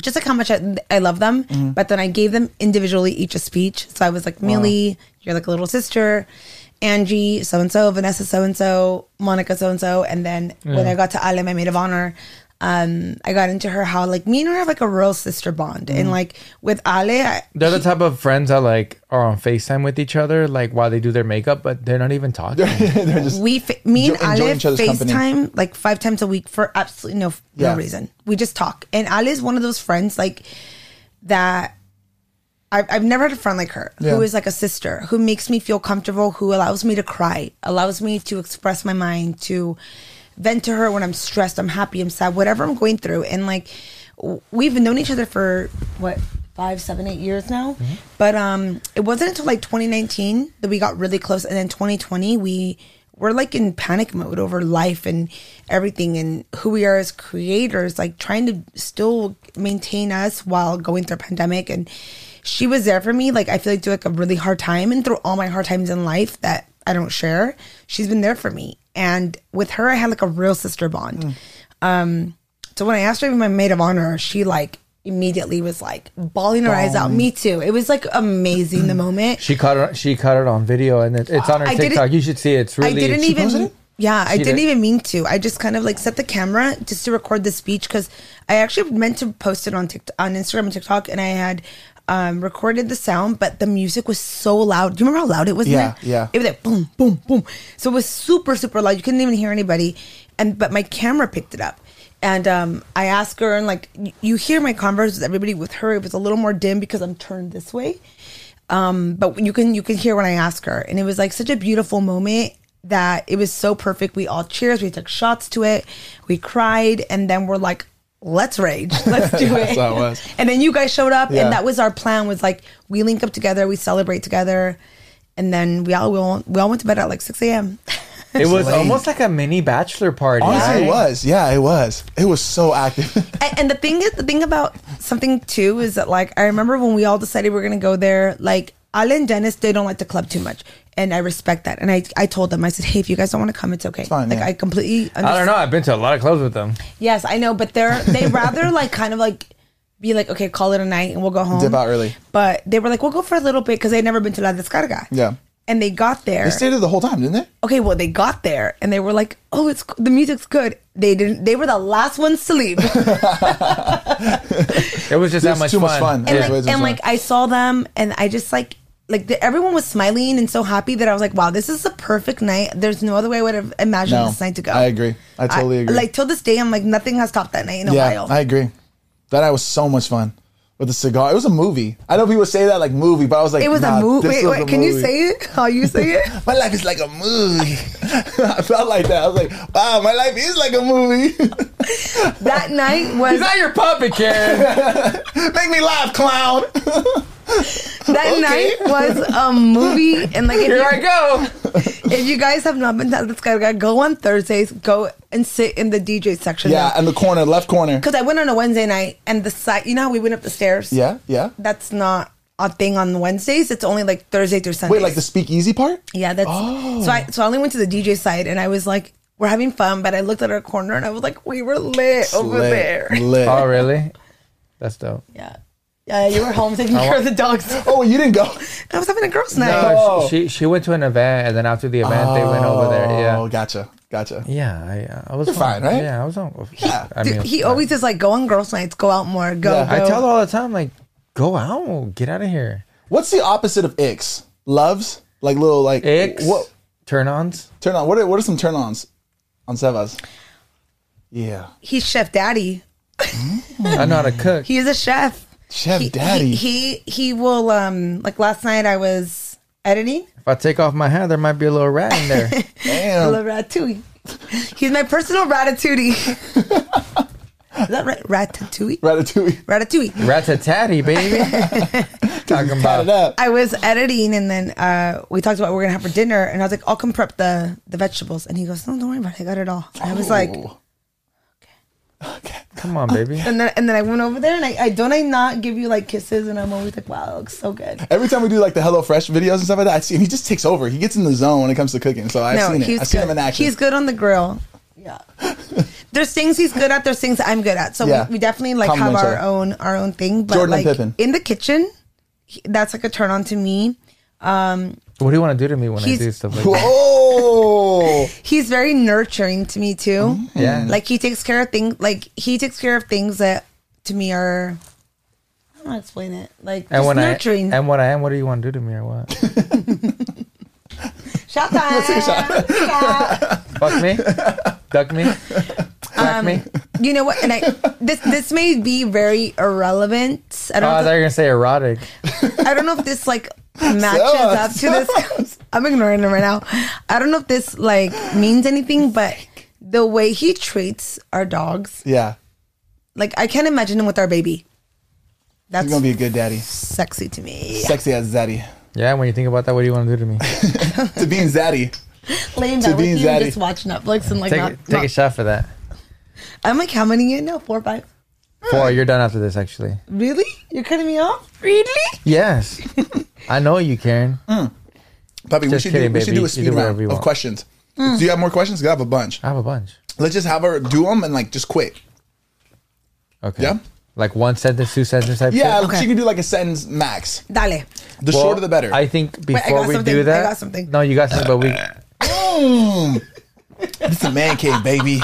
Speaker 6: just like how much I, I love them. But then I gave them individually each a speech. So I was like, Millie, you're like a little sister. Angie, so and so, Vanessa, so and so, Monica, so and so. And then when I got to Alem, my maid of honor, um, I got into her how like me and her have like a real sister bond. And like with Ale, I,
Speaker 8: They're the type of friends that like are on Facetime with each other, like while they do their makeup, but they're not even talking.
Speaker 7: They're just
Speaker 6: we fa- me and
Speaker 7: Enjoy- enjoy
Speaker 6: Ale
Speaker 7: each other's
Speaker 6: FaceTime
Speaker 7: company.
Speaker 6: like five times a week for absolutely no
Speaker 7: Yeah.
Speaker 6: no reason. We just talk, and Ale is one of those friends like that. I've, I've never had a friend like her
Speaker 7: Yeah.
Speaker 6: who is like a sister who makes me feel comfortable, who allows me to cry, allows me to express my mind, to vent to her when I'm stressed, I'm happy, I'm sad, whatever I'm going through, and like w- we've known each other for what five, seven, eight years now,
Speaker 7: Mm-hmm.
Speaker 6: but um, it wasn't until like 2019 that we got really close, and then 2020 we we're like in panic mode over life and everything and who we are as creators like trying to still maintain us while going through a pandemic and she was there for me like i feel like through like a really hard time and through all my hard times in life that i don't share she's been there for me and with her i had like a real sister bond um so when i asked her to be my maid of honor she like immediately was like bawling her eyes out me too it was like amazing the moment
Speaker 8: She caught it. She caught it on video, and it, it's on her
Speaker 6: I didn't-
Speaker 8: TikTok. You should see it. It's really.
Speaker 6: I didn't
Speaker 8: she-
Speaker 6: even. Yeah, I
Speaker 8: She
Speaker 6: didn't
Speaker 8: did.
Speaker 6: even mean to. I just kind of like set the camera just to record the speech because I actually meant to post it on TikTok, on Instagram and TikTok, and I had um, recorded the sound, but the music was so loud. Do you remember how loud it was? in
Speaker 7: Yeah,
Speaker 6: there?
Speaker 7: yeah.
Speaker 6: It was like boom, boom, boom. So it was super, super loud. You couldn't even hear anybody, and but my camera picked it up. And um, I asked her, and like y- you hear my converse with everybody. With her, it was a little more dim because I'm turned this way but you can you can hear when I ask her, and it was like such a beautiful moment that it was so perfect. We all cheers, we took shots to it, we cried, and then we're like, let's rage. Let's do it.
Speaker 7: how it was.
Speaker 6: And then you guys showed up
Speaker 7: Yeah.
Speaker 6: and that was our plan was like we link up together, we celebrate together, and then we all we all, we all went to bed at like six AM.
Speaker 8: It was almost like a mini bachelor party.
Speaker 7: Honestly,
Speaker 8: right?
Speaker 7: it was. Yeah, it was. It was so active.
Speaker 6: and, and the thing is, the thing about something too is that like I remember when we all decided we are gonna go there. Like Alan and Dennis, they don't like the club too much, and I respect that. And I, I told them, I said, hey, if you guys don't want to come, it's okay.
Speaker 7: fine,
Speaker 6: like
Speaker 7: yeah.
Speaker 6: I completely. Understand.
Speaker 8: I don't know. I've been to a lot of clubs with them.
Speaker 6: Yes, I know, but they're they rather like kind of like be like, okay, call it a night and we'll go home.
Speaker 7: Dip out early.
Speaker 6: But they were like, we'll go for a little bit because they'd never been to La Descarga.
Speaker 7: Yeah.
Speaker 6: And they got there.
Speaker 7: they stayed there the whole time, didn't they?
Speaker 6: okay, well, they got there and they were like, oh, it's the music's good. They didn't. They were the last ones to leave.
Speaker 8: It was just
Speaker 7: It
Speaker 8: that
Speaker 7: was
Speaker 8: much
Speaker 7: too
Speaker 8: fun.
Speaker 7: much fun.
Speaker 6: and
Speaker 7: Yeah.
Speaker 6: like,
Speaker 7: Ways of
Speaker 6: and like I saw them, and I just like like the, everyone was smiling and so happy that I was like, wow, this is the perfect night. There's no other way I would have imagined
Speaker 7: No,
Speaker 6: this night to go.
Speaker 7: I agree. I totally agree.
Speaker 6: Like till this day, I'm like nothing has topped that night in a
Speaker 7: yeah,
Speaker 6: while.
Speaker 7: I agree. That night was so much fun with the cigar. It was a movie. I know people say that like movie, but I was like,
Speaker 6: it was
Speaker 7: nah,
Speaker 6: a movie.
Speaker 7: this
Speaker 6: Wait,
Speaker 7: was
Speaker 6: wait,
Speaker 7: a
Speaker 6: can you
Speaker 7: movie.
Speaker 6: say it? How you say it?
Speaker 7: My life is like a movie. I felt like that. I was like, wow, my life is like a movie.
Speaker 6: that night was
Speaker 8: He's not your puppet, Karen.
Speaker 7: Make me laugh, clown.
Speaker 6: that night was a movie, and like if
Speaker 8: Here I
Speaker 6: you,
Speaker 8: go.
Speaker 6: if you guys have not been to this guy, go on Thursdays, go and sit in the DJ section.
Speaker 7: yeah, in the corner, left corner.
Speaker 6: because I went on a Wednesday night, and the side, you know how we went up the stairs.
Speaker 7: Yeah, yeah.
Speaker 6: that's not a thing on Wednesdays. It's only like Thursday through Sunday.
Speaker 7: Wait, like Oh. the speakeasy part?
Speaker 6: yeah, that's so. I so I only went to the DJ side, and I was like, we're having fun, but I looked at our corner, and I was like, we were lit over
Speaker 7: Lit,
Speaker 6: there.
Speaker 7: lit.
Speaker 8: Oh, really? That's dope.
Speaker 6: Yeah, yeah, you were home taking care of the dogs.
Speaker 7: Oh, you didn't go.
Speaker 6: I was having a girls' night.
Speaker 8: No, she she went to an event, and then after the event, they went over there.
Speaker 7: Oh,
Speaker 8: Yeah.
Speaker 7: gotcha, gotcha.
Speaker 8: Yeah, I, I was
Speaker 7: fine, right?
Speaker 8: Yeah, I was on. I
Speaker 6: Dude,
Speaker 8: mean,
Speaker 6: he always is like, go on girls' nights, go out more, go.
Speaker 7: Yeah.
Speaker 8: I
Speaker 6: go."
Speaker 8: tell her all the time, like, go out, get out of here.
Speaker 7: What's the opposite of icks? Loves? Like little like
Speaker 8: Icks,
Speaker 7: What
Speaker 8: turn ons.
Speaker 7: turn on? What are what are some turn ons on Sevas? Yeah,
Speaker 6: he's Chef Daddy.
Speaker 8: I know how to cook.
Speaker 6: He is a chef.
Speaker 7: Chef
Speaker 6: He-
Speaker 7: Daddy.
Speaker 6: He, he he will um like last night I was editing
Speaker 8: If I take off my hat, there might be a little rat in there.
Speaker 7: Damn.
Speaker 6: La Ratatouille. He's my personal ratatouille. is that right? Ratatouille?
Speaker 7: Ratatouille.
Speaker 6: Ratatouille.
Speaker 8: Ratatatty, baby. Talking
Speaker 7: Got
Speaker 8: about
Speaker 7: it up.
Speaker 6: I was editing and then uh, we talked about what we're gonna have for dinner and I was like, I'll come prep the the vegetables and he goes, No, don't worry about it, I got it all. And I was like
Speaker 8: Come on, baby.
Speaker 6: and then and then I went over there and I, I don't I not give you like kisses and I'm always like, Wow, it looks so good.
Speaker 7: Every time we do like the Hello Fresh videos and stuff like that, I see him. He just takes over. He gets in the zone when it comes to cooking. So I've seen it. I've seen
Speaker 6: good.
Speaker 7: him in action.
Speaker 6: He's good on the grill. Yeah. there's things he's good at. There's things I'm good at. So
Speaker 7: Yeah.
Speaker 6: we, we definitely like
Speaker 7: Complement
Speaker 6: have
Speaker 7: each
Speaker 6: our
Speaker 7: other.
Speaker 6: own our own thing. But
Speaker 7: Jordan and
Speaker 6: like
Speaker 7: Pippen.
Speaker 6: in the kitchen, he, that's like a turn on to me.
Speaker 8: What do you want to do to me when I
Speaker 6: He's-
Speaker 8: do stuff like that?
Speaker 7: Whoa!
Speaker 6: He's very nurturing to me too.
Speaker 7: Mm-hmm.
Speaker 8: Yeah.
Speaker 6: Like he takes care of things. Like he takes care of things that to me are. I don't know how to explain it. Like
Speaker 8: and
Speaker 6: just
Speaker 8: when
Speaker 6: nurturing.
Speaker 8: I and what I am, what do you want to do to me or what?
Speaker 6: Shout out. Shout.
Speaker 8: Fuck me, duck me, Fuck
Speaker 6: Um,
Speaker 8: me.
Speaker 6: You know what? And I this this may be very irrelevant. I
Speaker 8: Oh,
Speaker 6: don't.
Speaker 8: I
Speaker 6: know.
Speaker 8: thought you were gonna say erotic.
Speaker 6: I don't know if this like matches up to this. I'm ignoring him right now. I don't know if this like means anything, but the way he treats our dogs,
Speaker 7: Yeah,
Speaker 6: like I can't imagine him with our baby. That's
Speaker 7: he's gonna be a good daddy.
Speaker 6: sexy to me.
Speaker 7: Sexy as daddy.
Speaker 8: Yeah, when you think about that, what do you want to do to me?
Speaker 7: To being zaddy.
Speaker 6: Laying
Speaker 7: To
Speaker 6: down with
Speaker 7: be
Speaker 6: you and
Speaker 7: daddy.
Speaker 6: just watch Netflix and like
Speaker 8: Take
Speaker 6: not,
Speaker 8: take a shot for that.
Speaker 6: not- I'm like, how many you know? Four or five?
Speaker 8: Boy, you're done after this, actually.
Speaker 6: Really? You're cutting me off? Really?
Speaker 8: Yes, I know you, Karen.
Speaker 7: Puppy, we
Speaker 8: Just
Speaker 7: should,
Speaker 8: kidding,
Speaker 7: do, we should
Speaker 8: baby.
Speaker 7: do
Speaker 8: You do
Speaker 7: a speed
Speaker 8: whatever
Speaker 7: round
Speaker 8: you
Speaker 7: of
Speaker 8: want.
Speaker 7: questions.
Speaker 6: Mm.
Speaker 7: Do you have more questions? 'Cause I have a bunch.
Speaker 8: I have a bunch.
Speaker 7: Let's just have her do them and like just quit.
Speaker 8: Okay.
Speaker 7: Yeah?
Speaker 8: Like one sentence, two sentence type.
Speaker 7: Yeah,
Speaker 8: shit?
Speaker 6: Okay.
Speaker 7: she can do like a sentence max.
Speaker 6: Dale.
Speaker 7: The
Speaker 8: Well,
Speaker 7: shorter the better.
Speaker 8: I think
Speaker 6: I
Speaker 8: before
Speaker 6: got
Speaker 8: we
Speaker 6: something.
Speaker 8: do
Speaker 6: I
Speaker 8: that,
Speaker 6: got something.
Speaker 8: No, you got something, but we.
Speaker 7: Mm. This is man cave, baby.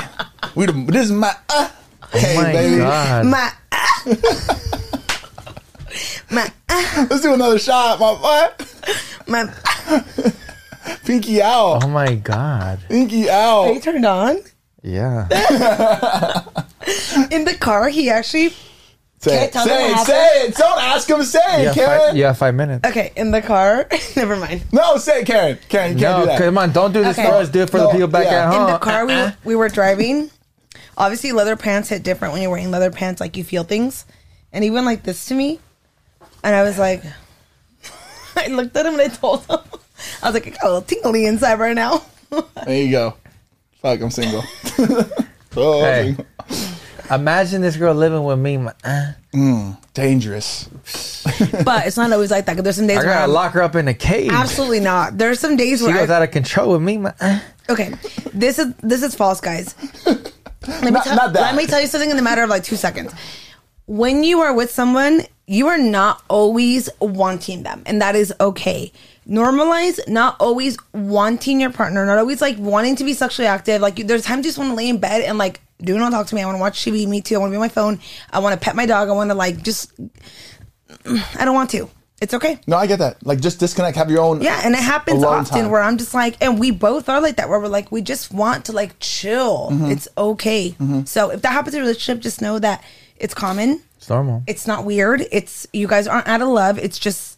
Speaker 7: We the, this is my uh, cave,
Speaker 8: Oh my
Speaker 7: baby.
Speaker 8: god.
Speaker 6: My ah. my ah.
Speaker 7: Let's do another shot, my boy.
Speaker 6: my ah.
Speaker 7: Pinky out,
Speaker 8: Oh my god.
Speaker 7: pinky
Speaker 6: Are you
Speaker 7: out.
Speaker 6: turned on?
Speaker 8: Yeah.
Speaker 6: In the car, he actually
Speaker 7: Say
Speaker 6: can't
Speaker 7: it,
Speaker 6: tell
Speaker 7: say
Speaker 6: them
Speaker 7: it,
Speaker 6: what
Speaker 7: say it. Don't ask him. Say
Speaker 8: You
Speaker 7: it,
Speaker 8: have,
Speaker 7: Karen.
Speaker 8: five, you have five minutes.
Speaker 6: Okay, in the car. Never mind.
Speaker 7: No, say it, Karen. Karen, you can't
Speaker 8: No,
Speaker 7: do that.
Speaker 8: come on, don't do this
Speaker 6: Okay.
Speaker 8: for us. Do it for
Speaker 7: No,
Speaker 8: the people back
Speaker 7: yeah.
Speaker 8: at
Speaker 6: In
Speaker 8: home.
Speaker 6: the car, we, we were driving. obviously leather pants hit different when you're wearing leather pants. Like you feel things, and he went like this to me, and I was like, I looked at him and I told him, I was like, I got a little tingly inside right now.
Speaker 7: There you go. Fuck, I'm single. oh, I'm
Speaker 8: Hey.
Speaker 7: single.
Speaker 8: Imagine this girl living with me. my- uh,
Speaker 7: dangerous.
Speaker 6: but it's not always like that. 'cause there's some days
Speaker 8: I
Speaker 6: where
Speaker 8: gotta
Speaker 6: I'm-
Speaker 8: lock her up in a cage.
Speaker 6: Absolutely not. There's some days
Speaker 8: She
Speaker 6: where I,
Speaker 8: goes out of control with me. my- uh.
Speaker 6: Okay, this is this is false, guys. Let me,
Speaker 7: Not-
Speaker 6: tell,
Speaker 7: not that.
Speaker 6: let me tell you something in the matter of like two seconds. When you are with someone, you are not always wanting them, and that is okay. Normalize not always wanting your partner, not always like wanting to be sexually active. Like you, there's times you just want to lay in bed and like do not talk to me. I want to watch TV. Me too. I want to be on my phone. I want to pet my dog. I want to like just. I don't want to. It's okay.
Speaker 7: No, I get that. Like, just disconnect. Have your own.
Speaker 6: Yeah, and it happens
Speaker 7: alone
Speaker 6: often
Speaker 7: time.
Speaker 6: where I'm just like, and we both are like that, where we're like, we just want to like chill.
Speaker 7: Mm-hmm.
Speaker 6: It's okay. So if that happens in a relationship, just know that it's common.
Speaker 8: It's normal.
Speaker 6: It's not weird. It's you guys aren't out of love. It's just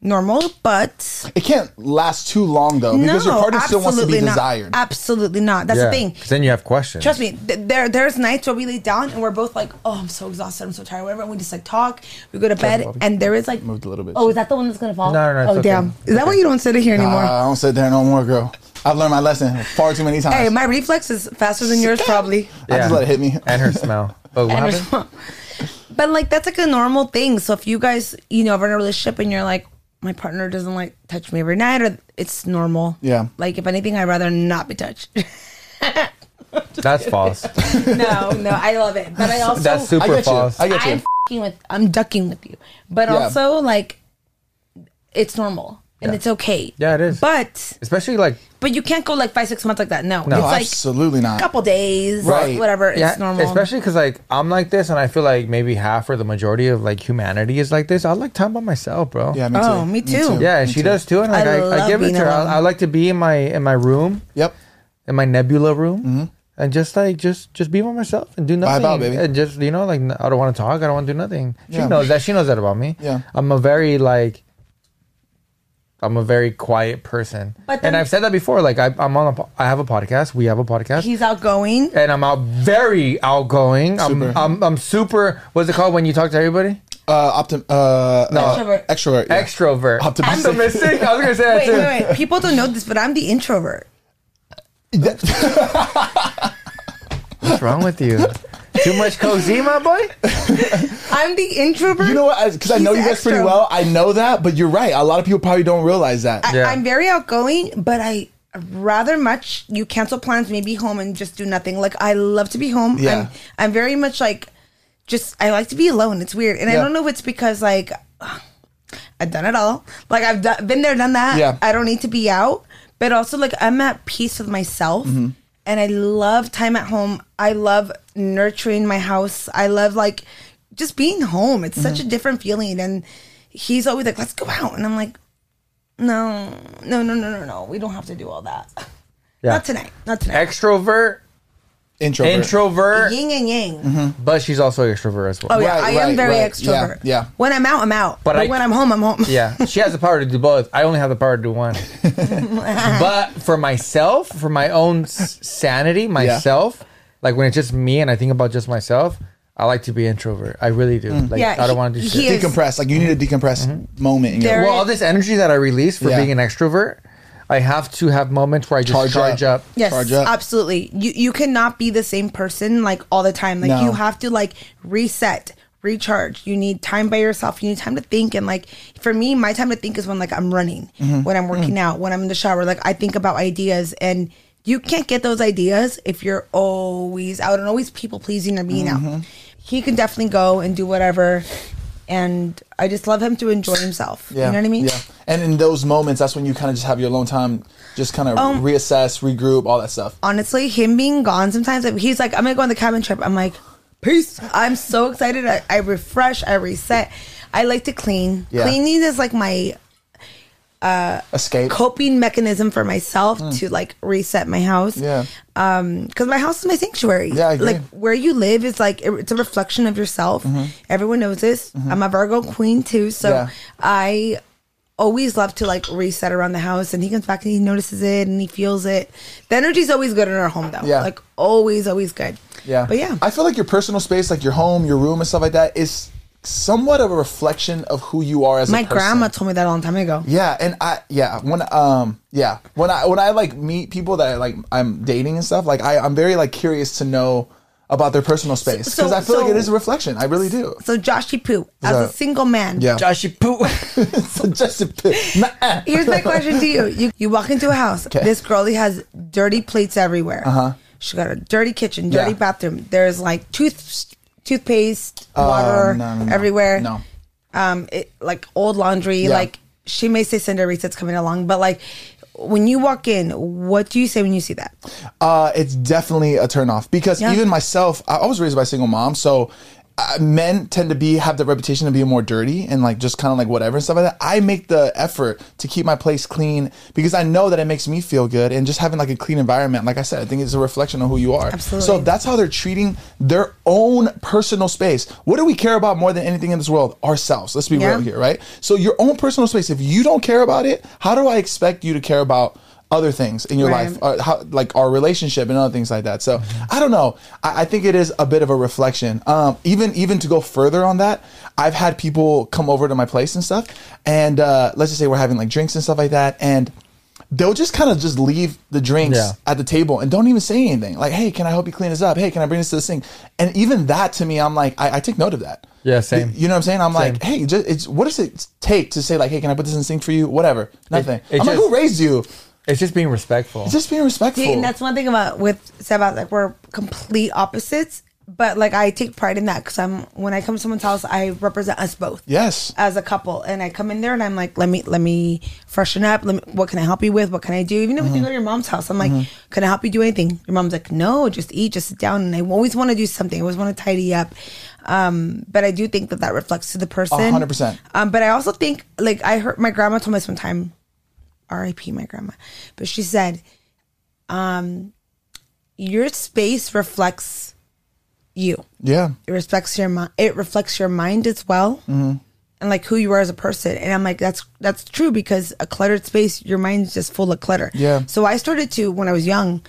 Speaker 6: normal. But
Speaker 7: It can't last too long though, because
Speaker 6: no,
Speaker 7: your partner still wants to be
Speaker 6: absolutely not.
Speaker 7: desired.
Speaker 6: Absolutely not. That's the thing.
Speaker 8: 'Cause Then you have questions.
Speaker 6: Trust me, th- there there's nights where we lay down and we're both like, oh, I'm so exhausted, I'm so tired, whatever. And we just like talk, we go to bed, and there is like,
Speaker 7: Moved a little bit.
Speaker 6: oh, is that the one that's gonna fall?
Speaker 8: No, no, no, it's
Speaker 6: Oh,
Speaker 8: okay.
Speaker 6: damn, is that why you don't sit here anymore?
Speaker 7: Nah, I don't sit there no more, girl. I've learned my lesson far too many times.
Speaker 6: Hey, my reflex is faster than yours, probably.
Speaker 7: I just let it hit me.
Speaker 8: and her smell. But what
Speaker 6: And
Speaker 8: happened?
Speaker 6: respond. but like that's like a normal thing. So if you guys, you know, are in a relationship and you're like, my partner doesn't like touch me every night, or it's normal.
Speaker 7: Yeah.
Speaker 6: Like if anything, I'd rather not be touched.
Speaker 8: That's false.
Speaker 6: no, no, I love it, but I also
Speaker 8: That's
Speaker 7: I
Speaker 8: super
Speaker 7: get you.
Speaker 8: false.
Speaker 7: I get you.
Speaker 6: I'm fing with, I'm ducking with you, but
Speaker 7: Yeah.
Speaker 6: also like, it's normal and it's okay.
Speaker 8: Yeah, it is.
Speaker 6: But
Speaker 8: Especially like
Speaker 6: but you can't go like five six months like that. No,
Speaker 7: no,
Speaker 6: it's like
Speaker 7: absolutely
Speaker 6: a
Speaker 7: not.
Speaker 6: couple days,
Speaker 7: Right.
Speaker 6: whatever. it's normal.
Speaker 8: Especially because like I'm like this, and I feel like maybe half or the majority of like humanity is like this. I like time by myself, bro.
Speaker 7: Yeah, me too.
Speaker 6: Oh, me too.
Speaker 8: Yeah, she does too, and like,
Speaker 6: I
Speaker 8: I, I,
Speaker 6: love
Speaker 8: give it
Speaker 6: being
Speaker 8: to her. I,
Speaker 6: alone.
Speaker 8: I like to be in my in my room,
Speaker 7: Yep.
Speaker 8: in my nebula room, and just like just just be by myself and do nothing.
Speaker 7: Mm-hmm. out, baby.
Speaker 8: And just you know, like n- I don't want to talk. I don't want to do nothing. She
Speaker 7: Yeah.
Speaker 8: knows that. She knows that about me.
Speaker 7: Yeah.
Speaker 8: I'm a very like. I'm a very quiet person,
Speaker 6: But
Speaker 8: and
Speaker 6: then-
Speaker 8: I've said that before. Like I, I'm on, a, po- I have a podcast. We have a podcast
Speaker 6: He's outgoing.
Speaker 8: and I'm out very outgoing. I'm,
Speaker 7: Super.
Speaker 8: I'm I'm super. What's it called when you talk to everybody?
Speaker 7: Uh, optim. Uh, no.
Speaker 6: Extrovert.
Speaker 7: Extrovert. yeah.
Speaker 8: Extrovert.
Speaker 7: Optimistic.
Speaker 8: Optimistic. I was gonna say that
Speaker 6: Wait,
Speaker 8: too.
Speaker 6: wait, wait. People don't know this, but I'm the introvert.
Speaker 8: What's wrong with you? Too much cozy, my boy.
Speaker 6: I'm the introvert.
Speaker 7: You know what? Because I
Speaker 6: He's
Speaker 7: know you guys pretty
Speaker 6: extra.
Speaker 7: well. I know that, but you're right. A lot of people probably don't realize that.
Speaker 6: I,
Speaker 8: Yeah.
Speaker 6: I'm very outgoing, but I rather much you cancel plans, maybe home and just do nothing. Like I love to be home.
Speaker 7: Yeah.
Speaker 6: I'm, I'm very much like just I like to be alone. It's weird, and I
Speaker 7: Yeah.
Speaker 6: don't know if it's because like I've done it all. Like I've done, been there, done that.
Speaker 7: Yeah.
Speaker 6: I don't need to be out, but also like I'm at peace with myself.
Speaker 7: Mm-hmm.
Speaker 6: And I love time at home. I love nurturing my house. I love like just being home. It's such
Speaker 7: Mm-hmm.
Speaker 6: a different feeling. And he's always like, "Let's go out," and I'm like, "No, no, no, no, no, no. We don't have to do all that.
Speaker 8: Yeah.
Speaker 6: Not tonight. Not tonight."
Speaker 8: Extrovert,
Speaker 7: Introvert.
Speaker 8: introvert,
Speaker 6: Yin and yang.
Speaker 8: but she's also extrovert as well.
Speaker 6: Oh yeah,
Speaker 7: Right,
Speaker 6: I
Speaker 7: right,
Speaker 6: am very
Speaker 7: right.
Speaker 6: extrovert.
Speaker 7: Yeah, yeah.
Speaker 6: When I'm out, I'm out. But,
Speaker 8: But I-
Speaker 6: when I'm home, I'm home.
Speaker 8: Yeah, she has the power to do both. I only have the power to do one. but for myself, for my own s- sanity, myself, like when it's just me and I think about just myself, I like to be introvert. I really do. Like
Speaker 6: Mm. Yeah,
Speaker 8: I don't
Speaker 6: he-
Speaker 8: want to do
Speaker 6: he
Speaker 8: shit.
Speaker 6: is-
Speaker 7: Decompress. Like you need a decompress moment. In your
Speaker 6: There-
Speaker 8: well, all this energy that I release for
Speaker 7: Yeah.
Speaker 8: being an extrovert, I have to have moments where I just charge,
Speaker 7: Charge
Speaker 8: up.
Speaker 7: up.
Speaker 6: Yes,
Speaker 7: charge up.
Speaker 6: absolutely. You you cannot be the same person like all the time. Like
Speaker 7: No.
Speaker 6: you have to like reset, recharge. You need time by yourself. You need time to think and like for me, my time to think is when like I'm running,
Speaker 7: Mm-hmm.
Speaker 6: when I'm working out, when I'm in the shower. Like I think about ideas and you can't get those ideas if you're always out and always people pleasing or being
Speaker 7: Mm-hmm.
Speaker 6: out. He can definitely go and do whatever and I just love him to enjoy himself. You know what I mean?
Speaker 7: Yeah. And in those moments, that's when you kind of just have your alone time, just kind of
Speaker 6: Um,
Speaker 7: reassess, regroup, all that stuff.
Speaker 6: honestly, him being gone sometimes, like, he's like, I'm gonna go on the cabin trip. I'm like, peace. I'm so excited. I, I refresh, I reset. I like to clean.
Speaker 7: Yeah.
Speaker 6: Cleaning is like my
Speaker 7: Escape.
Speaker 6: coping mechanism for myself to like reset my house.
Speaker 7: Hmm. Yeah.
Speaker 6: Because my house is my sanctuary.
Speaker 7: Yeah, I agree. Mm-hmm.
Speaker 6: Like where you live is like, it- it's a reflection of yourself. Everyone knows this. I'm a Virgo queen too. So
Speaker 7: Yeah.
Speaker 6: I. always love to like reset around the house and he comes back and he notices it and he feels it. The energy's always good in our home though.
Speaker 7: Yeah.
Speaker 6: Like always, always good.
Speaker 7: Yeah.
Speaker 6: But yeah.
Speaker 7: I feel like your personal space, like your home, your room, and stuff like that, is somewhat of a reflection of who you are as a
Speaker 6: My
Speaker 7: person.
Speaker 6: grandma told me that a long time ago.
Speaker 7: Yeah, and I yeah when um yeah when I when I like meet people that I, like I'm dating and stuff like I I'm very like curious to know about their personal space because
Speaker 6: So-
Speaker 7: I feel like it
Speaker 6: so-
Speaker 7: is a reflection. I really do.
Speaker 6: So Joshy Poo, as
Speaker 7: that-
Speaker 6: a single man,
Speaker 7: Yeah.
Speaker 8: Joshy Poo.
Speaker 7: So just a bit. Nuh-uh.
Speaker 6: Here's my question to you. You you walk into a house. This girlie has dirty plates everywhere. Uh-huh. She got a dirty kitchen, dirty
Speaker 7: Yeah.
Speaker 6: bathroom. There's like tooth toothpaste, water
Speaker 7: Oh, no, no, no.
Speaker 6: everywhere.
Speaker 7: No.
Speaker 6: Um it, like old laundry,
Speaker 7: Yeah.
Speaker 6: like she may say Cinder Reset's coming along, but like when you walk in, what do you say when you see that?
Speaker 7: Uh, it's definitely a turnoff because
Speaker 6: Yeah.
Speaker 7: even myself, I, I was raised by a single mom, so uh, men tend to be have the reputation of being more dirty and like just kind of like whatever and stuff like that. I make the effort to keep my place clean because I know that it makes me feel good and just having like a clean environment. Like I said, I think it's a reflection of who you are.
Speaker 6: Absolutely.
Speaker 7: So if that's how they're treating their own personal space. What do we care about more than anything in this world? Ourselves. Let's be
Speaker 6: Yeah.
Speaker 7: real here, right? So your own personal space. If you don't care about it, how do I expect you to care about other things in your your
Speaker 6: Right.
Speaker 7: life, uh, how, like our relationship and other things like that. So
Speaker 8: Mm-hmm.
Speaker 7: I don't know. I, I think it is a bit of a reflection. Um, even even to go further on that, I've had people come over to my place and stuff, and uh, let's just say we're having like drinks and stuff like that, and they'll just kind of just leave the drinks
Speaker 8: Yeah.
Speaker 7: at the table and don't even say anything. Like, hey, can I help you clean this up? Hey, can I bring this to the sink? And even that to me, I'm like, I, I take note of that.
Speaker 8: Yeah, same.
Speaker 7: You know what I'm saying? I'm like, hey, just, it's, what does it take to say like, hey, can I put this in the sink for you? Whatever, nothing.
Speaker 8: it
Speaker 7: I'm like,
Speaker 8: just-
Speaker 7: who raised you?
Speaker 8: It's just being respectful.
Speaker 7: Just being respectful.
Speaker 6: See, and that's one thing about with Seba, like we're complete opposites. But like I take pride in that because I'm when I come to someone's house, I represent us both.
Speaker 7: Yes.
Speaker 6: as a couple and I come in there and I'm like, let me let me freshen up. Let me, what can I help you with? What can I do? Even if
Speaker 7: Mm-hmm.
Speaker 6: you go to your mom's house, I'm like, can I help you do anything? Your mom's like, no, just eat, just sit down. And I always want to do something. I always want to tidy up. Um, but I do think that that reflects to the person.
Speaker 7: A hundred percent.
Speaker 6: Um, but I also think like I heard my grandma told me this one time, R.I.P. my grandma, but she said, um, your space reflects you
Speaker 7: Yeah.
Speaker 6: it reflects your mind it reflects your mind as well and like who you are as a person and i'm like that's that's true because a cluttered space your mind's just full of clutter
Speaker 7: Yeah.
Speaker 6: so i started to when i was young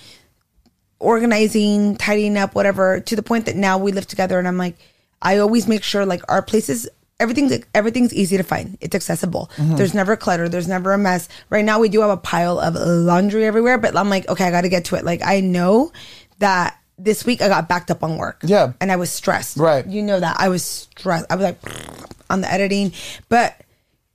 Speaker 6: organizing tidying up whatever to the point that now we live together and i'm like i always make sure like our places everything's everything's easy to find it's accessible
Speaker 7: Mm-hmm.
Speaker 6: there's never clutter there's never a mess right now we do have a pile of laundry everywhere but i'm like okay i gotta get to it like i know that this week i got backed up on work
Speaker 7: Yeah.
Speaker 6: and I was stressed.
Speaker 7: Right.
Speaker 6: You know that. I was stressed. I was like on the editing, but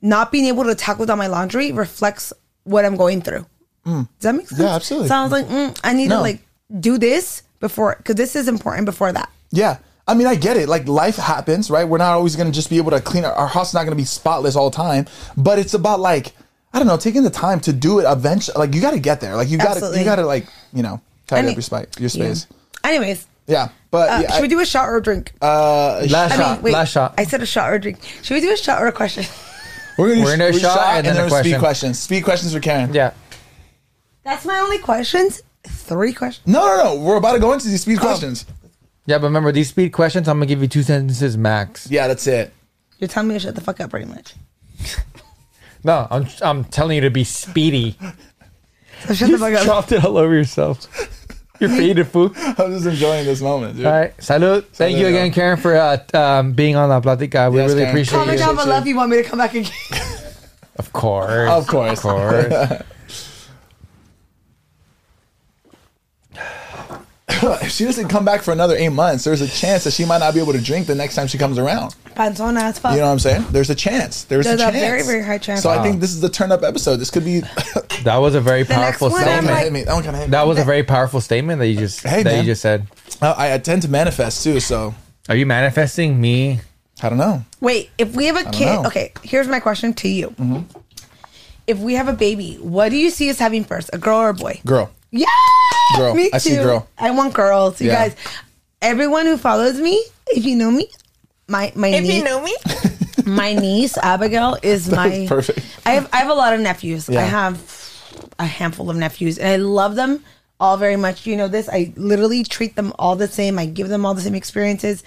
Speaker 6: not being able to tackle down my laundry reflects what I'm going through. Does that make sense?
Speaker 7: Mm. Yeah, absolutely.
Speaker 6: So I was like, mm, I need
Speaker 7: No.
Speaker 6: to like do this before, because this is important before that.
Speaker 7: Yeah. I mean, I get it. Like life happens, right? We're not always going to just be able to clean our, our house. Not going to be spotless all the time, but it's about like I don't know, taking the time to do it. Eventually, like you got to get there. Like you got to
Speaker 6: Absolutely.
Speaker 7: you got to like you know tidy
Speaker 6: mean-
Speaker 7: up your, spi- your space.
Speaker 6: Yeah. Anyways,
Speaker 7: Yeah, but
Speaker 6: uh,
Speaker 7: yeah,
Speaker 6: should we do a shot or a drink?
Speaker 7: uh,
Speaker 8: Last
Speaker 6: I
Speaker 8: shot.
Speaker 6: mean, wait,
Speaker 8: Last shot.
Speaker 6: I said a shot or a drink. Should we do a shot or a question?
Speaker 7: we're gonna do
Speaker 8: We're gonna do a shot and then a
Speaker 7: speed
Speaker 8: question.
Speaker 7: questions. Speed questions for Karen.
Speaker 8: yeah.
Speaker 6: That's my only questions. Three questions.
Speaker 7: No, no, no. We're about to go into these
Speaker 6: Oh.
Speaker 7: speed questions.
Speaker 8: Yeah, but remember these speed questions, I'm gonna give you two sentences max.
Speaker 7: Yeah, that's it.
Speaker 6: You're telling me to shut the fuck up, pretty much.
Speaker 8: No, I'm I'm telling you to be speedy.
Speaker 6: So shut the fuck up.
Speaker 8: Dropped it all over yourself. You're faded food.
Speaker 7: I'm just enjoying this moment, dude.
Speaker 8: All right, salud. Thank you
Speaker 7: Salud.
Speaker 8: again, Karen, for uh, t- um, being on La Platica. We
Speaker 7: Yes,
Speaker 8: really
Speaker 7: Karen.
Speaker 8: appreciate
Speaker 6: Comment
Speaker 8: you.
Speaker 6: down below if you want me to come back again.
Speaker 8: Of course.
Speaker 7: Of course.
Speaker 8: Of course.
Speaker 7: if she doesn't come back for another eight months, there's a chance that she might not be able to drink the next time she comes around.
Speaker 6: Panzona as fuck.
Speaker 7: You know what I'm saying? There's a chance. There's,
Speaker 6: Uh, There's
Speaker 7: a
Speaker 6: a
Speaker 7: chance.
Speaker 6: very, very high chance.
Speaker 7: So I think this is the turn up episode. This could be. that
Speaker 8: that was a very
Speaker 6: next
Speaker 8: powerful
Speaker 6: one, I'm
Speaker 7: one
Speaker 8: statement.
Speaker 7: kind of
Speaker 6: like-
Speaker 7: hit me. That one kind of hit me.
Speaker 8: that was a very powerful statement that you just
Speaker 7: Hey,
Speaker 8: that
Speaker 7: man.
Speaker 8: you just said.
Speaker 7: I, I tend to manifest too, so
Speaker 8: Are you manifesting me?
Speaker 7: I don't know.
Speaker 6: Wait, if we have a kid,
Speaker 7: know.
Speaker 6: okay, here's my question to you. If we have a baby, what do you see us having first, a girl or a boy?
Speaker 7: Girl.
Speaker 6: Yeah,
Speaker 7: Girl.
Speaker 6: Me too.
Speaker 7: I see girl.
Speaker 6: I want girls. You
Speaker 7: Yeah.
Speaker 6: guys, everyone who follows me, if you know me, my my if niece, you know me, my niece Abigail is my
Speaker 7: perfect.
Speaker 6: I have I have a lot of nephews.
Speaker 7: Yeah.
Speaker 6: I have a handful of nephews, and I love them all very much. You know this. I literally treat them all the same. I give them all the same
Speaker 7: Mm.
Speaker 6: experiences.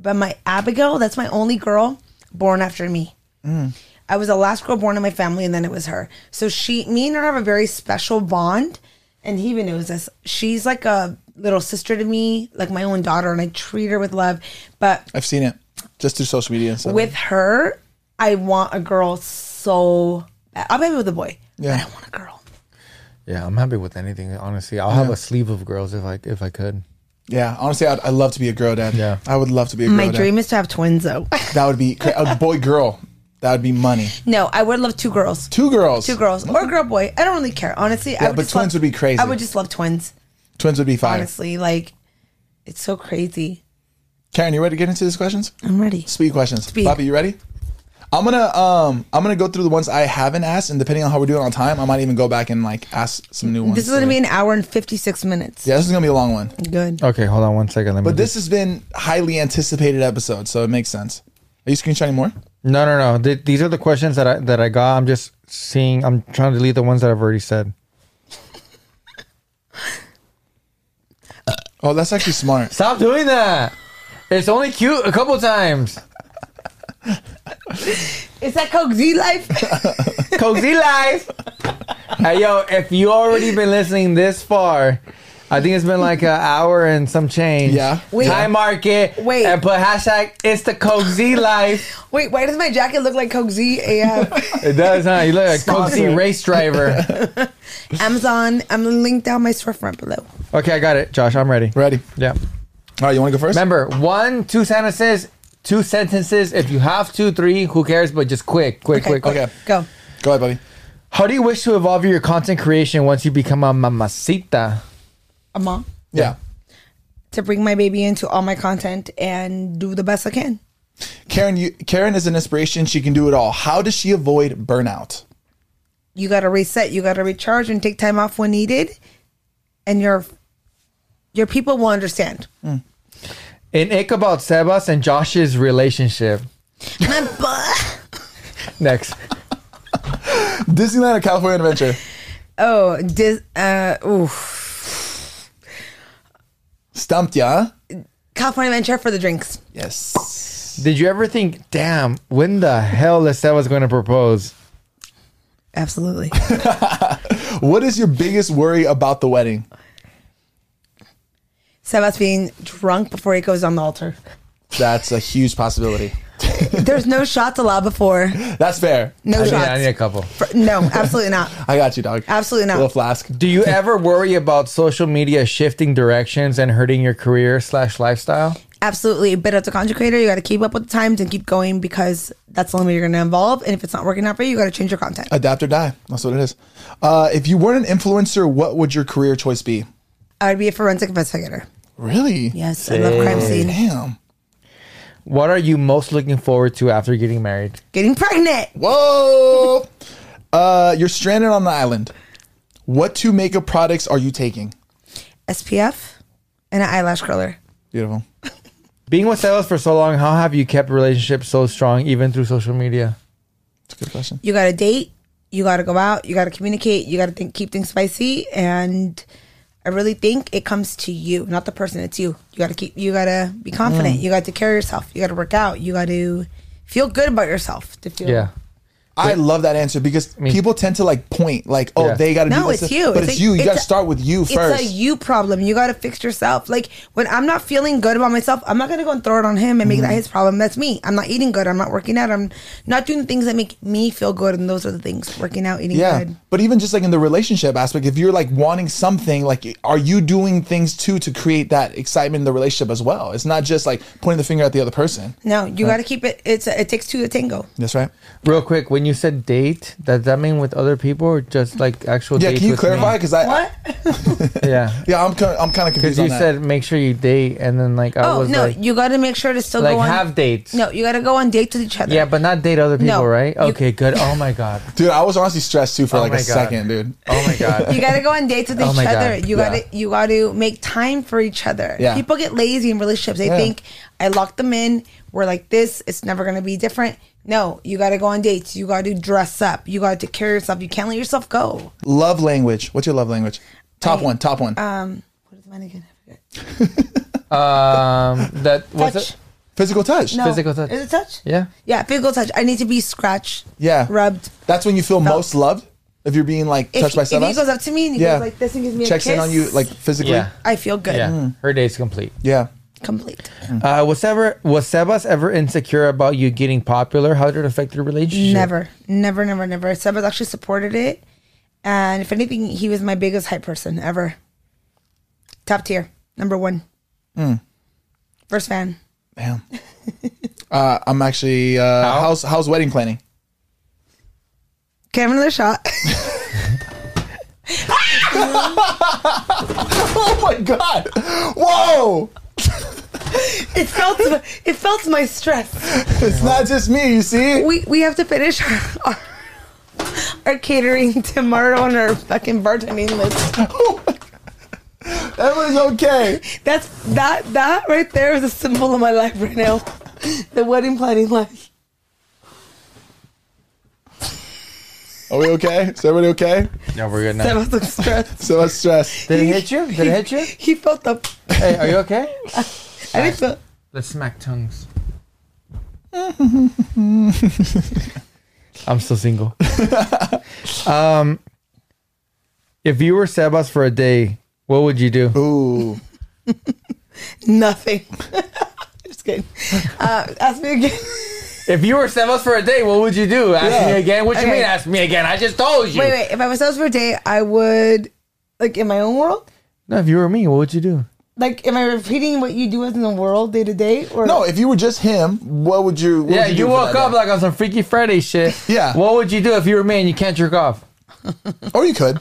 Speaker 6: But my Abigail, that's my only girl born after me. I was the last girl born in my family, and then it was her. So she, me and her have a very special bond, and he even knows this. She's like a little sister to me, like my own daughter, and I treat her with love. But
Speaker 7: I've seen it just through social media and stuff.
Speaker 6: with her, I want a girl so bad. I'm happy with a boy.
Speaker 7: Yeah.
Speaker 6: I don't want a girl.
Speaker 8: Yeah, I'm happy with anything. Honestly, I'll have a sleeve of girls if I if I could.
Speaker 7: yeah, honestly, I'd, I'd love to be a girl dad.
Speaker 8: Yeah.
Speaker 7: I would love to be a girl
Speaker 6: My
Speaker 7: dad.
Speaker 6: dream is to have twins, though.
Speaker 7: That would be cra- a boy girl. That would be money.
Speaker 6: no, I would love two girls.
Speaker 7: Two girls.
Speaker 6: Two girls or a girl boy. I don't really care. Honestly, I
Speaker 7: Yeah,
Speaker 6: would
Speaker 7: but
Speaker 6: just
Speaker 7: twins
Speaker 6: love-
Speaker 7: would be crazy.
Speaker 6: I would just love twins.
Speaker 7: Twins would be fire.
Speaker 6: Honestly, like it's so crazy.
Speaker 7: Karen, you ready to get into these questions?
Speaker 6: I'm ready.
Speaker 7: Speed questions.
Speaker 6: Speed.
Speaker 7: Bobby, you ready? I'm gonna um I'm gonna go through the ones I haven't asked, and depending on how we're doing on time, I might even go back and like ask some new ones.
Speaker 6: This is gonna be an hour and fifty six minutes.
Speaker 7: yeah, this is gonna be a long one.
Speaker 6: Good.
Speaker 8: Okay, hold on one second. Let me.
Speaker 7: But this has been highly anticipated episode, so it makes sense. Are you screenshotting more?
Speaker 8: no, no, no. Th- these are the questions that I that I got. I'm just seeing. I'm trying to delete the ones that I've already said.
Speaker 7: Oh, that's actually smart.
Speaker 8: Stop doing that. It's only cute a couple times.
Speaker 6: Is that Coke Z life?
Speaker 8: Coke Z life. hey, yo, if you already been listening this far, I think it's been like an hour and some change.
Speaker 7: Yeah.
Speaker 6: Wait.
Speaker 8: High market.
Speaker 6: Wait.
Speaker 8: And put hashtag it's the Coke Z life.
Speaker 6: Wait, why does my jacket look like Coke Z AF?
Speaker 8: It does, huh? You look like Coke Z
Speaker 7: Sponsored.
Speaker 8: race driver.
Speaker 6: Amazon. I'm gonna link down my storefront below.
Speaker 8: okay, I got it, Josh. I'm ready.
Speaker 7: Ready?
Speaker 8: Yeah.
Speaker 7: All right, you want to go first?
Speaker 8: Remember, one, two sentences, two sentences. If you have two, three, who cares? But just quick, quick, quick.
Speaker 7: Okay.
Speaker 6: Go.
Speaker 7: Go ahead, Bobby.
Speaker 8: How do you wish to evolve your content creation once you become a mamacita?
Speaker 6: A mom.
Speaker 7: Yeah.
Speaker 6: To bring my baby into all my content and do the best I can.
Speaker 7: Karen, you, Karen is an inspiration. She can do it all. How does she avoid burnout?
Speaker 6: You gotta reset, you gotta recharge and take time off when needed. And your your people will understand.
Speaker 8: An ick about Sebas and Josh's relationship.
Speaker 6: My butt.
Speaker 8: Next.
Speaker 7: Disneyland or California Adventure?
Speaker 6: Oh, dis- uh, oof.
Speaker 7: Stumped ya? huh?
Speaker 6: California Adventure for the drinks.
Speaker 7: Yes.
Speaker 8: Did you ever think, damn, when the hell is Sebas going to propose?
Speaker 6: Absolutely.
Speaker 7: What is your biggest worry about the wedding?
Speaker 6: Sebas being drunk before he goes on the altar.
Speaker 7: That's a huge possibility.
Speaker 6: There's no shots allowed before.
Speaker 7: That's fair.
Speaker 6: No
Speaker 8: I need, I
Speaker 6: shots.
Speaker 8: need a couple.
Speaker 6: For- no, absolutely not.
Speaker 7: I got you, dog.
Speaker 6: Absolutely not.
Speaker 7: Little flask.
Speaker 8: Do you ever worry about social media shifting directions and hurting your career slash lifestyle?
Speaker 6: Absolutely. But as a content creator, you got to keep up with the times and keep going because that's the only way you're going to evolve. And if it's not working out for you, you got to change your content.
Speaker 7: Adapt or die. That's what it is. Uh, if you weren't an influencer, what would your career choice be?
Speaker 6: I would be a forensic investigator.
Speaker 7: Really?
Speaker 6: Yes, I love crime scene.
Speaker 7: Damn.
Speaker 8: What are you most looking forward to after getting married?
Speaker 6: Getting pregnant.
Speaker 7: Whoa. uh, you're stranded on the island. What two makeup products are you taking?
Speaker 6: SPF and an eyelash curler.
Speaker 7: Beautiful.
Speaker 8: Being with Sebas for so long, how have you kept relationships so strong even through social media?
Speaker 7: That's a good question.
Speaker 6: you got to date, you got to go out, you got to communicate, you got to think, keep things spicy. And I really think it comes to you, not the person. It's you. You got to keep, you got to be confident. You got to care of yourself. You got to work out. You got to feel good about yourself to feel.
Speaker 8: Yeah.
Speaker 7: I love that answer because people tend to like point, like, oh,
Speaker 8: Yeah.
Speaker 7: they got to
Speaker 6: No,
Speaker 7: do
Speaker 6: it's
Speaker 7: this.
Speaker 6: you.
Speaker 7: But it's,
Speaker 6: It's a-
Speaker 7: you. You
Speaker 6: it's
Speaker 7: got to
Speaker 6: a-
Speaker 7: start with you
Speaker 6: It's
Speaker 7: first.
Speaker 6: a you problem. You got to fix yourself. Like when I'm not feeling good about myself, I'm not going to go and throw it on him and make
Speaker 8: Mm.
Speaker 6: that his problem. That's me. I'm not eating good. I'm not working out. I'm not doing the things that make me feel good. And those are the things working out, eating
Speaker 7: yeah.
Speaker 6: good.
Speaker 7: But even just like in the relationship aspect, if you're like wanting something, like, are you doing things too to create that excitement in the relationship as well? It's not just like pointing the finger at the other person.
Speaker 6: No, you got to keep it. It's a, it takes two to tango.
Speaker 7: That's right.
Speaker 8: Real quick, when you said date, does that mean with other people or just like actual
Speaker 7: Yeah.
Speaker 8: dates
Speaker 7: Can you
Speaker 8: with me?
Speaker 7: clarify? Because I,
Speaker 6: What?
Speaker 8: Yeah.
Speaker 7: yeah, I'm, kind of- I'm kind of
Speaker 8: Because
Speaker 7: confused.
Speaker 8: you
Speaker 7: on that.
Speaker 8: said make sure you date, and then like I
Speaker 6: Oh
Speaker 8: was
Speaker 6: no,
Speaker 8: like,
Speaker 6: you got to make sure to still
Speaker 8: like
Speaker 6: go on.
Speaker 8: have dates.
Speaker 6: no, you got to go on dates with each other.
Speaker 8: Yeah, but not date other people,
Speaker 6: No.
Speaker 8: right?
Speaker 6: You-
Speaker 8: Okay, good. Oh my god.
Speaker 7: Dude, I was honestly stressed too for
Speaker 8: Oh
Speaker 7: like a
Speaker 8: my God.
Speaker 7: second, dude.
Speaker 8: Oh my god.
Speaker 6: you got to go on dates with
Speaker 8: Oh
Speaker 6: each
Speaker 8: my
Speaker 6: other.
Speaker 8: God.
Speaker 6: You
Speaker 7: Yeah.
Speaker 6: got to you got to make time for each other.
Speaker 7: Yeah.
Speaker 6: People get lazy in relationships. They
Speaker 7: Yeah.
Speaker 6: think I locked them in. We're like this. It's never gonna be different. No, you got to go on dates. You got to dress up. You got to take care of yourself. You can't let yourself go.
Speaker 7: Love language. What's your love language? Top one, top
Speaker 6: uh,
Speaker 7: one.
Speaker 6: Um, what is mine again? I forget.
Speaker 8: um, that was
Speaker 6: Touch.
Speaker 8: it.
Speaker 7: Physical touch.
Speaker 6: No.
Speaker 8: Physical touch.
Speaker 6: Is it touch?
Speaker 8: Yeah.
Speaker 6: Yeah, physical touch. I need to be scratched.
Speaker 7: Yeah.
Speaker 6: Rubbed.
Speaker 7: That's when you feel most loved if you're being like
Speaker 6: If,
Speaker 7: touched by
Speaker 6: if he
Speaker 7: someone.
Speaker 6: goes up to me and he
Speaker 7: Yeah.
Speaker 6: goes like this and gives me
Speaker 7: Checks
Speaker 6: a kiss,
Speaker 7: in on you like physically.
Speaker 8: Yeah.
Speaker 6: I feel good.
Speaker 8: Yeah. Her day's complete.
Speaker 7: Yeah.
Speaker 6: Complete.
Speaker 8: Uh, was ever was Sebas ever insecure about you getting popular? How did it affect your relationship?
Speaker 6: Never, never, never, never. Sebas actually supported it, and if anything, he was my biggest hype person ever. Top tier, number one.
Speaker 8: Hmm.
Speaker 6: First fan.
Speaker 7: Damn. uh, I'm actually uh, how's how's wedding planning?
Speaker 6: Give another shot.
Speaker 7: Oh my god! Whoa!
Speaker 6: it felt it felt my stress.
Speaker 7: It's not just me, you see.
Speaker 6: We we have to finish our our, our catering tomorrow on our fucking bartending list.
Speaker 7: Everything's okay.
Speaker 6: That's that that right there is a symbol of my life right now. The wedding planning life.
Speaker 7: Are we okay? Is everybody okay?
Speaker 8: No, we're good now.
Speaker 6: Sebas was stressed.
Speaker 7: So much stress.
Speaker 8: Did it hit you? Did it hit you?
Speaker 6: He felt the.
Speaker 8: Hey, are you okay?
Speaker 6: I didn't feel.
Speaker 8: Let's smack tongues. I'm still single. um, if you were Sebas for a day, what would you do?
Speaker 7: Ooh.
Speaker 6: Nothing. Just kidding. Uh, ask me again.
Speaker 8: If you were Sebas for a day, what would you do? Ask me again. What you
Speaker 6: Okay.
Speaker 8: mean? Ask me again. I just told you.
Speaker 6: Wait, wait. If I was out for a day, I would, like, in my own world,
Speaker 8: No, if you were me, what would you do?
Speaker 6: like, am I repeating what you do as in the world day to day? Or
Speaker 7: No, if you were just him, what would you? What
Speaker 8: yeah,
Speaker 7: would
Speaker 8: you,
Speaker 7: do for
Speaker 8: woke
Speaker 7: that
Speaker 8: up
Speaker 7: day?
Speaker 8: like on some Freaky Friday shit.
Speaker 7: Yeah.
Speaker 8: What would you do if you were me and you can't jerk off?
Speaker 7: or you could.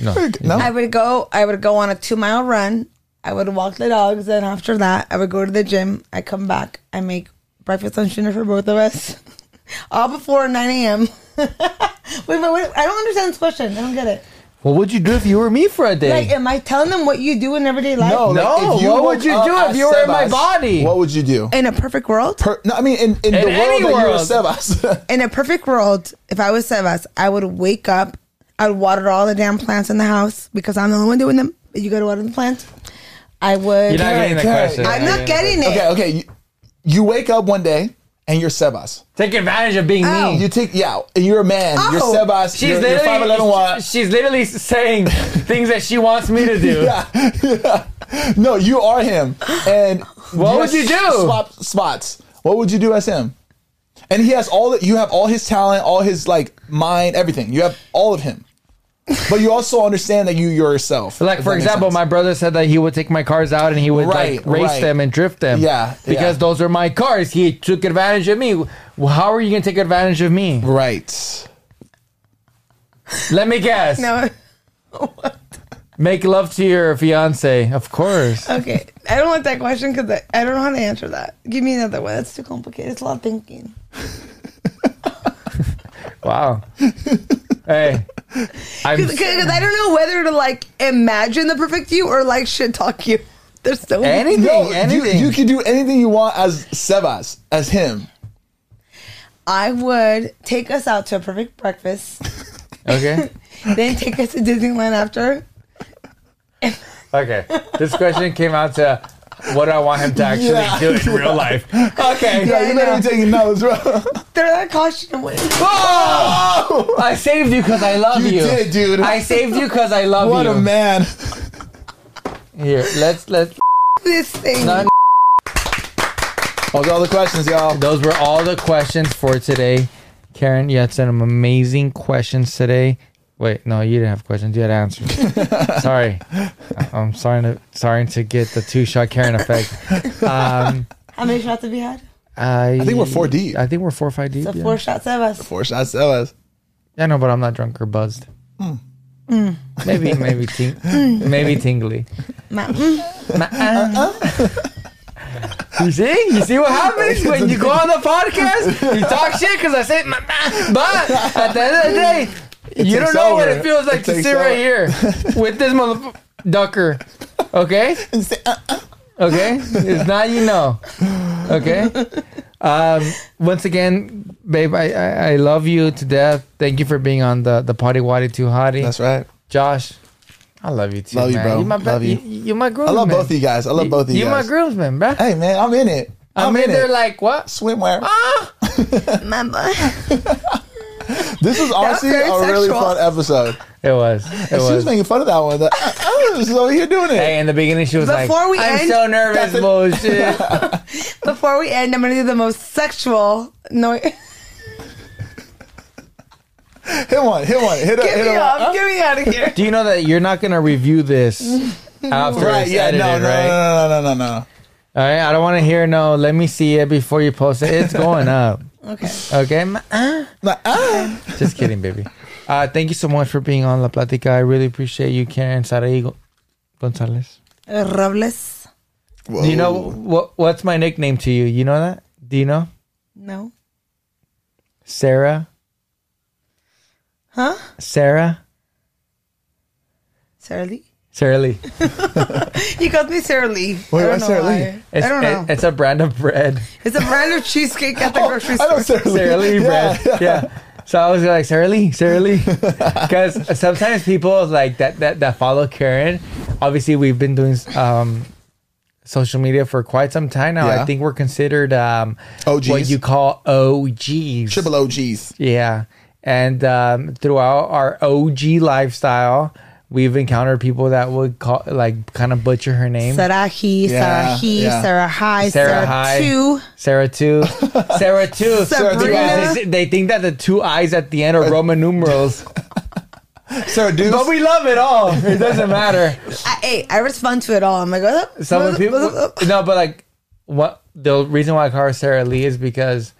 Speaker 8: No.
Speaker 7: Or you could- No.
Speaker 6: I would go. I would go on a two mile run. I would walk the dogs, and after that, I would go to the gym. I come back. I make breakfast and dinner for both of us, all before nine a.m. wait, wait, wait, I don't understand this question. I don't get it.
Speaker 8: What would you do if you were me for a day?
Speaker 6: Like, am I telling them what you do in everyday life?
Speaker 7: No, Oh, like,
Speaker 8: No,
Speaker 7: if you
Speaker 8: what would
Speaker 7: woke
Speaker 8: you
Speaker 7: up
Speaker 8: do if
Speaker 7: as
Speaker 8: you were in my
Speaker 7: Sebas,
Speaker 8: body?
Speaker 7: What would you do?
Speaker 6: In a perfect world,
Speaker 7: Per- no, I mean in, in, the
Speaker 8: any
Speaker 7: world that you were
Speaker 8: world.
Speaker 7: Sebas.
Speaker 6: in a perfect world, if I was Sebas, I would wake up, I'd water all the damn plants in the house because I'm the only one doing them. You gotta water the plants. I would.
Speaker 8: You're not
Speaker 7: Okay,
Speaker 8: getting the
Speaker 7: okay.
Speaker 8: question.
Speaker 6: I'm not getting it.
Speaker 7: okay, okay. You, you wake up one day and you're Sebas.
Speaker 8: Take advantage of being
Speaker 6: Oh.
Speaker 8: me.
Speaker 7: You take yeah, and you're a man. You're
Speaker 6: Oh.
Speaker 7: Sebas.
Speaker 8: She's
Speaker 7: you're, you're
Speaker 8: literally
Speaker 7: 5'11 wide.
Speaker 8: She's literally saying things that she wants me to do.
Speaker 7: yeah, yeah. No, you are him. And
Speaker 8: What would
Speaker 7: guys
Speaker 8: you do?
Speaker 7: Swap spots. What would you do as him? And he has all that. You have all his talent, all his like mind, everything. You have all of him. But you also understand that you yourself.
Speaker 8: Like
Speaker 7: if
Speaker 8: for
Speaker 7: that makes
Speaker 8: example,
Speaker 7: sense.
Speaker 8: my brother said that he would take my cars out and he would
Speaker 7: Right,
Speaker 8: like race
Speaker 7: right.
Speaker 8: them and drift them.
Speaker 7: Yeah,
Speaker 8: because
Speaker 7: yeah.
Speaker 8: those are my cars. He took advantage of me. Well, How are you gonna take advantage of me?
Speaker 7: right.
Speaker 8: Let me guess.
Speaker 6: No.
Speaker 8: Make love to your fiance, of course.
Speaker 6: Okay. I don't like that question because I, I don't know how to answer that. Give me another one. That's too complicated. It's a lot of thinking.
Speaker 8: Wow. hey, I'm.
Speaker 6: Because I don't know whether to like imagine the perfect you or like shit talk you. There's so many.
Speaker 8: Anything,
Speaker 7: No,
Speaker 8: anything.
Speaker 7: You, you can do anything you want as Sebas, as him.
Speaker 6: I would take us out to a perfect breakfast,
Speaker 8: okay.
Speaker 6: then take us to Disneyland after.
Speaker 8: Okay. This question came out to what do I want him to actually
Speaker 7: Yeah.
Speaker 8: do in real life? Okay.
Speaker 7: Yeah,
Speaker 6: I
Speaker 7: you better
Speaker 6: know.
Speaker 7: be taking notes, bro.
Speaker 6: They're that costume. What-
Speaker 8: Oh! I saved you because I love
Speaker 7: You
Speaker 8: you.
Speaker 7: did, dude.
Speaker 8: I saved you because I love
Speaker 7: what
Speaker 8: you.
Speaker 7: a man.
Speaker 8: Here, let's let's.
Speaker 6: This thing.
Speaker 8: None.
Speaker 7: Those are all the questions, y'all.
Speaker 8: Those were all the questions for today. Karen, you had some amazing questions today. Wait, no, you didn't have questions. You had answers. sorry, I- I'm sorry to sorry to get the two shot Karen effect. Um,
Speaker 6: How many shots have you had?
Speaker 8: I,
Speaker 7: think we're four deep.
Speaker 8: I think we're four or five deep.
Speaker 6: The
Speaker 8: yeah.
Speaker 6: four shots of us.
Speaker 7: Four shots, Sebas.
Speaker 8: Yeah, no, but I'm not drunk or buzzed.
Speaker 7: Hmm.
Speaker 8: Maybe, maybe, ting- maybe tingly.
Speaker 6: Ma- mm.
Speaker 8: You see, you see what happens when you go on the podcast. You talk shit because I say, "Ma- ma," but at the end of the day, you
Speaker 7: takes
Speaker 8: don't know what
Speaker 7: over.
Speaker 8: it feels like
Speaker 7: It
Speaker 8: to
Speaker 7: takes
Speaker 8: sit
Speaker 7: over.
Speaker 8: right here with this motherfucker. Okay, Uh, okay, it's not you know. Okay, um, once again, babe, I, I I love you to death. Thank you for being on the the Potty Waddy Too Hottie.
Speaker 7: That's right.
Speaker 8: Josh, I love you too.
Speaker 7: Love you,
Speaker 8: man.
Speaker 7: bro.
Speaker 8: my be-
Speaker 7: Love you.
Speaker 8: you. You're my groomsman.
Speaker 7: I love both of you guys. I love both of you
Speaker 8: You're
Speaker 7: guys.
Speaker 8: my groomsman, bro.
Speaker 7: Hey man, I'm in it.
Speaker 8: I'm,
Speaker 7: I'm
Speaker 8: in,
Speaker 7: in
Speaker 8: there Ah,
Speaker 7: it.
Speaker 8: like what?
Speaker 7: Swimwear.
Speaker 6: Mama.
Speaker 7: This is honestly a
Speaker 6: very
Speaker 7: really
Speaker 6: sexual.
Speaker 7: fun episode.
Speaker 8: It was. It
Speaker 7: And she was
Speaker 8: was.
Speaker 7: making fun of that one. That, oh, this is over here doing it.
Speaker 8: Hey, in the beginning she was
Speaker 6: Before
Speaker 8: like,
Speaker 6: we
Speaker 8: "I'm
Speaker 6: end-
Speaker 8: so nervous, bullshit."
Speaker 6: Before we end, I'm gonna do the most sexual noise.
Speaker 7: Hit one, hit one, hit a,
Speaker 6: Get
Speaker 7: hit
Speaker 6: me
Speaker 7: a.
Speaker 6: off. Get me out of here.
Speaker 8: Do you know that you're not gonna review this after
Speaker 7: Right,
Speaker 8: it's
Speaker 7: yeah,
Speaker 8: edited,
Speaker 7: no, no,
Speaker 8: right?
Speaker 7: no, no, no, no, no.
Speaker 8: All right, I don't want to hear no. Let me see it before you post it. It's going up.
Speaker 6: Okay.
Speaker 8: Okay, ma- ah.
Speaker 7: Like, ah.
Speaker 8: just kidding, baby. Uh, thank you so much for being on La Platica. I really appreciate you, Karen Sarai Gonzalez.
Speaker 6: Robles.
Speaker 8: Do you know what? What's my nickname to you? You know that? Do you know
Speaker 6: No.
Speaker 8: Sarah?
Speaker 6: Huh?
Speaker 8: Sarah?
Speaker 6: Sarah Lee.
Speaker 8: Sarah Lee.
Speaker 6: You got me Sarah Lee.
Speaker 7: Wait,
Speaker 6: I
Speaker 7: why
Speaker 6: don't know
Speaker 7: Sara Lee?
Speaker 6: why. I don't know.
Speaker 8: it- it's a brand of bread.
Speaker 6: it's a brand of cheesecake at the grocery
Speaker 7: I
Speaker 6: store.
Speaker 7: know Sarah Lee.
Speaker 8: Sarah Lee
Speaker 7: yeah.
Speaker 8: bread. Yeah. So I was like, Sarah Lee, Sarah Lee. Because sometimes people like that, that that follow Karen. Obviously, we've been doing um, social media for quite some time now. I
Speaker 7: Yeah.
Speaker 8: think we're considered um, what
Speaker 7: OGs.
Speaker 8: you call OGs.
Speaker 7: Triple OGs.
Speaker 8: Yeah. And um, throughout our OG lifestyle, we've encountered people that would call like kind of butcher her name.
Speaker 6: Sarah he, Sarah
Speaker 7: Yeah,
Speaker 6: he,
Speaker 7: yeah.
Speaker 6: Sarah hi,
Speaker 8: Sarah
Speaker 6: Sarah,
Speaker 8: hi.
Speaker 6: two.
Speaker 8: Sarah two, Sarah two,
Speaker 6: Sabrina.
Speaker 8: Because They, they think that the two eyes at the end are Roman numerals,
Speaker 7: Sarah Deuce.
Speaker 8: Uh, but we love it all. It doesn't matter.
Speaker 6: I, hey, I respond to it all. I'm like, uh,
Speaker 8: Some
Speaker 6: uh,
Speaker 8: of the people,
Speaker 6: uh, uh,
Speaker 8: no, but like what the reason why I call her Sarah Lee is because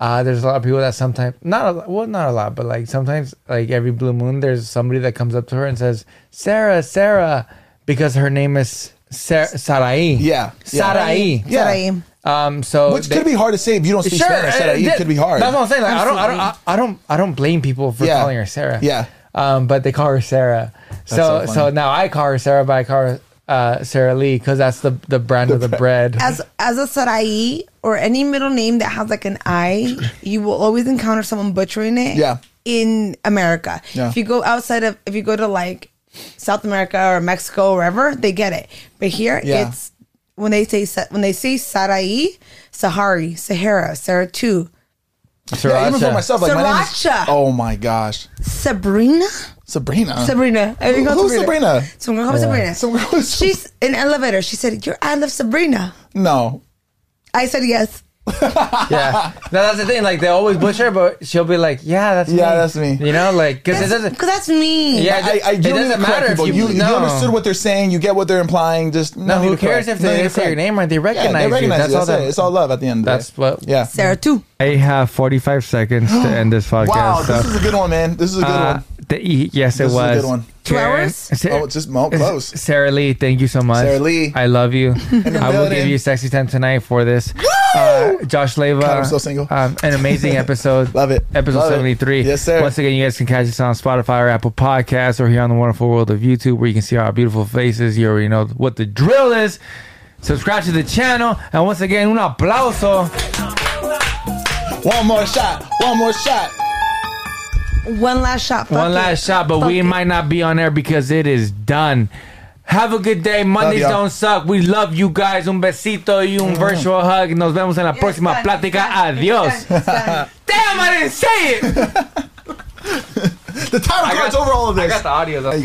Speaker 8: uh, there's a lot of people that sometimes not a, lot- well not a lot, but like sometimes like every blue moon, there's somebody that comes up to her and says Sarah, Sarah, because her name is Sar- Sarai.
Speaker 7: Yeah, yeah.
Speaker 8: Sarai.
Speaker 7: Yeah.
Speaker 6: Sarah.
Speaker 8: Um, so
Speaker 7: Which
Speaker 8: they-
Speaker 7: could be hard to say if you don't speak Spanish. Sarah,
Speaker 8: uh,
Speaker 7: it could be hard.
Speaker 8: That's what I'm saying. Like, I don't, I don't, I, I don't, I don't blame people for
Speaker 7: Yeah.
Speaker 8: calling her Sarah.
Speaker 7: Yeah.
Speaker 8: Um, but they call her Sarah. So,
Speaker 7: so
Speaker 8: so,
Speaker 7: funny.
Speaker 8: now I call her Sarah, but I call her uh, Sarah Lee because that's the the brand of the bread.
Speaker 6: As as a Sarai or any middle name that has like an I, you will always encounter someone butchering it.
Speaker 7: Yeah.
Speaker 6: In America,
Speaker 7: Yeah.
Speaker 6: if you go outside of, if you go to like South America or Mexico, or wherever, they get it. But here,
Speaker 7: Yeah.
Speaker 6: it's when they say Sa- when they say Sarai, Sahari, Sahara, Saratu,
Speaker 7: Yeah, even for
Speaker 8: Sriracha.
Speaker 7: myself, like my name is,
Speaker 6: Sriracha.
Speaker 7: Oh my gosh,
Speaker 6: Sabrina,
Speaker 7: Sabrina.
Speaker 6: Sabrina. I
Speaker 7: Who-
Speaker 6: think it's
Speaker 7: Uh. who's Sabrina?
Speaker 6: So I'm gonna call her Sabrina.
Speaker 7: Some girl is-
Speaker 6: She's in elevator. She said, "You're I love Sabrina."
Speaker 7: no.
Speaker 6: I said yes.
Speaker 8: yeah. No, that's the thing. Like they always butcher, but she'll be like, "Yeah, that's
Speaker 7: Yeah,
Speaker 8: me.
Speaker 7: that's me.
Speaker 8: You know, like because it
Speaker 6: Because
Speaker 8: doesn't.
Speaker 6: that's, me.
Speaker 8: Yeah,
Speaker 7: I, I,
Speaker 8: it
Speaker 7: you
Speaker 8: doesn't matter if
Speaker 7: People.
Speaker 8: you,
Speaker 7: You, you
Speaker 8: no.
Speaker 7: understood what they're saying. You get what they're implying. Just no,
Speaker 8: No,
Speaker 7: need
Speaker 8: who
Speaker 7: to
Speaker 8: cares if
Speaker 7: correct. No need
Speaker 8: they
Speaker 7: to
Speaker 8: say your
Speaker 7: correct.
Speaker 8: name or they
Speaker 7: Yeah,
Speaker 8: recognize,
Speaker 7: they recognize
Speaker 8: you? That's all that.
Speaker 7: it. It's all love at the end. Of
Speaker 8: That's
Speaker 7: it.
Speaker 8: what-
Speaker 7: Yeah.
Speaker 6: Sarah too.
Speaker 8: I have 45 seconds to end this podcast.
Speaker 7: Wow, this is a good one, man. This is a good
Speaker 8: Uh,
Speaker 7: one.
Speaker 8: the- y- yes, it
Speaker 7: This is a
Speaker 8: was.
Speaker 7: good one.
Speaker 6: Two
Speaker 8: Karen-
Speaker 6: hours?
Speaker 8: Sa-
Speaker 7: Oh, it's just mo- close.
Speaker 8: Sarah Lee, thank you so much.
Speaker 7: Sarah Lee.
Speaker 8: I love you. I will give
Speaker 7: building.
Speaker 8: you sexy time tonight for this. Uh, Josh Leva,
Speaker 7: God, I'm so single.
Speaker 8: Um, an amazing episode.
Speaker 7: Love it.
Speaker 8: Episode
Speaker 7: Love it.
Speaker 8: 73.
Speaker 7: Yes, sir.
Speaker 8: Once again, you guys can catch us on Spotify or Apple Podcasts or here on the wonderful world of YouTube where you can see our beautiful faces. You already know what the drill is. Subscribe to the channel. And once again, un aplauso.
Speaker 7: One more shot. One more shot.
Speaker 6: One last shot. Fuck
Speaker 8: One
Speaker 6: it.
Speaker 8: last shot, but
Speaker 6: Fuck
Speaker 8: we
Speaker 6: it.
Speaker 8: might not be on air because it is done. Have a good day. Mondays
Speaker 7: y'all.
Speaker 8: don't suck. We love you guys. Un besito y
Speaker 6: Mm.
Speaker 8: un virtual hug. Nos vemos en la
Speaker 6: Yeah, it's
Speaker 8: próxima
Speaker 6: done,
Speaker 8: plática.
Speaker 6: it's done,
Speaker 8: Adiós.
Speaker 6: it's done, it's done.
Speaker 8: Damn, I didn't say it.
Speaker 7: The time card's over all of this.
Speaker 8: I got the audio though.